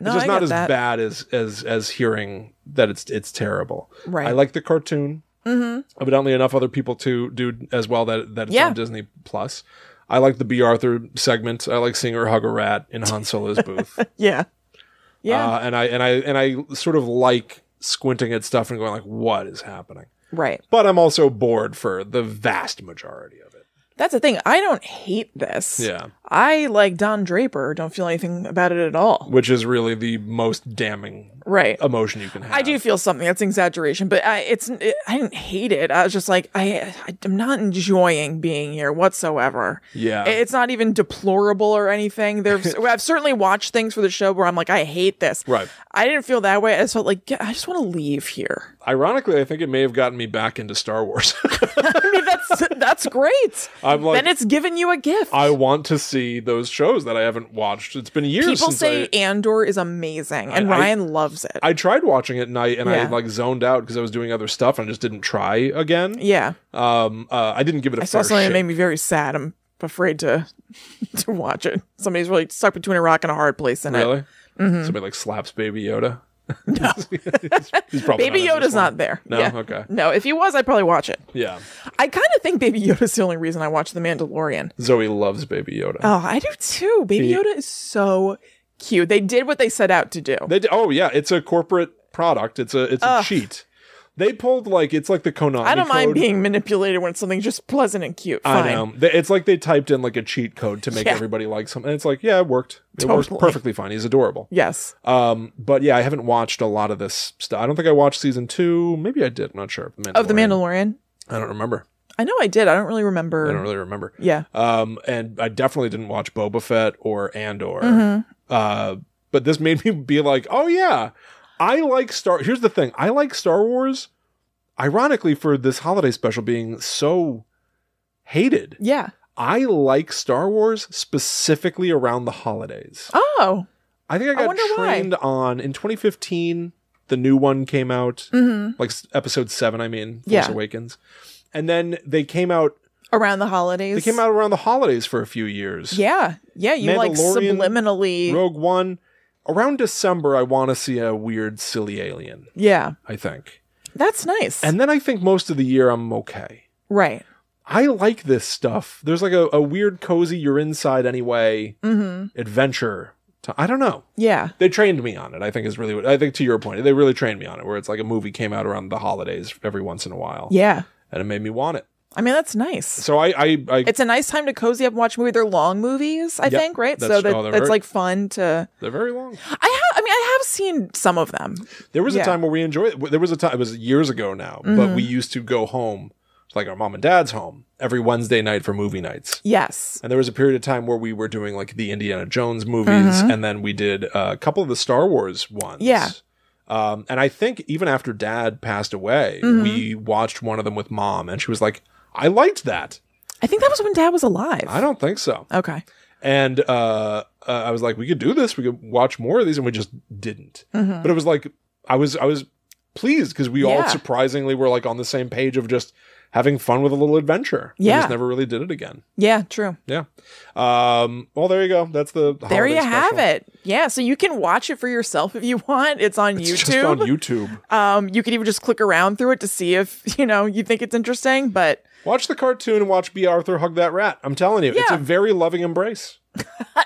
[SPEAKER 1] No,
[SPEAKER 2] it's just
[SPEAKER 1] I
[SPEAKER 2] not
[SPEAKER 1] get
[SPEAKER 2] as
[SPEAKER 1] that.
[SPEAKER 2] bad as as as hearing that it's it's terrible.
[SPEAKER 1] Right.
[SPEAKER 2] I like the cartoon.
[SPEAKER 1] mm-hmm.
[SPEAKER 2] Evidently, enough other people to do as well that that it's
[SPEAKER 1] Yeah.
[SPEAKER 2] on Disney Plus. I like the B. Arthur segment. I like seeing her hug a rat in Han Solo's booth.
[SPEAKER 1] Yeah. [LAUGHS] Yeah.
[SPEAKER 2] Uh, and I and I and I sort of like squinting at stuff and going like, "What is happening?"
[SPEAKER 1] right.
[SPEAKER 2] But I'm also bored for the vast majority of it.
[SPEAKER 1] That's the thing. I don't hate this.
[SPEAKER 2] Yeah,
[SPEAKER 1] I like Don Draper. Don't feel anything about it at all.
[SPEAKER 2] which is really the most damning
[SPEAKER 1] Right.
[SPEAKER 2] emotion you can have.
[SPEAKER 1] I do feel something. That's an exaggeration, but I, it's it, I didn't hate it. I was just like I I'm not enjoying being here whatsoever.
[SPEAKER 2] Yeah.
[SPEAKER 1] It's not even deplorable or anything.
[SPEAKER 2] [LAUGHS]
[SPEAKER 1] There's I've certainly watched things for the show where I'm like I hate this.
[SPEAKER 2] Right.
[SPEAKER 1] I didn't feel that way. I just felt like "Get- I just want to leave here. [LAUGHS]
[SPEAKER 2] Ironically, I think it may have gotten me back into Star Wars. [LAUGHS]
[SPEAKER 1] I mean, that's that's great.
[SPEAKER 2] I'm like,
[SPEAKER 1] then it's given you a gift.
[SPEAKER 2] I want to see those shows that I haven't watched. It's been years
[SPEAKER 1] People
[SPEAKER 2] since
[SPEAKER 1] say
[SPEAKER 2] I,
[SPEAKER 1] Andor is amazing, and
[SPEAKER 2] I- I-
[SPEAKER 1] Ryan loves it.
[SPEAKER 2] I tried watching it at night and
[SPEAKER 1] Yeah.
[SPEAKER 2] I like zoned out because I was doing other stuff and I just didn't try again.
[SPEAKER 1] yeah,
[SPEAKER 2] Um, uh, I didn't give it a
[SPEAKER 1] I saw
[SPEAKER 2] fair
[SPEAKER 1] something
[SPEAKER 2] shake.
[SPEAKER 1] that made me very sad. I'm afraid to [LAUGHS] to watch it. Somebody's really stuck between a rock and a hard place in it.
[SPEAKER 2] really.
[SPEAKER 1] Mm-hmm.
[SPEAKER 2] Somebody like slaps Baby Yoda. No, [LAUGHS] he's probably
[SPEAKER 1] Baby
[SPEAKER 2] not in this
[SPEAKER 1] Yoda's not
[SPEAKER 2] one.
[SPEAKER 1] there.
[SPEAKER 2] No,
[SPEAKER 1] Yeah.
[SPEAKER 2] okay,
[SPEAKER 1] No, if he was, I'd probably watch it.
[SPEAKER 2] yeah.
[SPEAKER 1] I kind of think Baby Yoda's the only reason I watch The Mandalorian.
[SPEAKER 2] Zoe loves Baby Yoda.
[SPEAKER 1] Oh, I do too. Baby
[SPEAKER 2] He-
[SPEAKER 1] Yoda is so cute. They did what they set out to do.
[SPEAKER 2] They d oh yeah, it's a corporate product. It's a it's a
[SPEAKER 1] Ugh.
[SPEAKER 2] cheat. They pulled like it's like the Konami.
[SPEAKER 1] I don't mind
[SPEAKER 2] code.
[SPEAKER 1] being manipulated when something's just pleasant and cute. Fine.
[SPEAKER 2] I know. They- It's like they typed in like a cheat code to make
[SPEAKER 1] Yeah.
[SPEAKER 2] everybody like something. And it's like, yeah, it worked. It
[SPEAKER 1] Totally.
[SPEAKER 2] worked perfectly fine. He's adorable.
[SPEAKER 1] Yes.
[SPEAKER 2] Um, but yeah, I haven't watched a lot of this stuff. I don't think I watched season two. Maybe I did. I'm not sure.
[SPEAKER 1] Of The Mandalorian.
[SPEAKER 2] I don't remember.
[SPEAKER 1] I know I did. I don't really
[SPEAKER 2] I
[SPEAKER 1] remember.
[SPEAKER 2] don't really remember.
[SPEAKER 1] yeah.
[SPEAKER 2] Um, and I definitely didn't watch Boba Fett or Andor.
[SPEAKER 1] Mhm.
[SPEAKER 2] Uh, but this made me be like, oh yeah, I like Star. Here's the thing, I like Star Wars. Ironically, for this holiday special being so hated,
[SPEAKER 1] Yeah.
[SPEAKER 2] I like Star Wars specifically around the holidays.
[SPEAKER 1] Oh.
[SPEAKER 2] I think I
[SPEAKER 1] I
[SPEAKER 2] got
[SPEAKER 1] wonder why.
[SPEAKER 2] trained on in 2015. The new one came out,
[SPEAKER 1] hmm
[SPEAKER 2] like s- episode seven. I mean, Force
[SPEAKER 1] Yeah.
[SPEAKER 2] Awakens, and then they came out.
[SPEAKER 1] Around the holidays.
[SPEAKER 2] They came out around the holidays for a few years.
[SPEAKER 1] Yeah. Yeah. You like
[SPEAKER 2] Mandalorian,
[SPEAKER 1] subliminally.
[SPEAKER 2] Rogue One. Around December, I want to see a weird, silly alien,
[SPEAKER 1] yeah.
[SPEAKER 2] I think.
[SPEAKER 1] That's nice.
[SPEAKER 2] And then I think most of the year I'm okay.
[SPEAKER 1] right.
[SPEAKER 2] I like this stuff. There's like a, a weird, cozy, you're inside anyway
[SPEAKER 1] hmm
[SPEAKER 2] adventure. To, I don't know.
[SPEAKER 1] Yeah.
[SPEAKER 2] They trained me on it, I think is really what I think to your point. They really trained me on it, where it's like a movie came out around the holidays every once in a while.
[SPEAKER 1] Yeah.
[SPEAKER 2] And it made me want it.
[SPEAKER 1] I mean, that's nice.
[SPEAKER 2] So I, I, I
[SPEAKER 1] It's a nice time to cozy up and watch a movie. They're long movies, I
[SPEAKER 2] Yep.
[SPEAKER 1] think, right?
[SPEAKER 2] That's-
[SPEAKER 1] so that,
[SPEAKER 2] oh, they're
[SPEAKER 1] it's
[SPEAKER 2] very-
[SPEAKER 1] like fun to.
[SPEAKER 2] they're very long.
[SPEAKER 1] I have. I mean, I have seen some of them.
[SPEAKER 2] There was
[SPEAKER 1] Yeah. Mm-hmm.
[SPEAKER 2] a time where we enjoyed. There was a time. It was years ago now, but we used to go home, like our mom and dad's home, every Wednesday night for movie nights.
[SPEAKER 1] Yes.
[SPEAKER 2] And there was a period of time where we were doing like the Indiana Jones movies, and then we did uh, a couple of the Star Wars ones.
[SPEAKER 1] Mm-hmm. Yeah.
[SPEAKER 2] Um, and I think even after Dad passed away, we
[SPEAKER 1] Mm-hmm.
[SPEAKER 2] watched one of them with Mom, and she was like, "I liked that."
[SPEAKER 1] I think that was when Dad was alive.
[SPEAKER 2] I don't think so.
[SPEAKER 1] Okay.
[SPEAKER 2] And uh, uh, I was like, "We could do this. We could watch more of these," and we just didn't
[SPEAKER 1] Mhm.
[SPEAKER 2] but it was like i was i was pleased because we all
[SPEAKER 1] Yeah.
[SPEAKER 2] surprisingly were like on the same page of just having fun with a little adventure we
[SPEAKER 1] Yeah.
[SPEAKER 2] just never really did it again
[SPEAKER 1] Yeah. True.
[SPEAKER 2] yeah um well there you go that's the
[SPEAKER 1] There you have it. Yeah. So you can watch it for yourself if you want. It's on
[SPEAKER 2] it's
[SPEAKER 1] YouTube.
[SPEAKER 2] just on youtube
[SPEAKER 1] Um, you could even just click around through it to see if you know you think it's interesting. But
[SPEAKER 2] watch the cartoon and watch b arthur hug that rat i'm telling you it's
[SPEAKER 1] Yeah.
[SPEAKER 2] a very loving embrace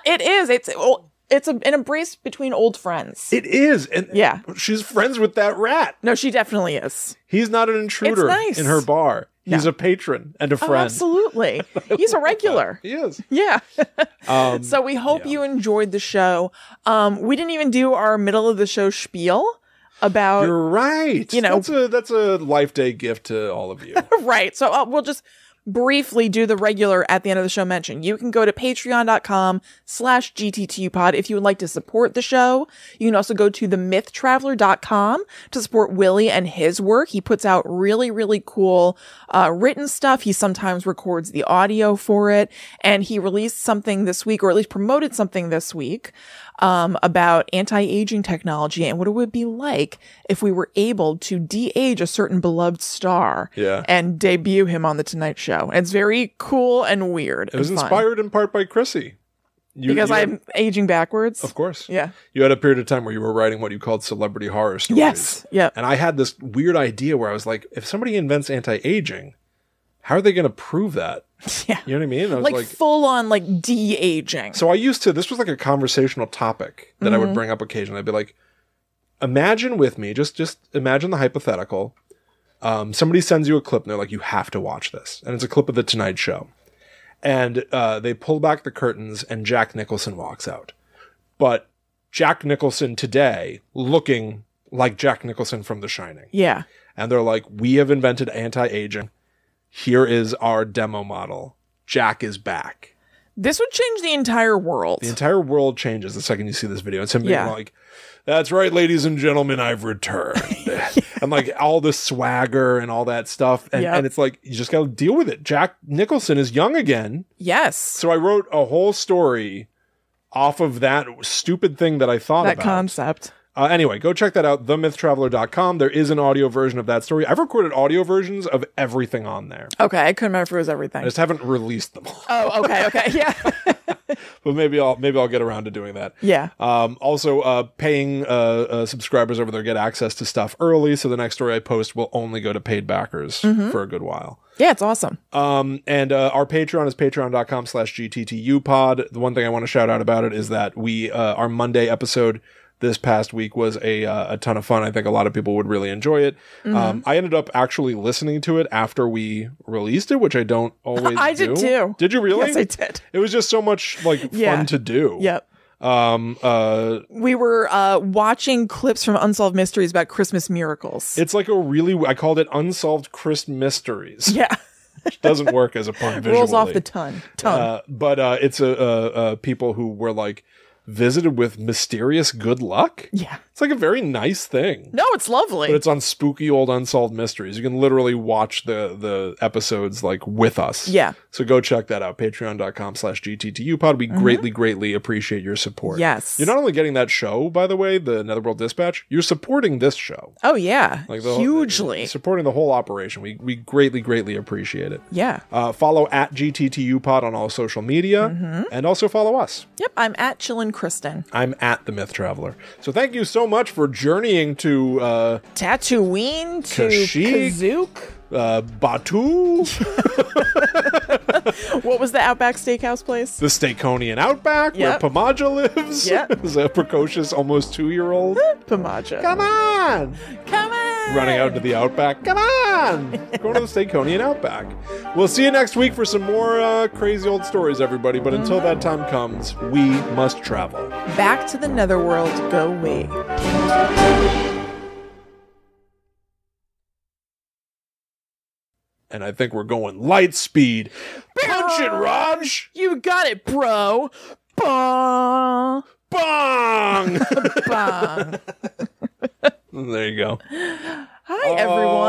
[SPEAKER 1] it is. It's oh, it's a, an embrace between old friends.
[SPEAKER 2] it is and
[SPEAKER 1] Yeah.
[SPEAKER 2] she's friends with that rat
[SPEAKER 1] No, she definitely is.
[SPEAKER 2] he's not an intruder
[SPEAKER 1] nice.
[SPEAKER 2] in her bar he's
[SPEAKER 1] No.
[SPEAKER 2] a patron and a
[SPEAKER 1] Oh,
[SPEAKER 2] friend
[SPEAKER 1] absolutely.
[SPEAKER 2] [LAUGHS]
[SPEAKER 1] He's a regular.
[SPEAKER 2] he is
[SPEAKER 1] Yeah. [LAUGHS]
[SPEAKER 2] um
[SPEAKER 1] So we hope
[SPEAKER 2] Yeah.
[SPEAKER 1] you enjoyed the show. Um, we didn't even do our middle of the show spiel about
[SPEAKER 2] you're right
[SPEAKER 1] you know-
[SPEAKER 2] that's a that's a life day gift to all of
[SPEAKER 1] [LAUGHS]
[SPEAKER 2] you
[SPEAKER 1] right. So uh, we'll just briefly do the regular at the end of the show mention. You can go to patreon.com slash gttupod if you would like to support the show. You can also go to themythtraveler.com to support Willie and his work. He puts out really, really cool uh, written stuff. He sometimes records the audio for it. And he released something this week, or at least promoted something this week, um, about anti-aging technology and what it would be like if we were able to de-age a certain beloved star
[SPEAKER 2] Yeah.
[SPEAKER 1] and debut him on the Tonight Show. It's very cool and weird.
[SPEAKER 2] It was inspired in part by Chrissy. You,
[SPEAKER 1] because
[SPEAKER 2] you had-
[SPEAKER 1] I'm aging backwards.
[SPEAKER 2] of course,
[SPEAKER 1] Yeah.
[SPEAKER 2] you had a period of time where you were writing what you called celebrity horror stories.
[SPEAKER 1] Yes. Yep.
[SPEAKER 2] And I had this weird idea where I was like, if somebody invents anti-aging, how are they going to prove that?
[SPEAKER 1] Yeah.
[SPEAKER 2] You know what I mean? I was
[SPEAKER 1] Like,
[SPEAKER 2] like,
[SPEAKER 1] full on like de aging.
[SPEAKER 2] so I used to. This was like a conversational topic that I would bring up occasionally. I'd be like, imagine with me, just just imagine the hypothetical. Um, somebody sends you a clip and they're like, you have to watch this, and it's a clip of the Tonight Show, and uh, they pull back the curtains and Jack Nicholson walks out, but Jack Nicholson today looking like Jack Nicholson from The Shining
[SPEAKER 1] yeah.
[SPEAKER 2] and they're like, "We have invented anti-aging. Here is our demo model. Jack is back."
[SPEAKER 1] This would change the entire world.
[SPEAKER 2] The entire world changes the second you see this video. It's him being
[SPEAKER 1] Yeah.
[SPEAKER 2] like, "That's right, ladies and gentlemen,
[SPEAKER 1] [LAUGHS]
[SPEAKER 2] I've returned," and like all the swagger and all that stuff. And,
[SPEAKER 1] Yep.
[SPEAKER 2] and it's like you just got to deal with it. Jack Nicholson is young again,
[SPEAKER 1] yes.
[SPEAKER 2] so I wrote a whole story off of that stupid thing that I thought
[SPEAKER 1] That
[SPEAKER 2] about.
[SPEAKER 1] concept.
[SPEAKER 2] Uh, anyway, go check that out, themythtraveler.com. There is an audio version of that story. I've recorded audio versions of everything on there.
[SPEAKER 1] Okay. I couldn't remember if it was
[SPEAKER 2] I
[SPEAKER 1] everything.
[SPEAKER 2] just haven't released them all.
[SPEAKER 1] oh, okay. Okay. Yeah.
[SPEAKER 2] [LAUGHS] But maybe I'll maybe I'll get around to doing that.
[SPEAKER 1] yeah.
[SPEAKER 2] Um, also, uh, paying uh, uh, subscribers over there get access to stuff early, so the next story I post will only go to paid backers
[SPEAKER 1] Mm-hmm.
[SPEAKER 2] for a good while.
[SPEAKER 1] Yeah. It's awesome.
[SPEAKER 2] Um, and uh, our Patreon is patreon.com slash gttupod. The one thing I want to shout out about it is that we uh, our Monday episode this past week was a uh, a ton of fun. I think a lot of people would really enjoy it.
[SPEAKER 1] Mm-hmm.
[SPEAKER 2] Um, I ended up actually listening to it after we released it, which I
[SPEAKER 1] [LAUGHS]
[SPEAKER 2] don't always.
[SPEAKER 1] I did
[SPEAKER 2] do.
[SPEAKER 1] too.
[SPEAKER 2] Did you really?
[SPEAKER 1] Yes, I did.
[SPEAKER 2] It was just so much like
[SPEAKER 1] Yeah.
[SPEAKER 2] fun to do.
[SPEAKER 1] Yep.
[SPEAKER 2] Um. Uh.
[SPEAKER 1] We were uh, watching clips from Unsolved Mysteries about Christmas miracles.
[SPEAKER 2] It's like a really. I called it unsolved Chris mysteries.
[SPEAKER 1] yeah.
[SPEAKER 2] Which doesn't work as a pun visually.
[SPEAKER 1] [LAUGHS] Rolls off the ton. Ton.
[SPEAKER 2] Uh, but uh, it's a, uh uh people who were like visited with mysterious good luck.
[SPEAKER 1] yeah.
[SPEAKER 2] It's like a very nice thing.
[SPEAKER 1] No, it's lovely.
[SPEAKER 2] But it's on spooky old unsolved mysteries. You can literally watch the the episodes like with us.
[SPEAKER 1] yeah.
[SPEAKER 2] So go check that out. Patreon.com slash GTTUpod. We greatly, greatly appreciate your support.
[SPEAKER 1] Mm-hmm. Yes.
[SPEAKER 2] You're not only getting that show, by the way, the Netherworld Dispatch, you're supporting this show.
[SPEAKER 1] oh yeah.
[SPEAKER 2] Like the
[SPEAKER 1] Hugely.
[SPEAKER 2] Supporting the whole operation. We we greatly, greatly appreciate it.
[SPEAKER 1] yeah.
[SPEAKER 2] Uh, follow at GTTUpod on all social media,
[SPEAKER 1] Mm-hmm.
[SPEAKER 2] and also follow us.
[SPEAKER 1] Yep. I'm at Chillin' Kristen.
[SPEAKER 2] I'm at the Myth Traveler. So thank you so much for journeying to uh,
[SPEAKER 1] Tatooine to
[SPEAKER 2] Kashyyyk.
[SPEAKER 1] Kazook.
[SPEAKER 2] uh, Batu, [LAUGHS]
[SPEAKER 1] What was the Outback Steakhouse place?
[SPEAKER 2] the Staconian Outback,
[SPEAKER 1] Yep.
[SPEAKER 2] where Pamaja lives. [LAUGHS]
[SPEAKER 1] Yep.
[SPEAKER 2] is a precocious,
[SPEAKER 1] [LAUGHS]
[SPEAKER 2] almost two-year-old.
[SPEAKER 1] Pamaja.
[SPEAKER 2] Come on,
[SPEAKER 1] Come on.
[SPEAKER 2] running out into the Outback. Come on, going to the Staconian Outback. We'll see you next week for some more uh, crazy old stories, everybody. But until that time comes, we must travel.
[SPEAKER 1] Back to the netherworld. Go we.
[SPEAKER 2] and I think we're going light speed. Punch it, Raj!
[SPEAKER 1] You got it, bro. Bah.
[SPEAKER 2] Bong! [LAUGHS]
[SPEAKER 1] Bah.
[SPEAKER 2] there you go.
[SPEAKER 1] Hi, everyone.